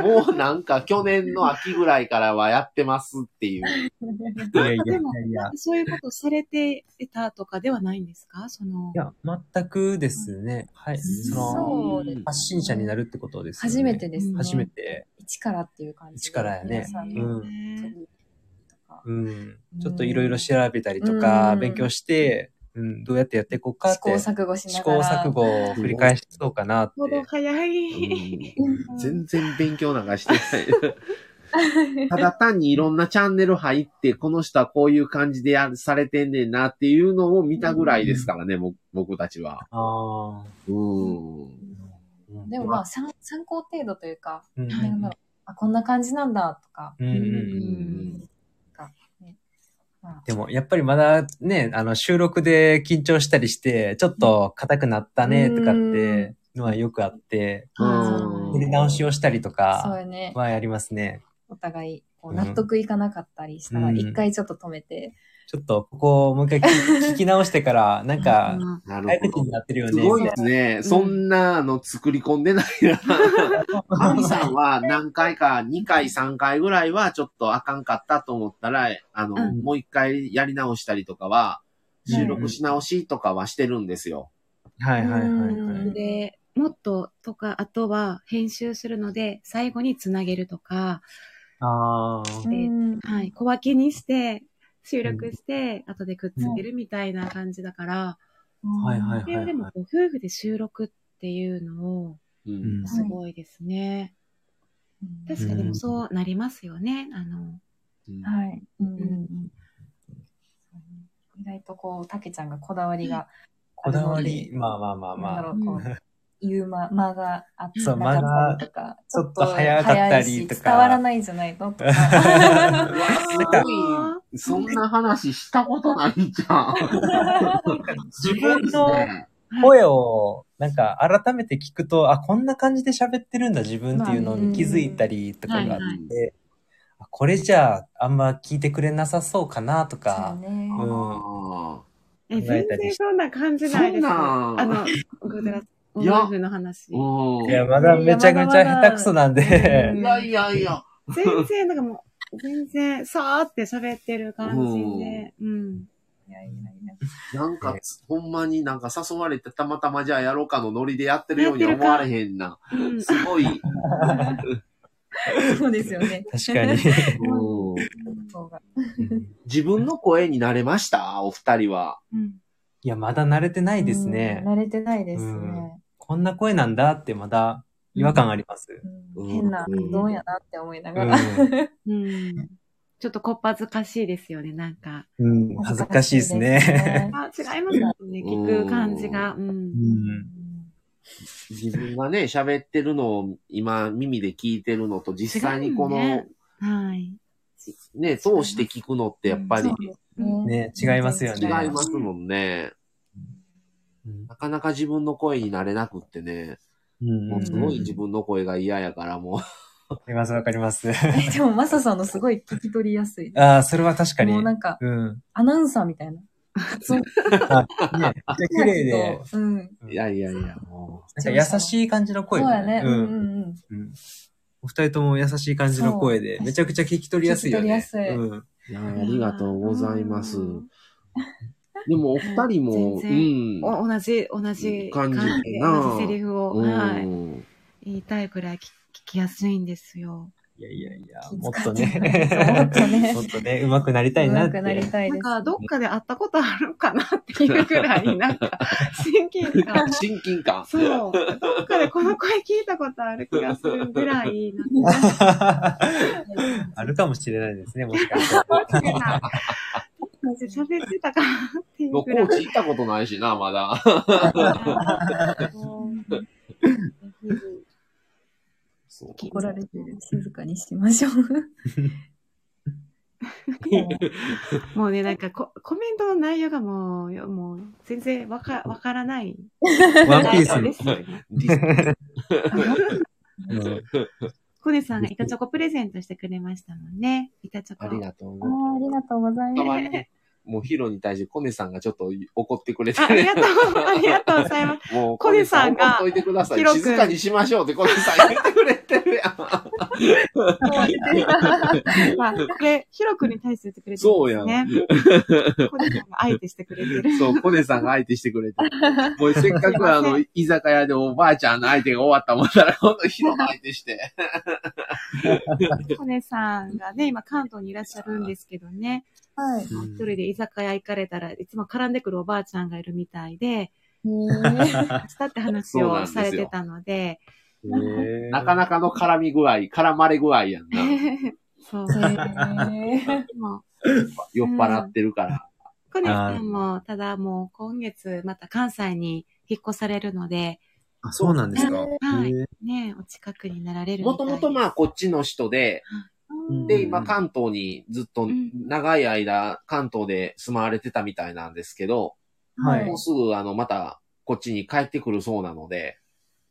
S1: う、もうなんか去年の秋ぐらいからはやってますっていう。
S3: いやいやい
S2: [laughs] でも
S3: やいや。
S2: そういうことされてたとかではないんですかその
S3: い。や、全くですね。はい。その、
S4: そうです。
S3: 発信者になるってことですよね。
S4: 初めてですね。
S3: 初めて。
S4: 一からっていう感じで。
S3: 一からやね
S4: 皆さん
S3: う
S4: の
S3: ん。
S4: 取りとか
S3: うん。ちょっといろいろ調べたりとか、
S4: うん
S3: 勉強して、うん、どうやってやっていこうかっ
S4: 試行
S3: て、
S4: 錯誤しな
S3: 試
S4: が
S3: 行
S4: ら。
S3: 錯
S4: [laughs]
S3: 誤を繰り返しそうかなって。
S2: ほど早い。
S1: うん全然勉強なんかしてない。ただ単にいろんなチャンネル入って、この人はこういう感じでやされてんねんなっていうのを見たぐらいですからね、僕僕たちは。
S3: ああ。
S1: うん。
S3: うん
S4: でもまあ、参参考程度というか、
S3: うん
S4: なんだろうあ、こんな感じなんだとか、
S3: うんうんうん
S1: うん
S4: まあ
S3: でも、やっぱりまだね、あの、収録で緊張したりして、ちょっと硬くなったね、とかって、のはよくあって、
S1: うん
S3: やり直しをしたりと
S4: そう
S3: か
S4: よね。
S3: はやりますね。
S4: お互い、こう、
S3: うん
S4: 納得いかなかったりしたら、
S3: うん
S4: 一回ちょっと止めて、
S3: ちょっと、ここをもう一回
S4: [laughs]
S3: 聞聞き直してから、な
S2: [laughs]
S3: んか、
S1: な
S3: 早
S1: る
S3: 口
S1: ほ
S3: に
S1: ど。
S3: なってるよ
S1: す
S3: ね。
S1: ごいですね。そんなの作り込んでないな。マミさんは何回か、2回、3回ぐらいはちょっとあかんかったと思ったら、あの、
S2: うん
S1: もう一回やり直したりとかは、
S4: うん
S1: 収録し直しとかはしてるんですよ。
S3: はいはいはいは
S4: うん
S3: い。
S2: で、もっととか、あとは編集するので、最後につなげるとか、
S3: ああ。
S2: で
S4: うん
S2: はい、小分けにして、収録して、後でくっつけるみたいな感じだから、
S3: はいはい
S2: それ
S3: は
S2: をで
S3: い
S2: も
S3: はい。
S2: こう夫婦で収録っていうのを、
S1: う
S3: うんん
S2: すごいですね。
S4: うん
S2: 確かにでもそうなりますよね。あの、
S1: うん
S4: はい。うんうんう
S2: うん
S4: 意外とこう、たけちゃんがこだわりがあ
S3: こ
S4: るので。
S3: だわり、まあまあまあ
S4: なんだ
S3: ま
S4: ろ
S3: あ。
S4: う、こう、言う間、間があっ
S3: そう
S4: なかったりとか、
S3: 間がちょっと早かったりとか
S4: 早いし伝わらないんじゃないのとか。
S3: [laughs]
S1: すごい、そんな話したことないじゃん。自分の、
S3: 声を、なんか改めて聞くと、あ、こんな感じで喋ってるんだ自分っていうのに気づいたりとかがあっ
S2: まあ
S1: ね
S3: て、あこれじゃああんま聞いてくれなさそうかなと
S4: そう
S3: か、
S4: ね。
S3: うん
S1: あ
S2: え
S3: 考え
S2: 全
S3: たり
S2: 然
S3: し
S2: そんな感じないです。
S1: そんな
S2: あの、ごめんなさい。
S1: いや
S2: 夫婦の話
S1: ー。うん
S3: いや、まだめちゃくちゃ下手くそなんで
S1: い、やいやいや。
S2: 全然、なんかもう、全然、さーって喋ってる感じで、うん。
S4: いやいやいや
S1: なんか
S3: ね、
S1: ほんまになんか誘われてたまたまじゃあやろうかのノリでやってるようには思われへんな。
S2: うん
S1: すごい。
S4: そうですよね。
S3: [laughs] 確かに。
S1: うん
S4: そうが。
S1: 自分の声に慣れましたお二人は。
S2: うん
S3: [laughs] いや、まだ慣れてないですね
S4: うん。慣れてないですね。
S3: こんな声なんだってまだ違和感あります。
S4: う
S1: うんん
S4: 変な、
S1: うん
S4: どうやなって思いな
S3: う
S4: が
S3: ん
S4: ら。
S2: うん。ちょっとこっぱずかしいですよね、なんか。
S3: うん、恥ずかしいですね。
S2: あ、違いますよね、聞く感じが。うん
S3: う。
S4: うん
S3: ん
S1: 自分がね、喋ってるのを今耳で聞いてるのと実際にこの
S2: 違うよ
S1: ね
S2: ねはい。
S1: 通して聞くのってやっぱり
S4: そうです
S3: ね違いますよ
S1: 違い
S3: ね
S1: ますもんね。
S3: うん
S1: なかなか自分の声になれなくってね。
S3: うん
S1: もうすごい自分の声が嫌やからも
S3: わかります、わかります。 [laughs]
S4: [laughs] えでも、マサさんのすごい聞き取りやすい。
S3: ああ、それは確かに。
S4: もう
S3: う
S4: なんか、
S3: ん。
S4: アナウンサーみたいな。発音
S3: ね、めっちゃ綺麗 [laughs] で。
S4: うん。
S1: う。いやいやいや、も
S3: なんか優しい感じの
S4: そう
S3: 声
S4: やね。
S3: う
S4: うんんうんうん。
S3: うんお二人とも優しい感じの声で
S4: そ、う
S3: めちゃくちゃ聞き取りやすいよね。
S4: 聞き取りやすい
S3: うん。
S1: う。いや、ありがとうございます
S2: うん。
S1: でもお二人も、
S2: 全
S1: うん。
S2: お同じ、同じ
S1: 感
S2: 感
S1: じ
S2: じ
S1: かな
S2: 同じセリフを、
S1: うん
S2: はい、言いたいくらい聞聞きやすいんですよ。
S3: いやいやいや、
S4: 気
S3: もっ
S4: 遣
S3: と
S4: っ
S3: ね
S4: てそうもっとね
S3: [laughs] もっとね、上手くなりたいな
S4: 上
S3: っ
S4: 手くなり
S3: て。
S4: たい
S2: な
S4: で
S2: ん
S4: す。
S2: か、どっかで会ったことあるかなっていうくらい、なんか、親近感。
S1: 親近
S2: [laughs]
S1: 感。
S2: そう。どっかでこの声聞いたことある気がするぐらい、なんか、
S3: [laughs] あるかもしれないですね、もしか
S4: [laughs]
S3: したら。
S2: 喋ってたかなっていう
S1: もう
S2: く
S1: コ
S2: らい
S1: ー。チ行ったことないしな、まだ。
S2: もう
S1: そう
S4: 怒られてる。静かにしましょう。
S2: もうね、なんかコ、コメントの内容がもう、よもう、全然わか、わからない。
S3: ワンピース
S2: 内容ですよね
S3: うん
S2: コネさんが板チョコプレゼントしてくれましたもんね。板チョコ。
S1: ありがとう
S4: あーありがとうござい
S1: たま
S4: ます。
S1: に、もうヒロに対してコネさんがちょっと怒ってくれて
S2: あありがとう、ありがとうございます。
S1: う。もう
S2: コネさんが
S1: コネさ怒っといてください。
S2: ヒロ君
S1: 静かにしましょうってコネさん言ってくれてるやん。 [laughs]
S2: まあ、これ、ヒロ君に対して言ってくれてる
S1: そうんや
S2: です
S1: ん。
S2: ね。コネさんが相手してくれてる。
S1: そう、コネさんが相手してくれてる。もうせっか
S2: すいません
S1: くあの、居酒屋でおばあちゃんの相手が終わったもんだら、ほんとヒロの相手して。
S2: コネさんがね、今関東にいらっしゃるんですけどね、
S4: はい。
S3: うん
S4: [laughs]
S2: 一人で居酒屋行かれたらいつも絡んでくるおばあちゃんがいるみたいで、したって話
S1: そうなん
S2: を
S1: ですよ
S2: されてたので、
S1: なかなかの絡み具合、絡まれ具合やんな。
S2: [laughs] そう。
S4: へ [laughs] ー
S2: でも
S1: 酔っ払ってるから。
S2: コネさんも、ただもう今月また関西に引っ越されるので、
S3: あ、そうなんですか。
S2: はい
S3: へー。
S2: ね、お近くになられるみたい
S1: もともとまあこっちの人で、
S2: うん
S1: で、
S3: う
S1: 今
S3: ん
S1: 関東にずっと
S2: ん
S1: 長い間関東で住まわれてたみたいなんですけど、
S3: はい
S1: もうすぐあのまたこっちに帰ってくるそうなので、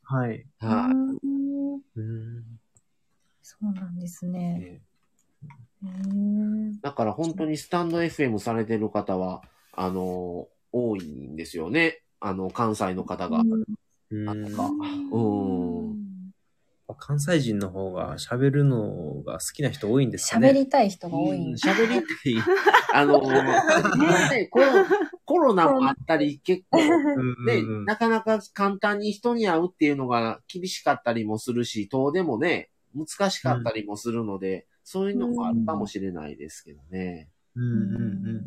S3: はい。
S1: は
S4: うん
S3: うん
S4: そうなんです
S1: い。
S4: ね。
S1: ね
S4: へー
S1: だから本当にスタンド FM されてる方は、あの、多いんですよね。あの、関西の方が。
S3: うん
S1: なんか
S2: うん
S3: 関西人の方が喋るのが好きな人多いんですかね。
S4: 喋りたい人が多い
S1: うんん
S4: [laughs] で
S1: 喋りたい。あの、ねコロ、コロナもあったり、結構、ね、
S3: うんうん
S1: なかなか簡単に人に会うっていうのが厳しかったりもするし、遠でもね、難しかったりもするので、そういうのもあるかもしれないですけどね。
S3: うんうん
S4: うん
S3: うん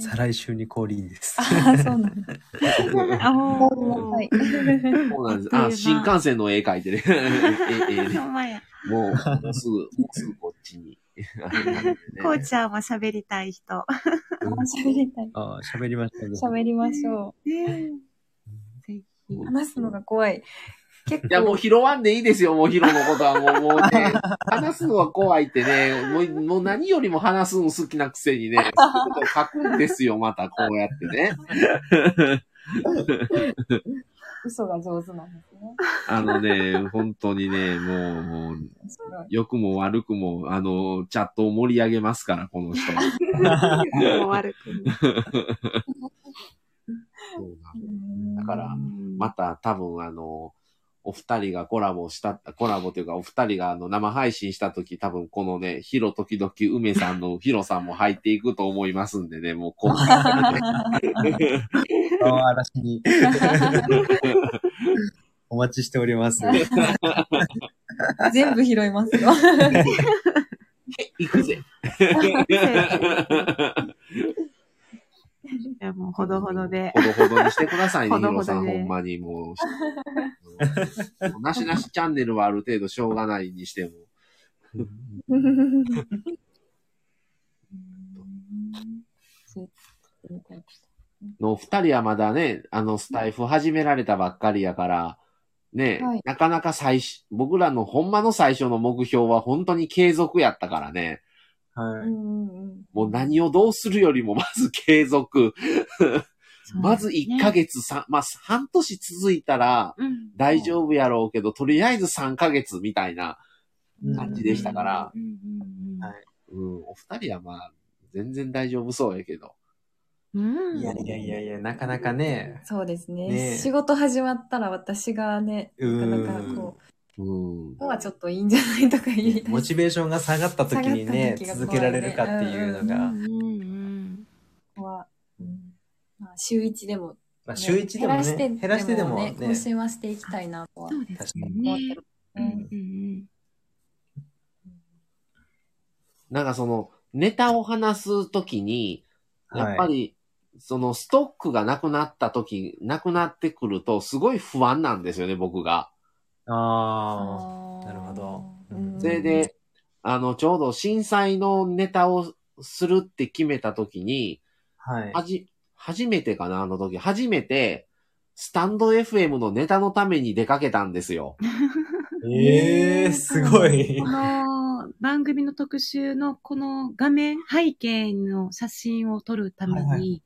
S3: 再来週に降臨です。
S4: [laughs] ああ、そうなんだ。
S2: あ、もう、 [laughs]
S4: はい。
S1: そうなんです。
S2: あ
S1: あ
S2: っという間
S1: 新幹線の絵描いてる。えええ
S2: ほんまや。
S1: えもう、もうすぐ、もうすぐこっちに。あれなんでね
S2: こうちゃんも喋りたい人。
S4: 喋りたい。
S3: [laughs] あー喋りましたね。
S4: 喋りましょ
S2: ねぜひ。
S4: う。話すのが怖い。結構。
S1: いや、もう拾わんでいいですよ、もう拾のことは。もう、もうね、話すのは怖いってね、もう、もう何よりも話すの好きなくせにね、そういうことを書くんですよ、また、こうやってね。
S4: 嘘が上手なんですね。
S1: あのね、本当にね、もう、もう、
S4: 面白い。
S1: 良くも悪くも、あの、チャットを盛り上げますから、この人は。
S2: もう悪くね
S1: そうなん
S4: うん
S1: だから、また多分あの、お二人がコラボした、コラボというかお二人があの生配信した時多分このね、ヒロ時々梅さんのヒロさんも入っていくと思いますんでね、もうこう。
S3: あー嵐に。お待ちしております。
S4: 全部拾いますよ。
S1: 行くぜ。
S2: いや、もうほどほどで。
S1: ほどほどにしてくださいね、
S2: ほ
S1: ヒ
S2: ど
S1: ロ
S2: ほど
S1: さん、
S2: で
S1: ほんまにもう。もうなしなしチャンネルはある程度しょうがないにしても。の二人はまだね、あのスタイフ始められたばっかりやから、ね、
S4: はい
S1: なかなか最初、僕らのほんまの最初の目標は本当に継続やったからね、
S4: う
S3: はい。
S4: んうんうん
S1: もう何をどうするよりもまず継続、まず1ヶ
S2: 月。
S1: 月さん、まあ半年続いたら
S2: うん
S1: 大丈夫やろうけど、とりあえず3ヶ月みたいな感じでしたから、
S2: うんうんうん
S3: はい
S1: うん、お二人はまあ全然大丈夫そうやけど、
S2: うん
S3: いやいやいやいや、なかなか
S4: [laughs]
S3: ね。
S4: そうですね
S3: ねえ
S4: 仕事始まったら私がね、
S3: う
S4: なか
S3: ん
S4: なかこう、
S1: うん
S4: ここ。はちょっといいんじゃないとか言いたい。
S3: モチベーションが下がった時にね、
S4: 下がった時が怖いね
S3: 続けられるかっていうの
S2: う
S3: が、
S2: んうん
S4: ここは、うんまあ、週一でも、
S3: まあ、週1でもね、減らしてでもね、
S4: 更新はしていきたいなとは
S2: そ
S4: 思っ
S2: うです
S3: 確かに
S2: ね。
S4: てる。
S2: うんうん
S1: なんかその、ネタを話すときに、やっぱ
S3: はい
S1: り、そのストックがなくなったとき、なくなってくると、すごい不安なんですよね、僕が。
S3: ああ、
S4: あー
S3: なるほど
S4: うん
S1: それで、あの、ちょうど震災のネタをするって決めたときに、
S3: はい。
S1: はじ、初めてかな、あの時、初めて、スタンド FM のネタのために出かけたんですよ。
S3: ええー、すごい
S2: [laughs] こ。の番組の特集のこの画面背景の写真を撮るため
S3: はいは
S2: に、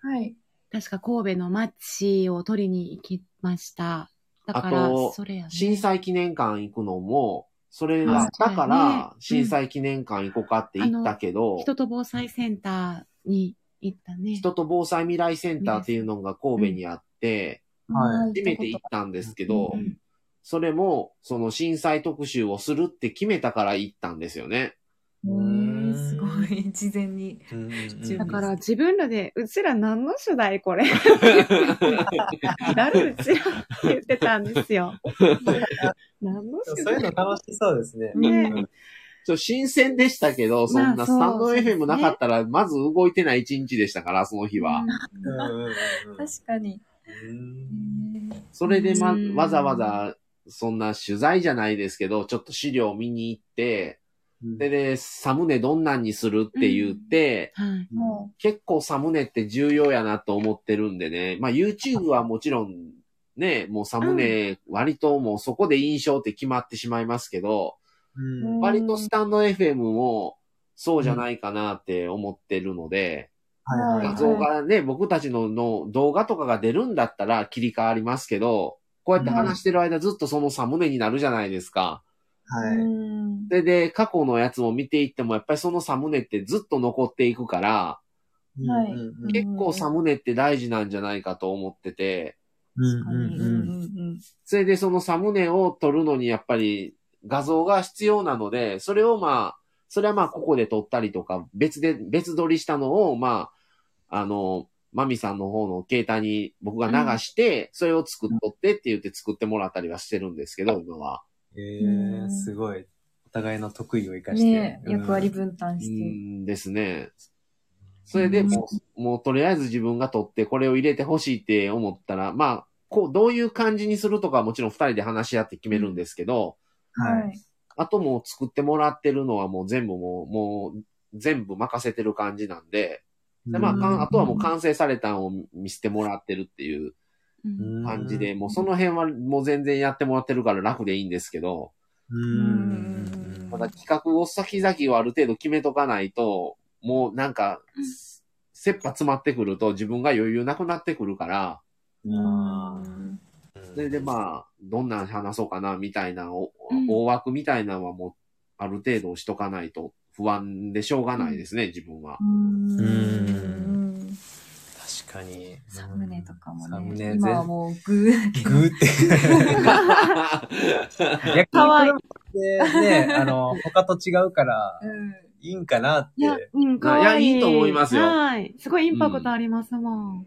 S4: はい。
S2: 確か神戸の街を撮りに行きました。だか
S1: あ
S2: ら
S1: と、
S2: それやね。
S1: 震災記念館行くのも、それがあった
S5: は
S1: か
S5: いね
S1: ら、震災記念館行こうかって言ったけど、
S5: 人と防災センターに行ったね。
S1: 人と防災未来センターっていうのが神戸にあって、
S3: はい
S1: 初めて行ったんですけど
S5: う、ん
S1: それも、その震災特集をするって決めたから行ったんですよね。
S4: うんうんすごい、事前に。
S3: うんうん
S5: だか
S3: う
S5: ら
S3: ん
S5: 自分らで、うちら何の主題これ誰うちらって言ってたんですよ。何の主
S3: そういうの
S5: 題
S3: 楽しそうですね。
S5: ね
S3: うん
S1: ちょ新鮮でしたけど、そん
S5: ま
S1: な
S5: あ
S1: スタン
S5: そ
S1: ド
S5: うそうです
S1: FM
S5: ね
S1: なかったら、まず動いてない一日でしたから、その日は。
S3: うんうんうんうん
S4: 確かに。
S3: うん
S1: それで、ま
S5: う、ん
S1: わざわざ、そんな取材じゃないですけど、ちょっと資料見に行って、で、で、サムネどんなんにするって言って、
S5: はい。
S4: も
S1: 結構サムネって重要やなと思ってるんでね。まあ YouTube はもちろんね、もうサムネ割ともうそこで印象って決まってしまいますけど、
S3: うん
S1: 割とスタンド FM もそうじゃないかなって思ってるので、
S3: はいはい
S1: 画
S3: はい
S1: 像がね、僕たちのの動画とかが出るんだったら切り替わりますけど、こうやって話してる間ずっとそのサムネになるじゃないですか。
S4: う、
S3: はい。
S4: うん。
S1: で、で、過去のやつを見ていってもやっぱりそのサムネってずっと残っていくから、
S4: はい
S3: うんうん
S1: 結構サムネって大事なんじゃないかと思ってて、
S3: うん
S4: うん
S3: うん
S4: う
S3: うんん
S4: うん
S1: それでそのサムネを撮るのにやっぱり画像が必要なので、それをまあ、それはまあここで撮ったりとか、別で、別撮りしたのをまあ、あの、マミさんの方の携帯に僕が流して、それを作っとってって言って作ってもらったりはしてるんですけど、今は。
S3: ええ、すごい。お互いの得意を生かして。
S4: ね
S3: うん
S4: 役割分担
S1: う
S4: して。
S1: んですね。それでもう、もうとりあえず自分が撮ってこれを入れてほしいって思ったら、まあ、こう、どういう感じにするとかはもちろん二人で話し合って決めるんですけど、
S3: はい。
S4: い。
S1: あともう作ってもらってるのはもう全部もう、もう全部任せてる感じなんで、でまあかん、あとはもう完成されたのを見せてもらってるっていう
S5: うん
S1: 感じで、もうその辺はもう全然やってもらってるから楽でいいんですけど、
S3: うん。
S1: まだ企画を先々をある程度決めとかないと、もうなんか
S5: うん、
S1: 切羽詰まってくると自分が余裕なくなってくるから、
S3: あ
S1: それでまあ、どんなん話そうかなみたいな、お
S5: うん
S1: 大枠みたいなのはもうある程度しとかないと不安でしょうがないですね、自分
S5: [laughs]
S1: は。
S4: うん
S3: うん確かに。
S4: サムネとかもね。
S3: サムネ
S4: 今はもうグーだけ
S3: 全グーって。 [laughs] 逆
S5: かわいい
S3: にこれってね、あの、他と違うから、いいんかなっ
S5: いや
S3: て、、
S5: うん、かわいい。
S1: いやいいと思いますよ
S5: はい。すごいインパクトありますもん。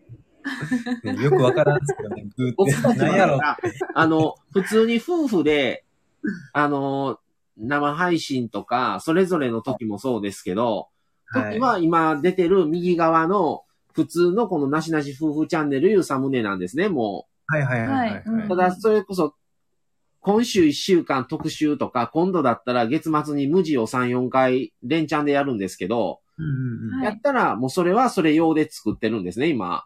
S3: ねよくわからんですけどね、 [laughs] グー
S1: 僕
S3: ったて。
S1: ち
S3: なんやろ
S1: は。さあの、普通に夫婦で、あの、生配信とか、それぞれの時もそうですけど、
S3: はい
S1: 時は今出てる右側の普通のこのなしなし夫婦チャンネルいうサムネなんですね、も
S3: はいはいはいは
S4: はい
S3: い。
S4: うん
S1: う。ただ、それこそ、今週1週間特集とか、今度だったら月末に無地を3、4回連チャンでやるんですけど、
S3: うんうん
S4: はい
S1: やったらもうそれはそれ用で作ってるんですね、今。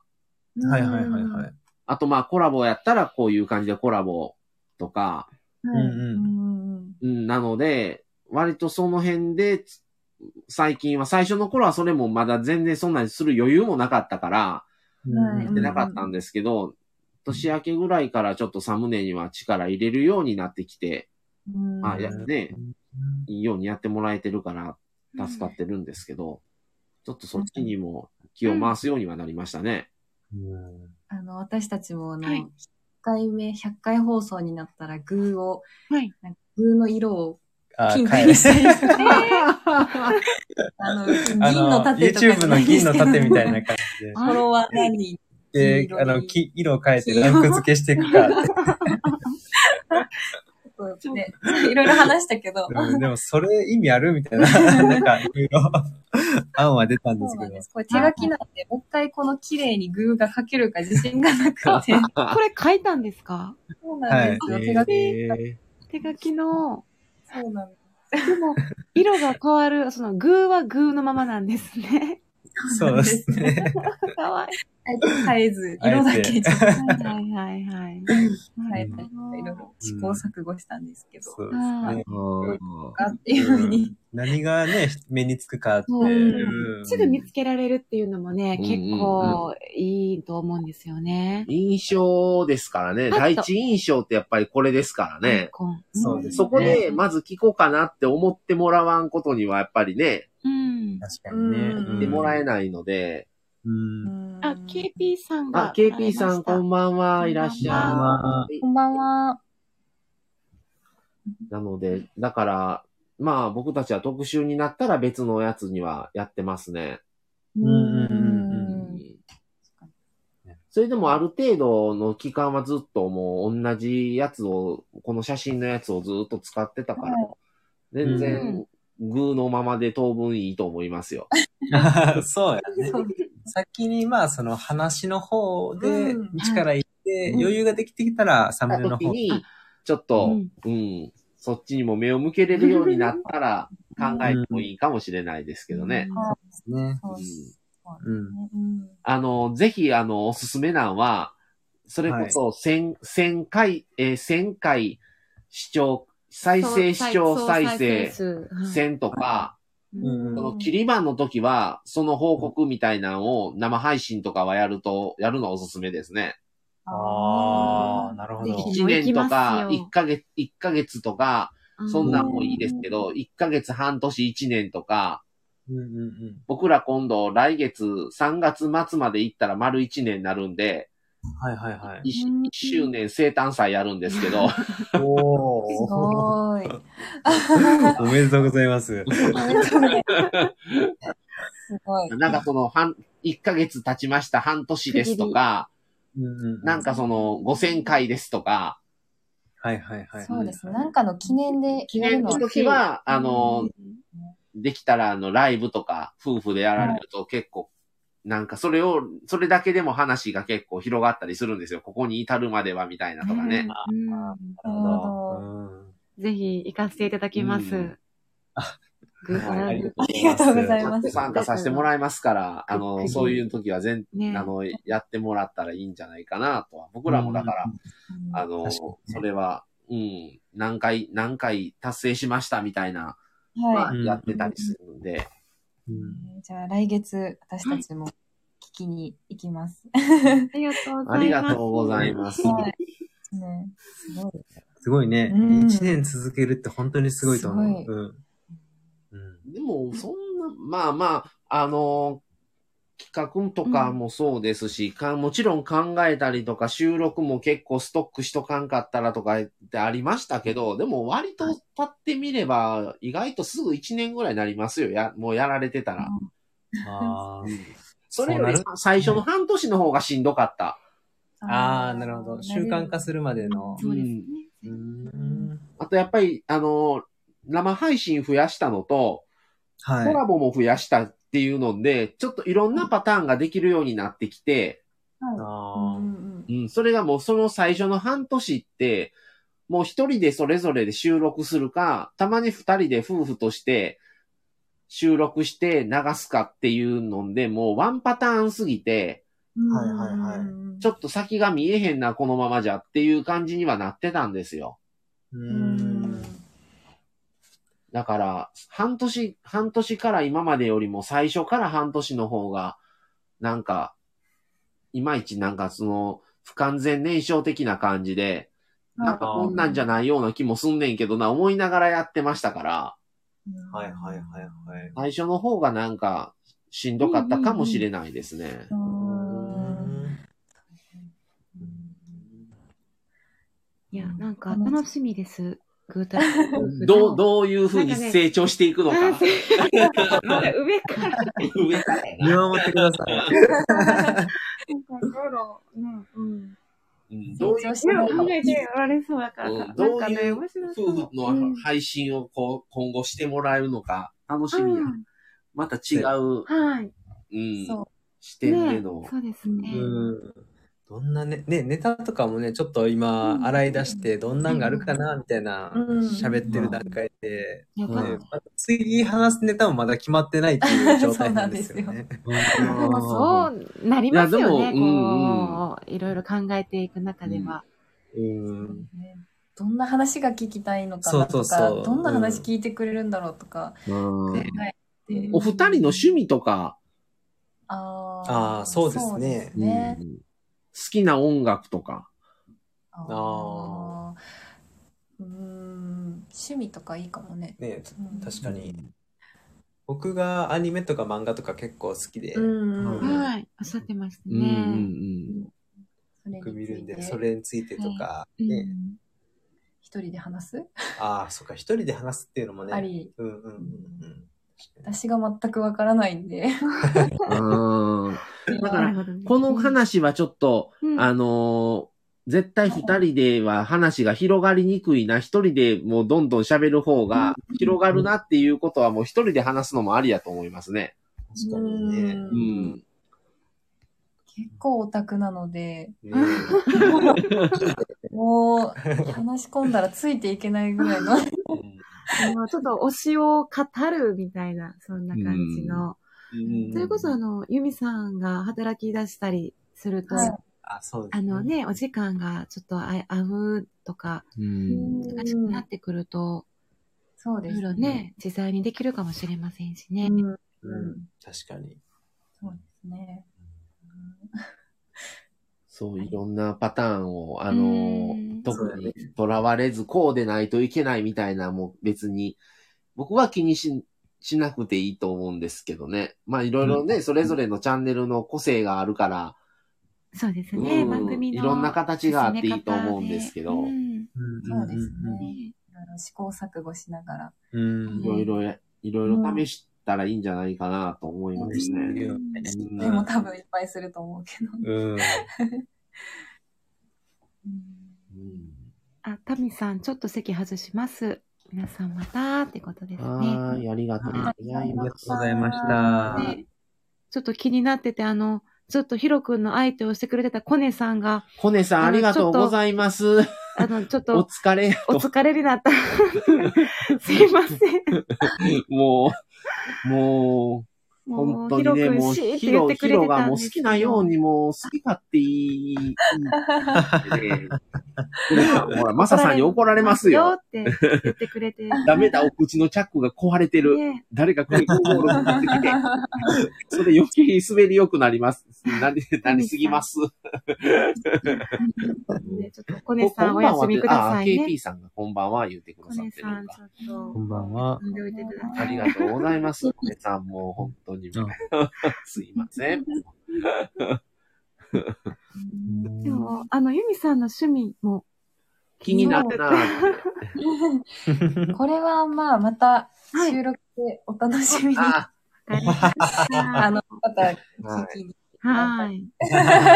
S3: うんはいはいはいはい。
S1: あとまあコラボやったらこういう感じでコラボとか、
S3: うんうん
S4: ん。
S1: うん、なので、割とその辺で、つ最近は、最初の頃はそれもまだ全然そんなにする余裕もなかったから、
S4: はい
S1: でなかったんですけど、年明けぐらいからちょっとサムネには力入れるようになってきて、
S4: うん
S1: まあや
S3: うん
S1: ね、いいようにやってもらえてるから助かってるんですけど、ちょっとそっちにも気を回すようにはなりましたね。
S3: うん
S4: あの、私たちも、あの、
S5: はい
S4: 100回目、100回放送になったら、グーを、
S5: はい
S4: なんかグーの色を
S3: あ
S4: ピンク
S3: 帰
S4: にしたりとか、
S5: [laughs]
S4: あの、
S3: あ
S4: 銀の
S3: の、
S4: 盾とか
S3: YouTube の銀の盾みたいな感
S4: フォロワー何人
S3: じで、
S4: 黄
S3: で、
S4: 色い
S3: あの、き色を変えてランク付けしていくかって。
S4: とかね、いろいろ話したけど、
S3: うんでも、それ意味あるみ
S4: [laughs]
S3: たいな、なんか、いろいろ、案は出たんで
S4: そう
S3: す
S4: な
S3: け
S4: ん
S3: ど
S4: で。す。これ手書きなんで、もう一回この綺麗にグーが書けるか自信がなくて。
S5: これ書いたんですか
S4: そうなんですよ。手書き、
S3: え
S5: 手書きの、
S4: そうなんで
S5: でも、色が変わる、その、グーはグーのままなんですね。 [laughs]
S3: ーそうですね。
S5: かわいい。
S4: 絶えず、色だけちょっと
S2: はいはいはいはい。
S4: 変えたりとか、いろいろ試行錯誤したんですけど、
S3: そうですね。
S4: あっていうふうに、
S3: 何がね、目につくかって。
S5: そう
S3: うん
S5: すぐ見つけられるっていうのもね、
S1: うん
S5: 結構いいと思うんですよね。
S1: 印象ですからね。
S5: パッと
S1: 第一印象ってやっぱりこれですから
S5: アイ
S1: ね。
S5: コン
S3: そうですね
S1: そこで、まず聞こうかなって思ってもらわんことには、やっぱりね、
S5: うん。
S3: 確かにね。
S4: うん
S1: 言ってもらえ
S3: い。
S1: ないので。
S3: うん。
S5: あ、KP さんが
S1: あ、。KP さん、こん
S5: ばん
S1: ばんは。いらっし
S5: こんば
S1: ゃい
S4: こ。んばんは。
S1: なので、だから、まあ僕たちは特集になったら別のやつにはやってますね。
S3: んうんうん
S1: それでもある程度の期間はずっともう同じやつを、この写真のやつをずっと使ってたから、全然、グーのままで当分いいと思います
S3: [laughs]
S1: よ。
S3: そうやね。
S4: そうです
S3: 先に、まあ、その話の方で
S4: うん
S3: 力入って、余裕ができてきたら、サムネの
S1: 時
S3: 方。
S1: に、ちょっと、うん、そっちにも目を向けれるようになったら考えてもいいかもしれないですけどね。
S4: は
S3: ね。
S4: そう
S1: うん
S4: です
S3: うん。
S4: ね。うん
S1: あの、ぜひ、あの、おすすめなんは、それこそ、千、千、回、えー千回視聴、再生視聴再生、
S5: 数
S1: 千とか、
S3: うん
S1: その、切り番の時は、その報告みたいなのを生配信とかはやると、やるのはおすすめですね。
S3: ああ、なるほど。
S5: ぜ
S1: 1年とか、
S5: 行きますよ
S1: 1ヶ月、一ヶ月とか、そんなんもいいですけど、1ヶ月半年1年とか、
S3: うんうんうん。
S1: 僕ら今度来月3月末まで行ったら丸1年になるんで、
S3: はいはいはい。
S1: 一1周年生誕祭やるんですけど、
S3: お
S4: す [laughs] ご
S3: [laughs]
S4: ーい。
S3: おめでとうござい
S4: [laughs]
S3: ます。
S4: おめでとうございます。すごい。
S1: なんかその、半、1ヶ月経ちました半年ですとか、なんかその、5000回ですとか、
S3: はいはいはい。
S4: そうですね。なんかの記念で
S1: 記
S4: やる
S1: 念
S4: の
S1: の
S4: は
S1: 時は、あの、できたらあの、ライブとか、夫婦でやられると結構、なんかそれを、それだけでも話が結構広がったりするんですよ。ここに至るまではみたいなとかね。
S3: なるほど。
S5: ぜひ行かせていただきます。
S1: うん
S5: グーか
S1: は
S5: ない
S1: ありが
S4: ありがとうございます。
S1: 参加させてもらいますから、あ
S5: う
S1: の、
S5: ん
S1: そういう時は全、
S5: ね
S1: あの、やってもらったらいいんじゃないかなとは。僕らもだから、あの、
S3: 確かにね
S1: それは、うん、何回、何回達成しましたみたいな、
S4: は
S1: やってたりするんで、
S4: い。じゃあ来月、私たちも聞きに行きます。
S5: ありがとうご
S1: あ
S5: ざ
S1: り
S5: い
S1: が
S5: ます。
S1: とうございます。
S4: はい。 [laughs] ね、すごい。
S3: すごいね。
S4: うん
S3: 一年続けるって本当にすごいと思
S4: す。
S3: う。うんうん
S1: [laughs] でも、そんな、まあまあ、あの、企画とかもそうですし、かもちろん考えたりとか、収録も結構ストックしとかんかったらとかってありましたけど、でも割と立ってみれば、意外とすぐ1年ぐらいになりますよ。や、もうやられてたら。
S3: あー
S1: それより
S3: そう
S1: 最初の半年の方がしんどかった。
S3: あー、なるほど。習慣化するまでの。
S5: そうですね。
S3: うん
S1: あとやっぱり、あの、生配信増やしたのと、コ
S3: はい。
S1: ラボも増やしたっていうので、ちょっといろんなパターンができるようになってきて、
S3: あー
S1: うん、それがもうその最初の半年って、もう一人でそれぞれで収録するか、たまに二人で夫婦として収録して流すかっていうので、もうワンパターンすぎて、
S3: はいはいはい
S1: ちょっと先が見えへんな、このままじゃっていう感じにはなってたんですよ。
S3: うん
S1: だから、半年、半年から今までよりも最初から半年の方が、なんか、いまいちなんかその、不完全燃焼的な感じで、なんかこんなんじゃないような気もすんねんけどな、思いながらやってましたから、
S3: はいはいはいはい。
S1: 最初の方がなんか、しんどかったかもしれないですね。
S5: いや、なんか楽しみです。グータラ。
S1: どう、どういうふうに成長していくのか。
S5: まだ上から。
S1: 上からやな
S3: 見守ってください。
S5: うん。
S1: うんどういう
S4: 成長し
S5: い
S4: て
S5: や
S4: る
S5: 考えておられそうだから。
S1: うん
S5: な
S1: ど
S5: ん
S1: う
S5: か
S1: い
S5: ね、
S1: う
S5: 面白そう。
S1: 夫婦の配信をこう今後してもらえるのか、楽しみや。
S5: うん
S1: また違う、
S5: はい。
S1: うん、
S4: そ
S1: 視
S5: ね
S1: 点での、
S5: そうですね。
S3: うん。どんなね、ね、ネタとかもね、ちょっと今、洗い出して、どんなんがあるかな、みたいな、
S4: うん
S3: 喋ってる段階で、
S6: よかった
S3: ねまだ次話すネタもまだ決まってないっていう状態なんですよ
S4: そうな
S3: ね。
S2: でもそうなりますよ
S1: いや
S2: ね。
S1: でもうん
S2: こう、いろいろ考えていく中では。
S3: うん。
S4: どんな話が聞きたいのかなと
S3: そ
S4: か
S3: うそうそう
S4: どんな話聞いてくれるんだろうとか、
S1: うん
S3: ね
S4: で
S1: お二人の趣味とか、
S4: あー
S3: あーそうですね
S4: そうね
S1: うん好きな音楽とか。
S4: あーうーん趣味とかいいかもね。
S3: ね、
S4: うん
S3: 確かに。僕がアニメとか漫画とか結構好きで、
S4: うん
S3: うん
S2: はい。おっしゃってました
S1: うん
S2: ね。
S3: 僕
S4: それについて
S3: 見るんで、それについてとか、
S2: うん
S3: ね、
S4: 一人で話す、
S3: ああ、そっか、一人で話すっていうのもね。
S4: あり。
S3: うんうんうんうん。
S4: 私が全くわからないんで。
S1: うんうんだか
S2: な
S1: ら
S2: る、ほどね
S1: この話はちょっと、
S2: うん
S1: あのー絶対二人では話が広がりにくいな、一人でもうどんどん喋る方が広がるなっていうことはもう一人で話すのもありやと思いますね。
S3: 確かに
S1: う
S3: ね。
S4: うん
S1: ん。
S4: 結構オタクなので、
S3: [laughs] ね
S4: もう話し込んだらついていけないぐらいの。
S2: もうちょっと推しを語るみたいな、そんな感じの。それこそ、あ、の、ユミさんが働き出したりすると、
S4: はい
S3: あ、そうです
S2: あの。ね、お時間がちょっとあ合うとか、
S1: うん。
S2: 難しくなってくると、
S4: そう
S2: い
S4: で
S2: ろい
S4: す
S2: ろね、自在にできるかもしれませんしね。
S4: うん
S3: うん。確かに。
S4: そうですね。
S1: そう、いろんなパターンを、あのー
S2: うん
S1: 特にとらわれず、こうでないといけないみたいな、もう別に、僕は気にし、しなくていいと思うんですけどね。まあいろいろね、それぞれのチャンネルの個性があるから、
S2: そうですね、
S1: うん
S2: 番組
S1: い
S2: の。
S1: ろんな形があっていいと思うんですけど
S2: 進め
S4: そうですね。
S2: 方で
S4: いろいろ試行錯誤しながら。
S3: うん
S1: い。ろいろ、いろいろ試したらいいんじゃないかなと思いますね。うん
S4: でも多分いっぱいすると思うけど。
S3: うん。
S2: あ、タミさん、ちょっと席外します。皆さんまたってことですね。
S1: はーい、ありがとうござい
S3: あり
S1: ま
S3: が
S1: す
S3: と。うございました。
S2: ねちょっと気になってて、あの、ずっとヒロ君の相手をしてくれてたコネさんが、
S1: コネさん、ありがとうございます。
S2: あの、ちょっ
S1: お
S2: と
S1: 疲れ。
S2: お疲れになった。すいません。
S1: もう、もう、
S2: も
S1: 本
S2: う、
S1: 当
S2: ヒロ
S1: にね、もう、
S2: 君しーって
S1: ヒ
S2: 言っ
S1: ロ、
S2: てく
S1: ヒ
S2: れ
S1: ロ
S2: てた
S1: が
S2: ん
S1: もう
S2: です
S1: 好
S2: け
S1: き
S2: ど
S1: なように、もう好き勝手いい。いい [laughs] ねこれさほら、マサさんに怒られ [laughs] ますよ。
S2: って言ってくれて。
S1: ダメだ、お口のチャックが壊れてる。
S2: ね
S1: 誰かクリックボールを持ってきて、それ余計滑り良くなります。なり、なりすぎます。
S2: でちょっとコネさんお休みください
S1: あ、
S2: ね
S1: KP。さんがこんばんは言ってく
S2: コ
S1: ださっ
S2: ネ
S1: てるの
S2: さん、
S1: か
S2: ちょ
S3: こ
S2: っ
S3: んばんは
S2: と、。飲んでおいてくださ
S1: あ
S2: い。
S1: りがとうございます。コネさんもう本当に。 [laughs] すいません。
S2: でも、あの、ユミさんの趣味も、
S1: 気になる [laughs] なぁって。
S4: [laughs] これはまあまた
S2: はい
S4: 収録でお楽しみに。
S1: あ
S2: わかりました [laughs]
S4: あの、また聞きに。
S2: はい。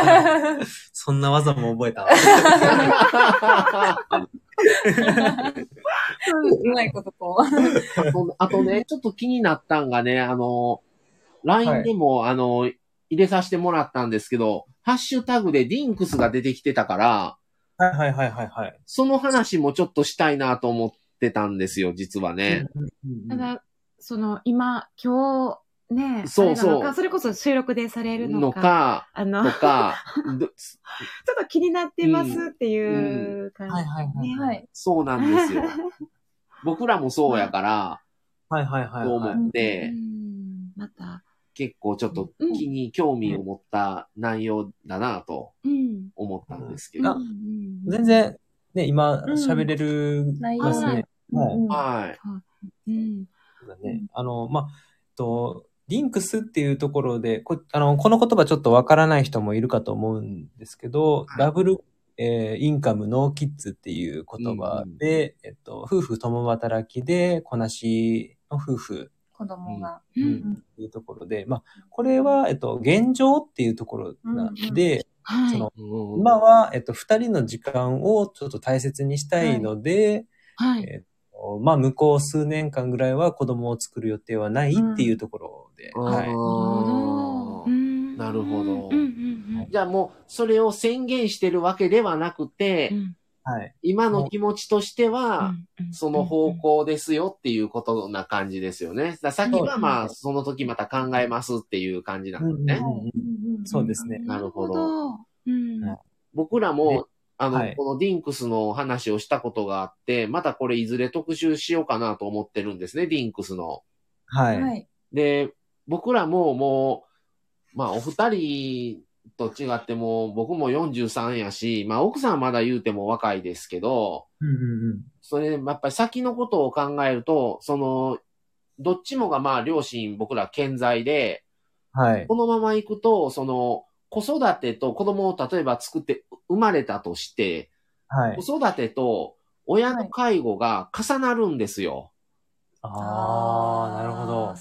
S3: [laughs] そんな技も覚えた。
S4: [laughs] うまいことこう。
S1: あとあとね、ちょっと気になったんがね、あの、LINE でも、あの、入れさせてもらったんですけど、ハッシュタグでディンクスが出てきてたから、
S3: [laughs] はいはいはいはいはい。
S1: その話もちょっとしたいなと思ってたんですよ、実はね。
S2: ただ、その、今、今日、ね、
S1: そうそう
S2: あれなのかそれこそ収録でされるの
S1: の
S2: か、
S1: か、
S2: あの、
S1: と
S2: ちょ
S1: か、ど
S2: っと気になってますっていう感じ。
S3: はいはいはい。
S2: ね
S4: はい。
S1: そうなんですよ。僕らもそうやから、
S3: はいはいはい。
S1: と思っ
S2: う
S1: て、
S2: んまた、
S1: 結構ちょっと気に興味を持った内容だなと
S2: うん。
S1: 思ったんですけ
S2: うん
S1: ど。
S2: うん
S3: 全然、ね、今、
S4: うん
S3: 喋れる
S4: 内
S2: 容
S3: ですね。はい
S4: うん
S1: はい。
S2: うん。
S3: そうだね。あの、まあ、えっと、リンクスっていうところで、こあのこの言葉ちょっとわからない人もいるかと思うんですけど、
S1: はい
S3: ダブル、えーインカムノーキッズっていう言葉で、えっと、夫婦共働きで、子なしの夫婦
S4: 子供が。
S2: う
S3: うん
S2: ん。
S3: っていうところで、まあ、これは、えっと、現状っていうところなんで、
S2: は
S3: そ
S2: い
S3: の。
S1: うん
S3: 今は、えっと、二人の時間をちょっと大切にしたいので、
S2: はい。
S3: まあ、向こう数年間ぐらいは子供を作る予定はないっていうところで、
S1: うん
S3: は
S2: な
S3: い。
S2: るほどうん
S1: なるほど
S2: うんうんうんうん
S1: じゃあもう、それを宣言してるわけではなくて、
S2: うん
S3: はい。
S1: 今の気持ちとしては、
S2: うん
S1: その方向ですよっていうことな感じですよね。ださっきはまあ、その時また考えますっていう感じなんですね。
S3: うんうんそうですね。
S1: なるほど
S2: うん
S3: はい
S1: 僕らも、
S3: ね
S1: あの、
S3: はい
S1: このディンクスの話をしたことがあって、またこれいずれ特集しようかなと思ってるんですね、ディンクスの。
S3: はい。
S4: は
S3: はい。
S4: い。
S1: で、僕らももう、まあお二人と違ってもう僕も43やし、まあ奥さんはまだ言うても若いですけど、
S3: うんうんうん。
S1: それでやっぱり先のことを考えると、その、どっちもがまあ両親僕ら健在で、
S3: はい。
S1: このまま行くと、その、子育てと子供を例えば作って生まれたとして、
S3: はい。
S1: 子育てと親の介護が重なるんですよ。
S3: ああ、なるほど。
S1: っ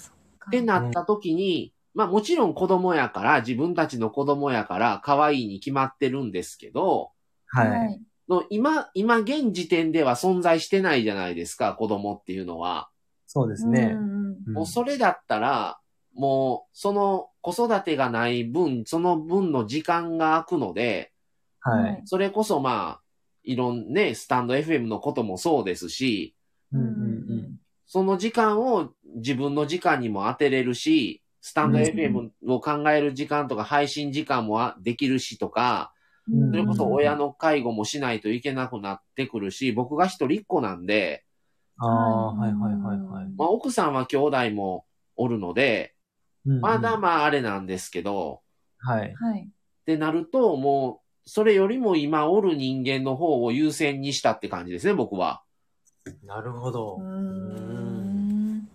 S1: てなった時に、まあもちろん子供やから、自分たちの子供やから、可愛いに決まってるんですけど、
S3: はい。
S4: い。
S1: の今、今現時点では存在してないじゃないですか、子供っていうのは。
S3: そうです
S4: う
S3: ね。
S4: んうん
S1: もうそれだったら、もうその子育てがない分、その分の時間が空くので、
S3: は。
S4: はいい
S1: それこそまあ、いろんね、スタンド FM のこともそうですし、
S3: うんうん
S1: その時間を自分の時間にも当てれるし、スタンド
S3: うん
S1: FM を考える時間とか配信時間もあできるしとか、
S3: うん
S1: それこそ親の介護もしないといけなくなってくるし、僕が一人っ子なんで、
S3: ああ、はいはいはいはい。
S1: まあ奥さんは兄弟もおるので、
S3: うんうん
S1: まだまああれなんですけど、
S3: はい。
S4: はい。
S1: ってなるともう、それよりも今おる人間の方を優先にしたって感じですね、僕は。
S3: なるほど
S4: うーん。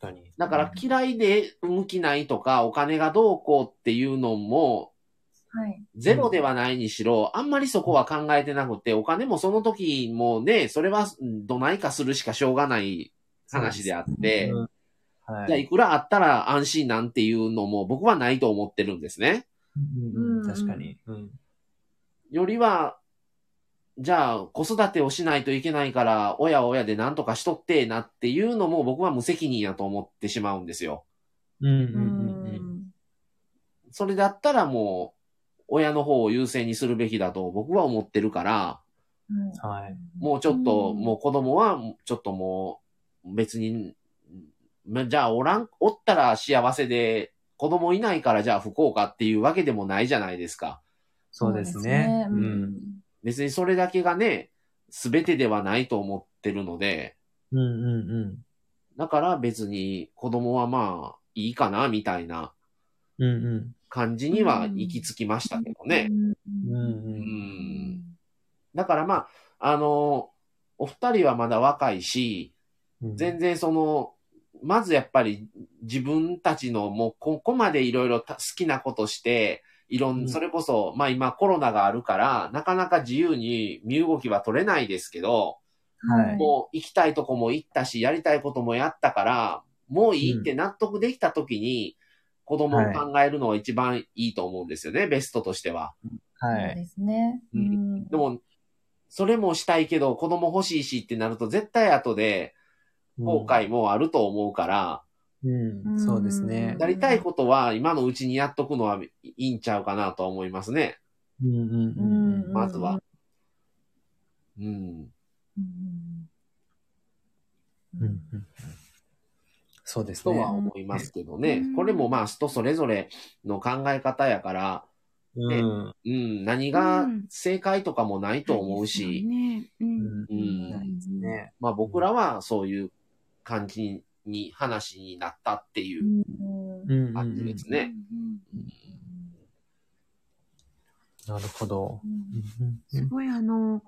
S3: 確かに。
S1: だから嫌いで向きないとか、お金がどうこうっていうのも、
S4: はい。
S1: ゼロではないにしろ、あんまりそこは考えてなくて、お金もその時もね、それはどないかするしかしょうがない話であって、
S3: うんはい。
S1: じゃあいくらあったら安心なんていうのも僕はないと思ってるんですね。
S3: うんうん確かに。うん
S1: よりは、じゃあ子育てをしないといけないから、親は親で何とかしとってなっていうのも僕は無責任やと思ってしまうんですよ。
S3: うん
S4: う
S3: うんう
S4: ー
S3: んうん。
S4: ん。
S1: それだったらもう、親の方を優先にするべきだと僕は思ってるから、
S4: はい
S3: はい。
S1: もうちょっと、
S4: うん
S1: もう子供は、ちょっともう、別に、まじゃあおらん、おったら幸せで、子供いないからじゃあ不幸かっていうわけでもないじゃないですか。
S3: そうですね。
S4: う
S3: うんん。
S1: 別にそれだけがね、すべてではないと思ってるので、
S3: うんうんうん。
S1: だから別に子供はまあ、いいかな、みたいな
S3: うんうん。
S1: 感じには行き着きましたけどね。
S3: うん
S1: う
S3: うん。
S1: ん。だからまあ、あの、お二人はまだ若いし、
S3: うん
S1: 全然その、まずやっぱり自分たちのもうここまでいろいろ好きなことして、いろ、
S3: うんん
S1: それこそ、まあ今コロナがあるから、なかなか自由に身動きは取れないですけど、
S3: はい
S1: もう行きたいとこも行ったし、やりたいこともやったから、もういいって納得できた時に、子供を考えるのが一番いいと思うんですよね、ベストとしては。
S3: は
S4: そう
S3: い。
S4: ですね。
S1: う
S4: うん
S1: でも、それもしたいけど、子供欲しいしってなると、絶対後で後悔もあると思うから、
S3: うん。うん。そうですね。
S1: やりたいことは今のうちにやっとくのはいいんちゃうかなとは思いますね。
S3: うんうんうんうん。
S1: まずは。うん。
S4: うん
S3: うんうんそうです
S1: と
S3: ね。
S1: は思いますけどね。これもまあ人それぞれの考え方やから、
S3: うん。
S1: うん、何が正解とかもないと思うし、
S2: ねうん
S3: う。
S1: うんん。
S3: ね。
S1: まあ僕らはそういう感じに、話になったっていう
S4: うん
S3: うんうんう
S1: 感じ
S3: ん
S1: で。すね。
S2: うん
S3: なるほど。
S2: うん
S3: うんう
S2: す
S3: ん
S2: ごいあの、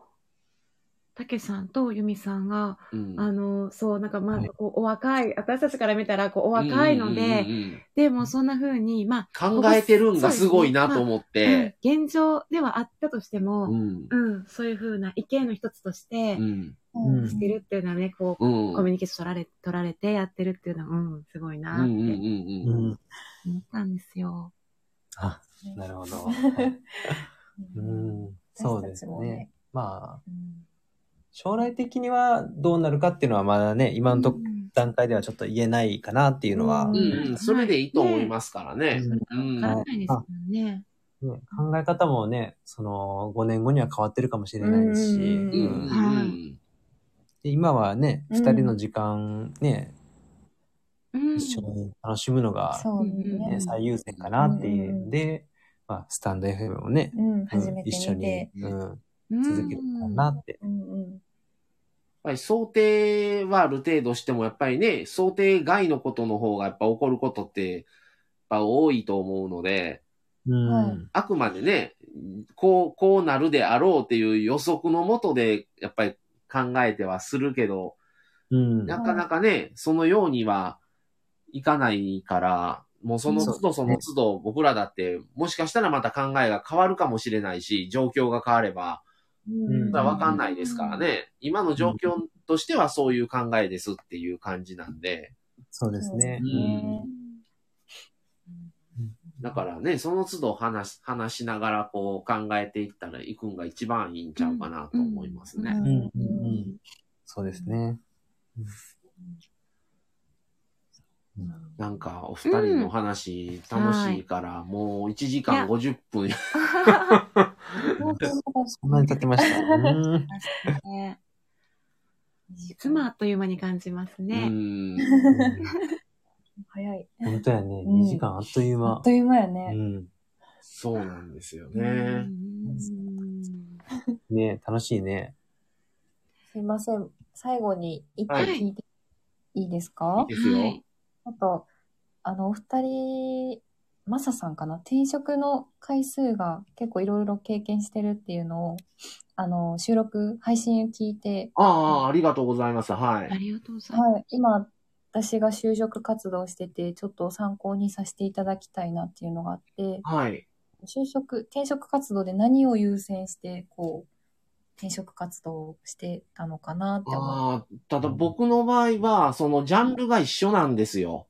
S2: たけさんとゆみさんが、
S1: うん。
S2: あの、そう、なんかまあ、
S3: はい
S2: こう、お若い、私たちから見たら、こう、お若いので、
S1: うんうんうん
S2: でもそんな風に、まあ、
S1: 考えてるんがすごいなと思っ
S2: うん
S1: て。
S2: 現状ではあったとしても、
S1: うん。
S2: うん、そういうふうな意見の一つとして
S1: う、ん。
S3: うん
S2: してるっていうのはね、こ
S1: う
S2: う、
S1: ん。
S2: コミュニケーション取られ、取られてやってるっていうのは、うん、すごいな
S1: うんうん
S2: っ
S1: うん
S2: て
S1: うん。
S3: うん
S2: 思ったんですよ。
S3: あ、なるほ
S4: [laughs]
S3: ど。う
S4: うん
S3: ん。そうです
S4: 私たちも
S3: ね
S4: ね。
S3: まあ、将来的にはどうなるかっていうのはまだね、今のとこ
S2: うん
S3: 段階ではちょっと言えないかなっていうのは。
S4: う
S1: うんんうん、それでいいと思いますからね。
S3: うん
S1: うん。
S2: わからないですもんね。
S3: ね考え方もね、その、5年後には変わってるかもしれないし、
S4: うんうん
S2: ん
S1: うん
S3: で今はね、
S4: うん
S3: 二人の時間ね、
S5: うん
S3: 一緒に楽しむのが、
S4: そう
S5: うん
S3: ね、
S4: ね。
S3: 最優先かなっていうんで、まあ、スタンド FM をね、
S4: うん、
S3: うん
S4: 初めて
S3: 一緒
S4: 見
S3: に
S4: て。、
S3: うん、
S5: うん
S3: 続けるかなって。
S4: うんうん。
S1: やっぱり想定はある程度しても、やっぱりね、想定外のことの方がやっぱ起こることって、やっぱ多いと思うので、
S3: うん
S4: はい
S1: あくまでね、こう、こうなるであろうっていう予測のもとで、やっぱり考えてはするけど、
S3: うん
S1: なかなかね、そのようにはいかないから、もうその都度その都度僕らだって、もしかしたらまた考えが変わるかもしれないし、状況が変われば、
S3: うん
S1: まあわかんないですからね、今の状況としてはそういう考えですっていう感じなんで、
S3: そうですね。
S1: う
S4: ね
S1: だからね、その都度話し、話しながらこう考えていったらいくんが一番いいんちゃうかなと思いますね。
S3: うんうんう
S4: うん
S3: ん、そうですね。
S1: なんか、お二人の話、楽しいから、もう1時間50分。
S3: そんなに経ってま
S4: [laughs]
S3: した。うん
S5: ねいつもあっという間に感じます
S1: う
S5: ね。
S1: ん。
S4: 早い。
S3: 本当やね、
S4: うん
S3: 2時間あっという
S4: あ
S3: 間
S4: っ。という間や
S3: う
S4: ね。
S3: ん、
S1: そうなんですよ
S5: う
S1: ね。
S5: ん
S3: ね楽しいね。
S4: すいません。最後に一個
S1: はい
S4: 聞いていいです
S1: いい
S4: か
S1: ですよ。
S5: はい
S4: あと、あの、お二人、マサさんかな転職の回数が結構いろいろ経験してるっていうのを、あの、収録、配信聞いて、
S1: ああ、ありがとうございます。は
S5: あ
S1: い。
S5: りがとうございます。
S4: はい、今、私が就職活動してて、ちょっと参考にさせていただきたいなっていうのがあって、
S1: はい。
S4: 就職、転職活動で何を優先して、こう、転職活動をしてたのかなって思う。
S1: ああ、ただ僕の場合は、そのジャンルが一緒なんですよ。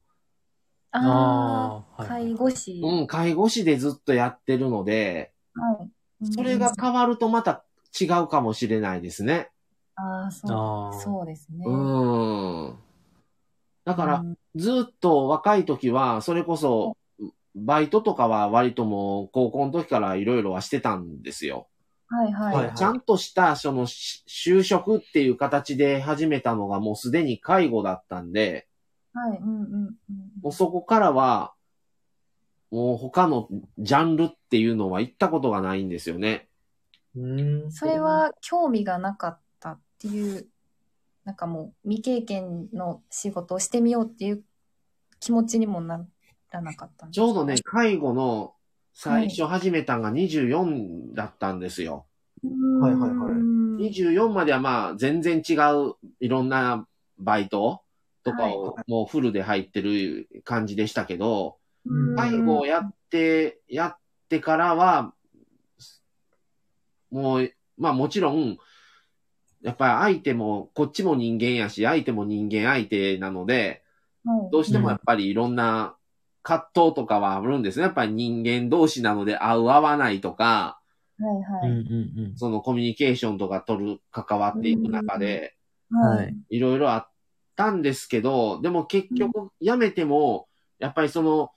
S4: あ
S3: あー
S4: あ、
S3: はい
S4: 介護士。
S1: うん、介護士でずっとやってるので、
S4: はい。
S1: それが
S4: うん
S1: 変わるとまた違うかもしれないですね。
S4: ああ、そう、
S3: ああ。
S4: そうですね。
S1: うん。だから
S4: う、ん
S1: ずっと若い時は、それこそ、バイトとかは割ともう高校の時からいろいろはしてたんですよ。
S4: はいはい。
S3: はい
S1: ちゃんとした、その、し就職っていう形で始めたのがもうすでに介護だったんで、
S4: はい、うんうんうん。
S1: もうそこからは、もう他のジャンルっていうのは行ったことがないんですよね。
S3: うん。
S4: それは興味がなかったっていう、なんかもう未経験の仕事をしてみようっていう気持ちにもならなかったんです
S1: ちょうどね、介護の最初始めたのが24だったんですよ。
S3: はいはいはい
S4: い。
S1: 24まではまあ全然違ういろんなバイトとかをもうフルで入ってる感じでしたけど、
S3: うん
S1: 介護をやって、やってからは、もう、まあもちろん、やっぱり相手も、こっちも人間やし、相手も人間相手なので、
S4: はい
S1: どうしてもやっぱりいろんな葛藤とかはあるんですね。やっぱり人間同士なので合う合わないとか、
S4: は
S3: う
S4: い
S3: ん
S4: は
S3: う
S4: い。
S3: ん
S1: そのコミュニケーションとか取る、関わっていく中で、
S3: はい
S4: い。
S1: いろいろあったんですけど、でも結局辞めても、やっぱりその、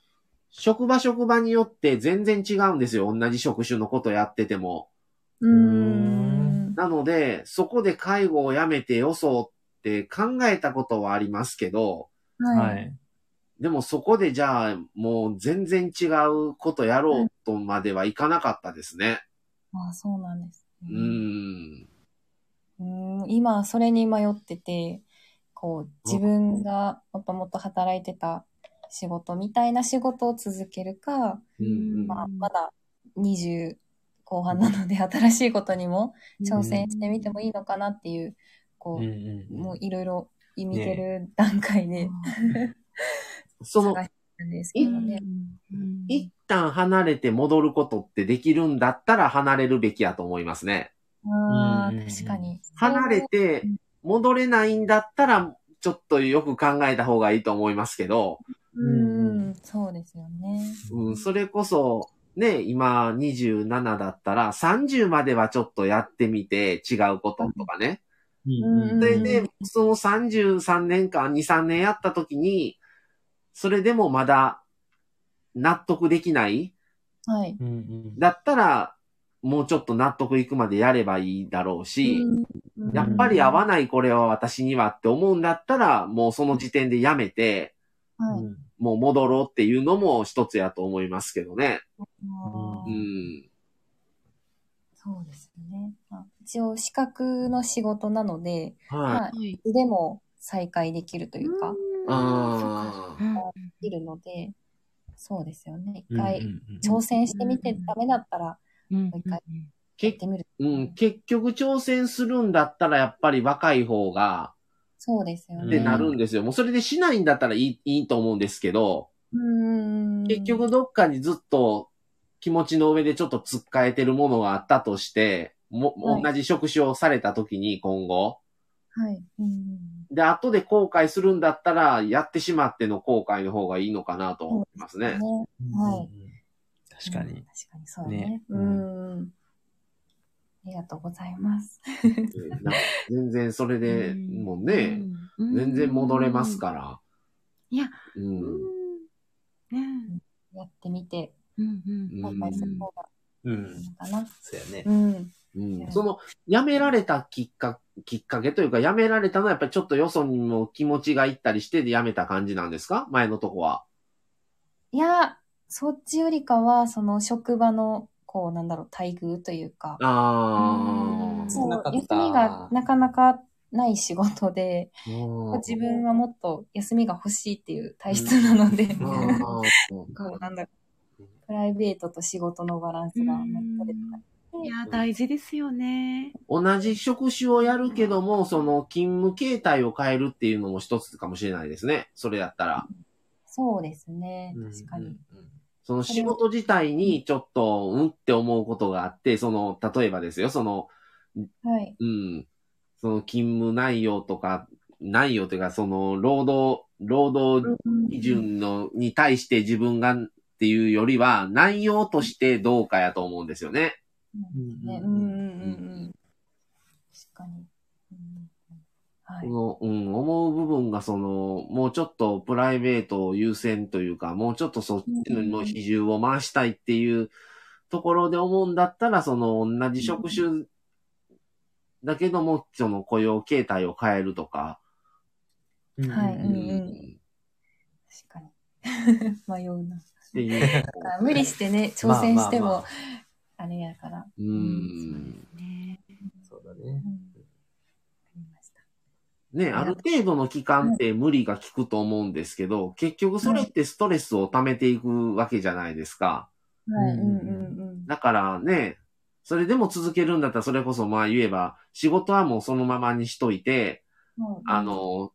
S1: 職場職場によって全然違うんですよ。同じ職種のことやってても。
S4: うーん。
S1: なので、そこで介護を辞めてよそって考えたことはありますけど、
S3: う
S4: は
S3: ん。
S4: い。
S3: はい。
S1: でもそこでじゃあもう全然違うことやろうとまではいかなかったですね。
S4: ああ、そうなんです。
S1: う。ん。
S4: うーん今、それに迷ってて、こう、自分がもともと働いてた仕事みたいな仕事を続けるか、
S1: うん
S4: まあ、
S5: うん
S4: まだ20後半なので、新しいことにも挑戦してみてもいいのかなっていう、こ
S3: うん
S4: う、
S3: うん。
S4: もういろいろ見てる段階で
S1: その
S4: 探、してるんですけどね。
S5: うん
S1: 一旦離れて戻ることってできるんだったら離れるべきやと思いますね。
S4: ああ、
S3: うん
S4: 確かに。
S1: 離れて
S4: うん
S1: 戻れないんだったら、ちょっとよく考えた方がいいと思いますけど、
S4: うん、そうですよね。
S1: うん、それこそ、ね、今27だったら、30まではちょっとやってみて違うこととかね。
S3: うんうん
S1: それ
S4: う
S1: で、その33年間、2、3年やった時に、それでもまだ納得できない
S4: はい。
S3: うんうん
S1: だったら、もうちょっと納得いくまでやればいいだろうし、
S5: うん
S1: やっぱり合わないこれは私にはって思うんだったら、もうその時点でやめて、
S4: はい。
S1: もう戻ろうっていうのも一つやと思いますけどね。
S4: あ
S1: う
S4: ー
S1: ん。
S4: そうですよね。まあ一応、資格の仕事なので、
S1: はい。
S4: まあ、いつでも再開できるというか、
S1: あ
S5: うん
S4: できるので、そうですよね。
S3: う
S4: 一
S3: ん
S4: 回
S3: うん
S4: 挑戦してみてダメだったら、
S5: うん
S4: もう一回やっ
S1: 結
S4: てみる。
S1: うん、結局挑戦するんだったらやっぱり若い方が、
S4: そうですよ
S1: っ
S4: ね。
S1: てなるんですよ。もうそれでしないんだったらいい、いいと思うんですけど、
S4: うん
S1: 結局、どっかにずっと気持ちの上でちょっと突っかえてるものがあったとして、も、
S4: はい
S1: 同じ職種をされた時に今後、
S4: はい。うん
S1: で、後で後悔するんだったら、やってしまっての後悔の方がいいのかなと思いますね。
S4: ね
S3: うん
S4: はい
S3: 確かに
S4: 確。かにそうだね
S3: ね。
S4: うん。ありがとうございます。
S1: うんなんか全然それで、
S5: うん
S1: もうね、
S5: うん
S1: 全然戻れますから。
S5: いや、
S1: う。
S5: うんんね
S4: やってみて、
S5: えうんうん
S1: うん
S4: 再開する方が
S3: うん
S4: いいのかな。
S3: そうやね。
S4: うん。
S1: うんその、辞められたきっかきっかけというか、辞められたのはやっぱりちょっとよそにも気持ちがいったりしてで辞めた感じなんですか前のとこは。
S4: いや、そっちよりかは、その職場の、こう、なんだろう、待遇というか、
S1: あ
S5: うん
S1: あ。
S4: そ
S3: な
S4: う
S3: かった
S4: 休みがなかなかない仕事で、
S1: うん
S4: 自分はもっと休みが欲しいっていう体質なので、
S1: あ
S4: [laughs] こうなんだろうプライベートと仕事のバランスがあんまり取れてない。
S5: いや、大事ですよね。
S1: ー同じ職種をやるけども、その勤務形態を変えるっていうのも一つかもしれないですね。それだったら。
S4: そうですね。
S3: うん
S4: 確か
S3: う
S4: に
S3: ん。
S1: その仕事自体にちょっと、うんって思うことがあって、その、例えばですよ、その、
S4: はい。
S1: うん。その勤務内容とか、内容というか、その、労働、労働基準の、に対して自分がっていうよりは、内容としてどうかやと思うんですよね。
S4: ね、う
S3: うん
S4: う
S3: ん
S4: んうんうん。確かに。うんは
S1: こ
S4: い。
S1: の、うん、思う部分が、その、もうちょっとプライベートを優先というか、もうちょっとそっちのにも比重を回したいっていうところで思うんだったら、その、同じ職種だけども、その雇用形態を変えるとか、
S3: うん
S4: はい
S1: うん
S4: うん
S1: ん、
S4: 確かに。 [laughs] 迷うな。
S1: っていう。
S4: なんか [laughs] 無理してね、挑戦しても、あれやから。
S1: う
S5: そうんで。すね。
S3: そうだね。
S4: うんわかりました
S1: ね、ある程度の期間って無理が効くと思うんですけど、結局それってストレスを溜めていくわけじゃないですか。
S4: はい、
S3: う
S4: うんんうんうん。
S1: だからね、それでも続けるんだったらそれこそまあ言えば、仕事はもうそのままにしといて、
S4: もう
S1: あ、の、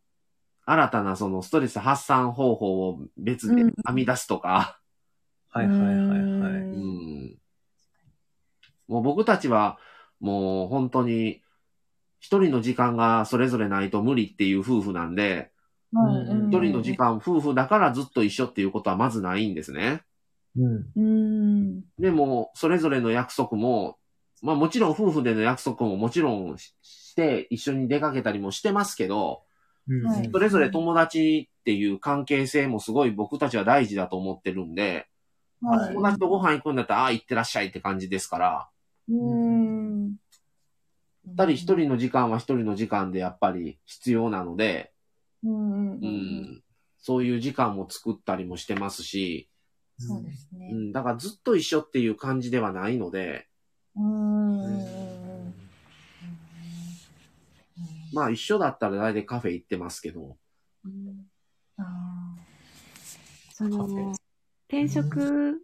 S1: 新たなそのストレス発散方法を別で
S4: うん
S1: 編み出すとか、
S3: はいはいはいはい。
S1: う
S4: うんん
S1: もう僕たちはもう本当に一人の時間がそれぞれないと無理っていう夫婦なんで、
S4: はい
S3: うん
S4: うん
S1: 一人の時間、夫婦だからずっと一緒っていうことはまずないんですね。
S3: うん。
S4: うん。
S1: でも、それぞれの約束も、まあもちろん夫婦での約束ももちろんしして、一緒に出かけたりもしてますけど、
S3: うん
S4: はい
S1: それぞれ友達っていう関係性もすごい僕たちは大事だと思ってるんで、
S4: はい
S1: 友達とご飯行くんだったら、ああ、行ってらっしゃいって感じですから、
S4: うん。
S1: 二人一人の時間は一人の時間でやっぱり必要なので、
S4: うんうんうん
S1: う
S4: うん。
S1: ん、そういう時間も作ったりもしてますし、
S4: そうですね
S1: う。ん、だからずっと一緒っていう感じではないので、
S4: うんうんうんうん。うん
S1: まあ一緒だったら大体カフェ行ってますけど。
S5: うん
S4: あ
S5: その、転職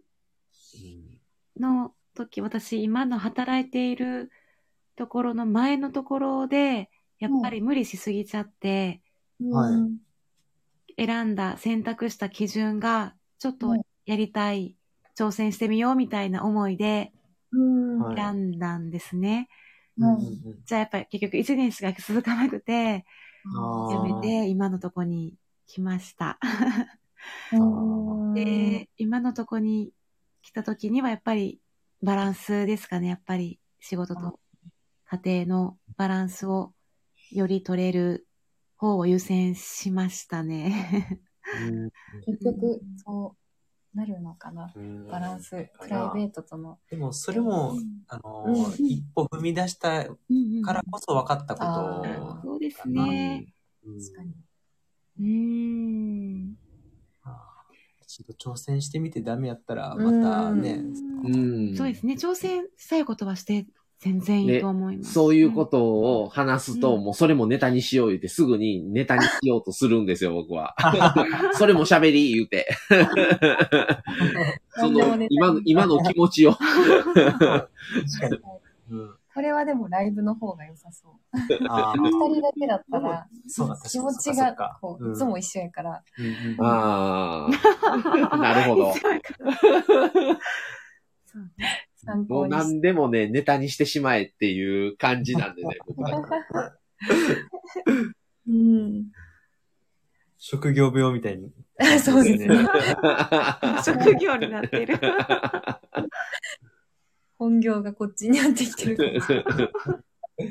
S5: の時、私、今の働いているところの前のところで、やっぱり無理しすぎちゃって、
S4: ー
S3: はい
S4: うん
S5: 選んだ、選択した基準が、ちょっと
S4: うん
S5: やりたい、挑戦してみようみたいな思いで
S4: うん
S3: はい
S5: 選んだんですね。
S3: うん
S4: はい
S3: うん
S5: じゃあやっぱり結局1年しか続かなくて、
S3: あー
S5: やめて今のとこに来ました。
S4: うん
S5: で、今のとこに来た時にはやっぱりバランスですかね。やっぱり仕事と家庭のバランスをより取れる方を優先しましたね。
S3: うん
S4: 結局、そう、なるのかな。
S3: うん
S4: バランス、プライベートとの。
S3: でも、それも、あの、
S4: うん
S3: 一歩踏み出した
S2: うんうん
S3: からこそ分かったこ
S4: あ
S3: と。
S2: そうです
S3: う
S2: ね。
S3: うん
S4: 確かに。
S2: うーん。
S3: あー一度挑戦してみてダメやったら、またね、
S1: うん。
S2: そうですね。挑戦したいことはして、全然いいと思います。
S1: そうい
S5: [laughs]
S1: うことを話すと、もうそれもネタにしよう言うて、すぐにネタにしようとするんですよ、僕は。それも喋り言うて。そ
S4: 何で
S1: の
S4: もネタに、
S1: 今の、今の気持ちを。
S3: 確かに。
S4: これはでもライブの方が良さそう。
S3: ああ、
S4: 二人だけだったら、
S3: そうだ、確かに
S4: 気持
S3: そっかそっ
S4: ちが
S3: か
S4: こ
S3: う
S4: う、
S3: ん
S4: いつも一緒やから、
S3: うんうん
S1: ああ。なるほど。
S2: そう
S4: 参
S1: も
S4: 考
S1: う
S4: にして。
S1: 何でもね、ネタにしてしまえっていう感じなんでね、僕は。
S4: うん。 [laughs]
S3: 職業病みたいに。
S4: そうですね。
S2: 職業にな
S1: [laughs]
S2: ってる。
S4: 本業がこっちにやってきて
S1: [laughs]
S4: るから。
S1: い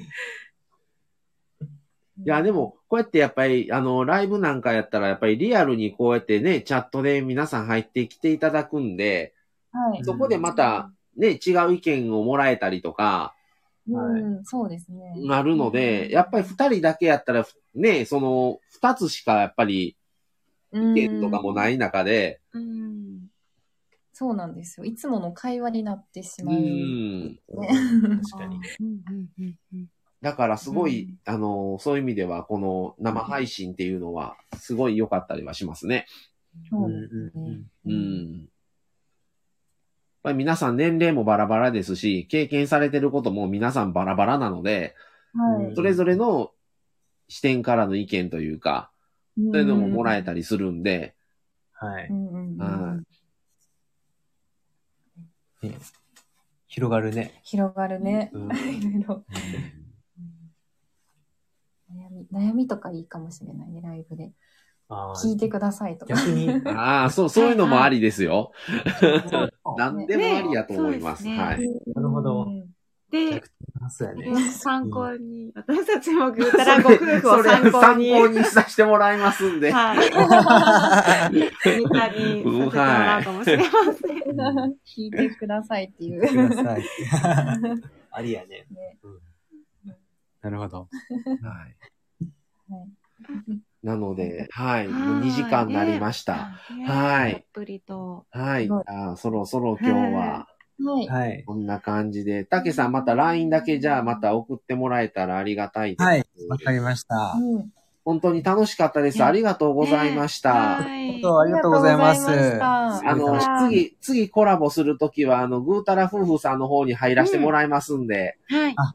S1: や、でも、こうやってやっぱり、あの、ライブなんかやったら、やっぱりリアルにこうやってね、チャットで皆さん入ってきていただくんで、
S4: はい。
S1: そこでまた、ね、違う意見をもらえたりとか、
S4: うん、そうですね。
S1: なるので、やっぱり二人だけやったら、ね、その、二つしかやっぱり
S4: うん
S1: 意見とかもない中で、
S2: うん。
S4: そうなんですよ。いつもの会話になってし
S1: う
S4: まう。
S1: ん。
S3: 確かに。
S2: うんうんうんうん
S1: だからすごい、あの、そういう意味では、この生配信っていうのは、すごい良かったりはしますね。
S4: [laughs] そうです
S3: うんうんう
S4: ね
S3: ん。
S1: うん。やっぱり皆さん年齢もバラバラですし、経験されてることも皆さんバラバラなので、
S4: はい。
S1: それぞれの視点からの意見というか、
S4: そ。
S1: そういうのももらえたりするんで、
S3: はいう
S4: んうんうんうん
S1: はい
S3: ね広がるね。
S4: 広がるね。 [laughs]
S3: うん
S4: いろいろ悩み。悩みとかいいかもしれないね、ライブで。
S3: あー
S4: 聞いてくださいとか。
S3: 逆に、
S1: ああ、そう、そういうのもありですよ。
S4: な
S1: 何でもありやと思います。
S2: ね
S1: は
S4: ね
S1: い。
S3: なるほど
S2: で
S3: 逆、そうやね。
S2: 参考に、私たちもぐーたらご夫婦を参考に、
S1: 参考にさせてもらいますんで。
S2: はい。ネタにさせてもらうかもしれません。
S4: [laughs] 聞いてくださいっていう。
S3: くださ
S4: [laughs]
S3: いありやね。
S4: ね
S3: なるほ
S1: は
S3: ど。
S1: い
S4: はい
S1: なので、はい。
S2: はい
S1: もう2時間になりました。
S2: ね
S1: はい
S2: たっぷりと。
S1: はい。
S4: すごい
S1: あーそろそろ今日は
S4: はい。
S3: はい。
S1: こんな感じで、たけさんまた LINE だけじゃあまた送ってもらえたらありがたいです。
S3: はい。わかりました。
S4: うん
S1: 本当に楽しかったです。
S2: ね
S1: ありがとうございました。
S2: はい。
S3: どうもありがとうございます。
S4: ありがとうございました
S1: あの
S2: ね、
S1: 次、次コラボするときは、あの、ぐーたら夫婦さんの方に入らせてもらいますんで、
S2: はい。
S3: はい。
S4: は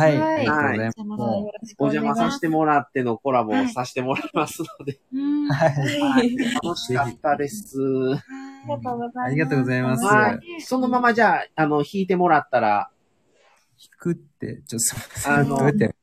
S3: あ
S4: い
S3: りがとうござい
S2: お邪魔
S3: ます。
S2: さ
S4: は
S3: は
S4: いよろしく
S1: お邪魔させてもらってのコラボ
S2: は
S1: を
S2: い
S1: させてもらいますので、
S2: うん。はい。
S3: い。
S4: はい
S1: 楽しかったです。
S4: ありがとうございます。
S3: ありがとうございます
S1: は。
S3: はい
S1: そのままじゃあ、あの、弾いてもらったら、
S3: 引くって、ちょっとすみませ
S1: あ
S3: ん。
S1: の
S3: どうやって、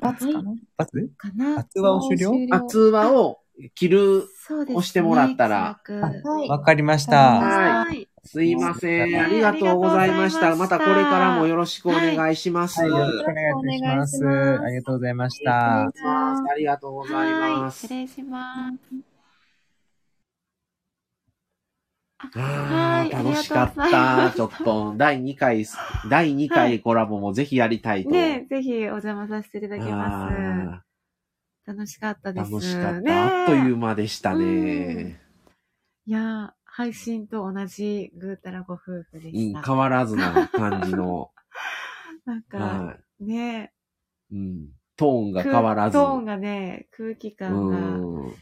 S4: 罰かな
S3: バツ
S2: かな
S3: バ。ツは終了
S1: あ通話を切る。
S2: そうですね。
S1: 押してもらったら
S2: おそらく
S4: はい。
S3: わかりまし
S1: は
S3: た。
S1: い
S2: い。
S1: すいません。
S3: ね
S1: ありがとうございまし
S2: あ
S1: た。
S2: り
S1: ま
S2: がと
S1: た
S2: うご
S1: これ
S2: ざいました
S1: からもよろしくお願いします。
S3: はい。よろし
S1: は
S3: くお願いいたします。
S4: お願いします
S3: ありがとうございまし
S1: お願
S3: た
S1: いし。ますありがとうござい
S2: は
S1: ま
S2: い。
S1: す
S2: 失。礼します。
S1: あー
S2: はい
S1: 楽しかっ
S2: あ
S1: た。ちょっと、第2回、
S2: [laughs]
S1: 第2
S2: は
S1: 回
S2: い
S1: コラボもぜひやりたいと。
S2: ねぜひお邪魔させていただきます。
S1: あ
S2: 楽しかった
S1: ー
S2: です。
S1: 楽しかっ
S2: ね
S1: た。あっという間でしたね。
S2: いやー、配信と同じぐーたらご夫婦で
S1: う
S2: し
S1: ん、
S2: た。
S1: 変わらずな感じ
S2: [laughs]
S1: の、
S2: なんか、
S1: は
S2: ね
S1: いうん、トーンが変
S2: 空
S1: わらず。
S2: トーンがね、空気感が
S1: うん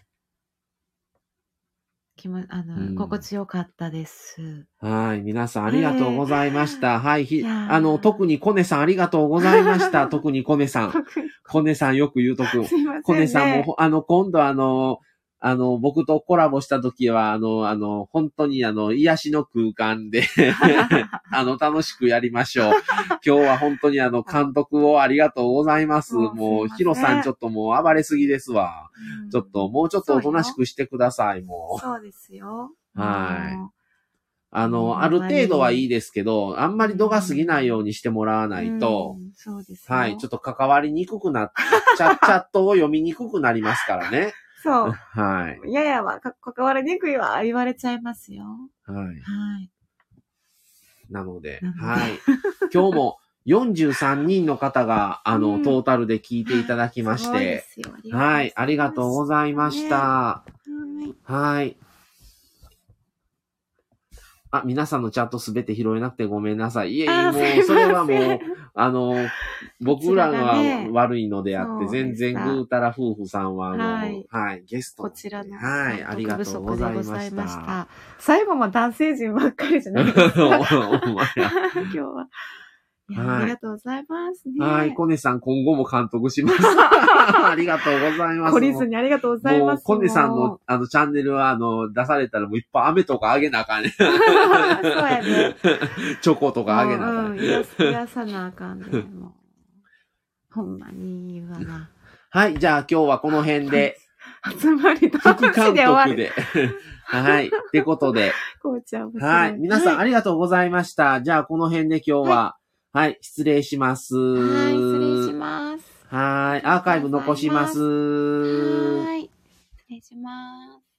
S2: き、ま、あの、
S1: うん
S2: 心地よかったです。
S1: はい。皆さんありがとうございました。はい。
S2: い
S1: ひ
S2: やー
S1: あの、特にコネさんありがとうございました。特にコネさん。
S2: 特に
S1: コネさんよく言うとくん。
S2: [laughs] すいません、
S1: [laughs]
S2: ね。
S1: コネさんも、あの、今度あの、あの、僕とコラボした時は、あの、あの、本当にあの、癒しの空間
S2: [laughs]
S1: で、あの、楽しくやりましょう。今日は本当にあの、監督をありがとうございます。
S2: もう
S1: もう、
S2: すいません
S1: ヒロさんちょっともう暴れすぎですわ。
S2: うん
S1: ちょっと、もうちょっとおとなしくしてください、もう。
S2: そうですよ。
S1: はい
S2: も
S1: あ
S2: うん
S1: の、ある程度はいいですけど、あんまり度が過ぎないようにしてもらわ
S2: う。
S1: ないと、
S2: うんそうですよ。
S1: はい、ちょっと関わりにくくなっちゃ、チャットを読みにくくなりますからね。
S2: [laughs] そ
S1: は
S2: う。ややは、か関わりにくいわ、言われちゃいますよ。
S1: い。はい。
S2: はい。
S1: なので、
S2: なので
S1: はい。今日も43人の方が、あの、
S2: うん
S1: トータルで聞いていただきまし
S2: すごいで
S1: て、
S2: すよ
S1: はい。ありがとうございました。
S2: はい
S1: はい。あ、皆さんのチャットすべて拾えなくてごめんなさい。いえいえ、も
S2: あ
S1: う
S2: すいませ、ん
S1: それはもう、あの、僕ら
S2: こちらがね
S1: が悪いのであって、
S2: そう
S1: 全然
S2: で
S1: ぐ
S2: した
S1: ーたら夫婦さんは、あの、は
S2: はいい、
S1: ゲスト。
S2: こちらの。
S1: はい、ありがとうございま
S2: 不足で
S1: した。。
S2: 最後も男性陣ばっかりじゃないですか
S1: [laughs] おお前ら
S2: 今日は。いや、
S1: はい
S2: ありがとうございますね。
S1: はい、コネさん今後も監督し
S2: [laughs]
S1: ます。ありがとうございます。
S2: 懲りずにありがとうござい
S1: も
S2: ま
S1: う、
S2: す。
S1: コネさん
S2: も
S1: の、あの、チャンネルは、あの、出されたらもういっぱい飴とかあげなあかんね。 [laughs]
S2: う。 [laughs] そうやね。
S1: チョコとかあげなあか
S2: も
S1: ん
S2: ううん
S1: ね。
S2: 癒やす癒やさなあかんで、
S1: [laughs]
S2: もう。ほんまに言わな。
S1: はい、じゃあ今日はこの辺で、
S2: 集まり
S1: 副
S2: 楽し
S1: 監
S2: いで終わ
S1: 督
S2: る。
S1: で。 [laughs] はい。ってことで、
S2: こうちゃん面白
S1: はい。皆さん
S2: は
S1: あ
S2: い、
S1: りがとうございました。じゃあこの辺で今日は、はい、失礼します。
S2: はい失礼します。
S1: はい、アーカイブ残します。
S2: はい。失礼します。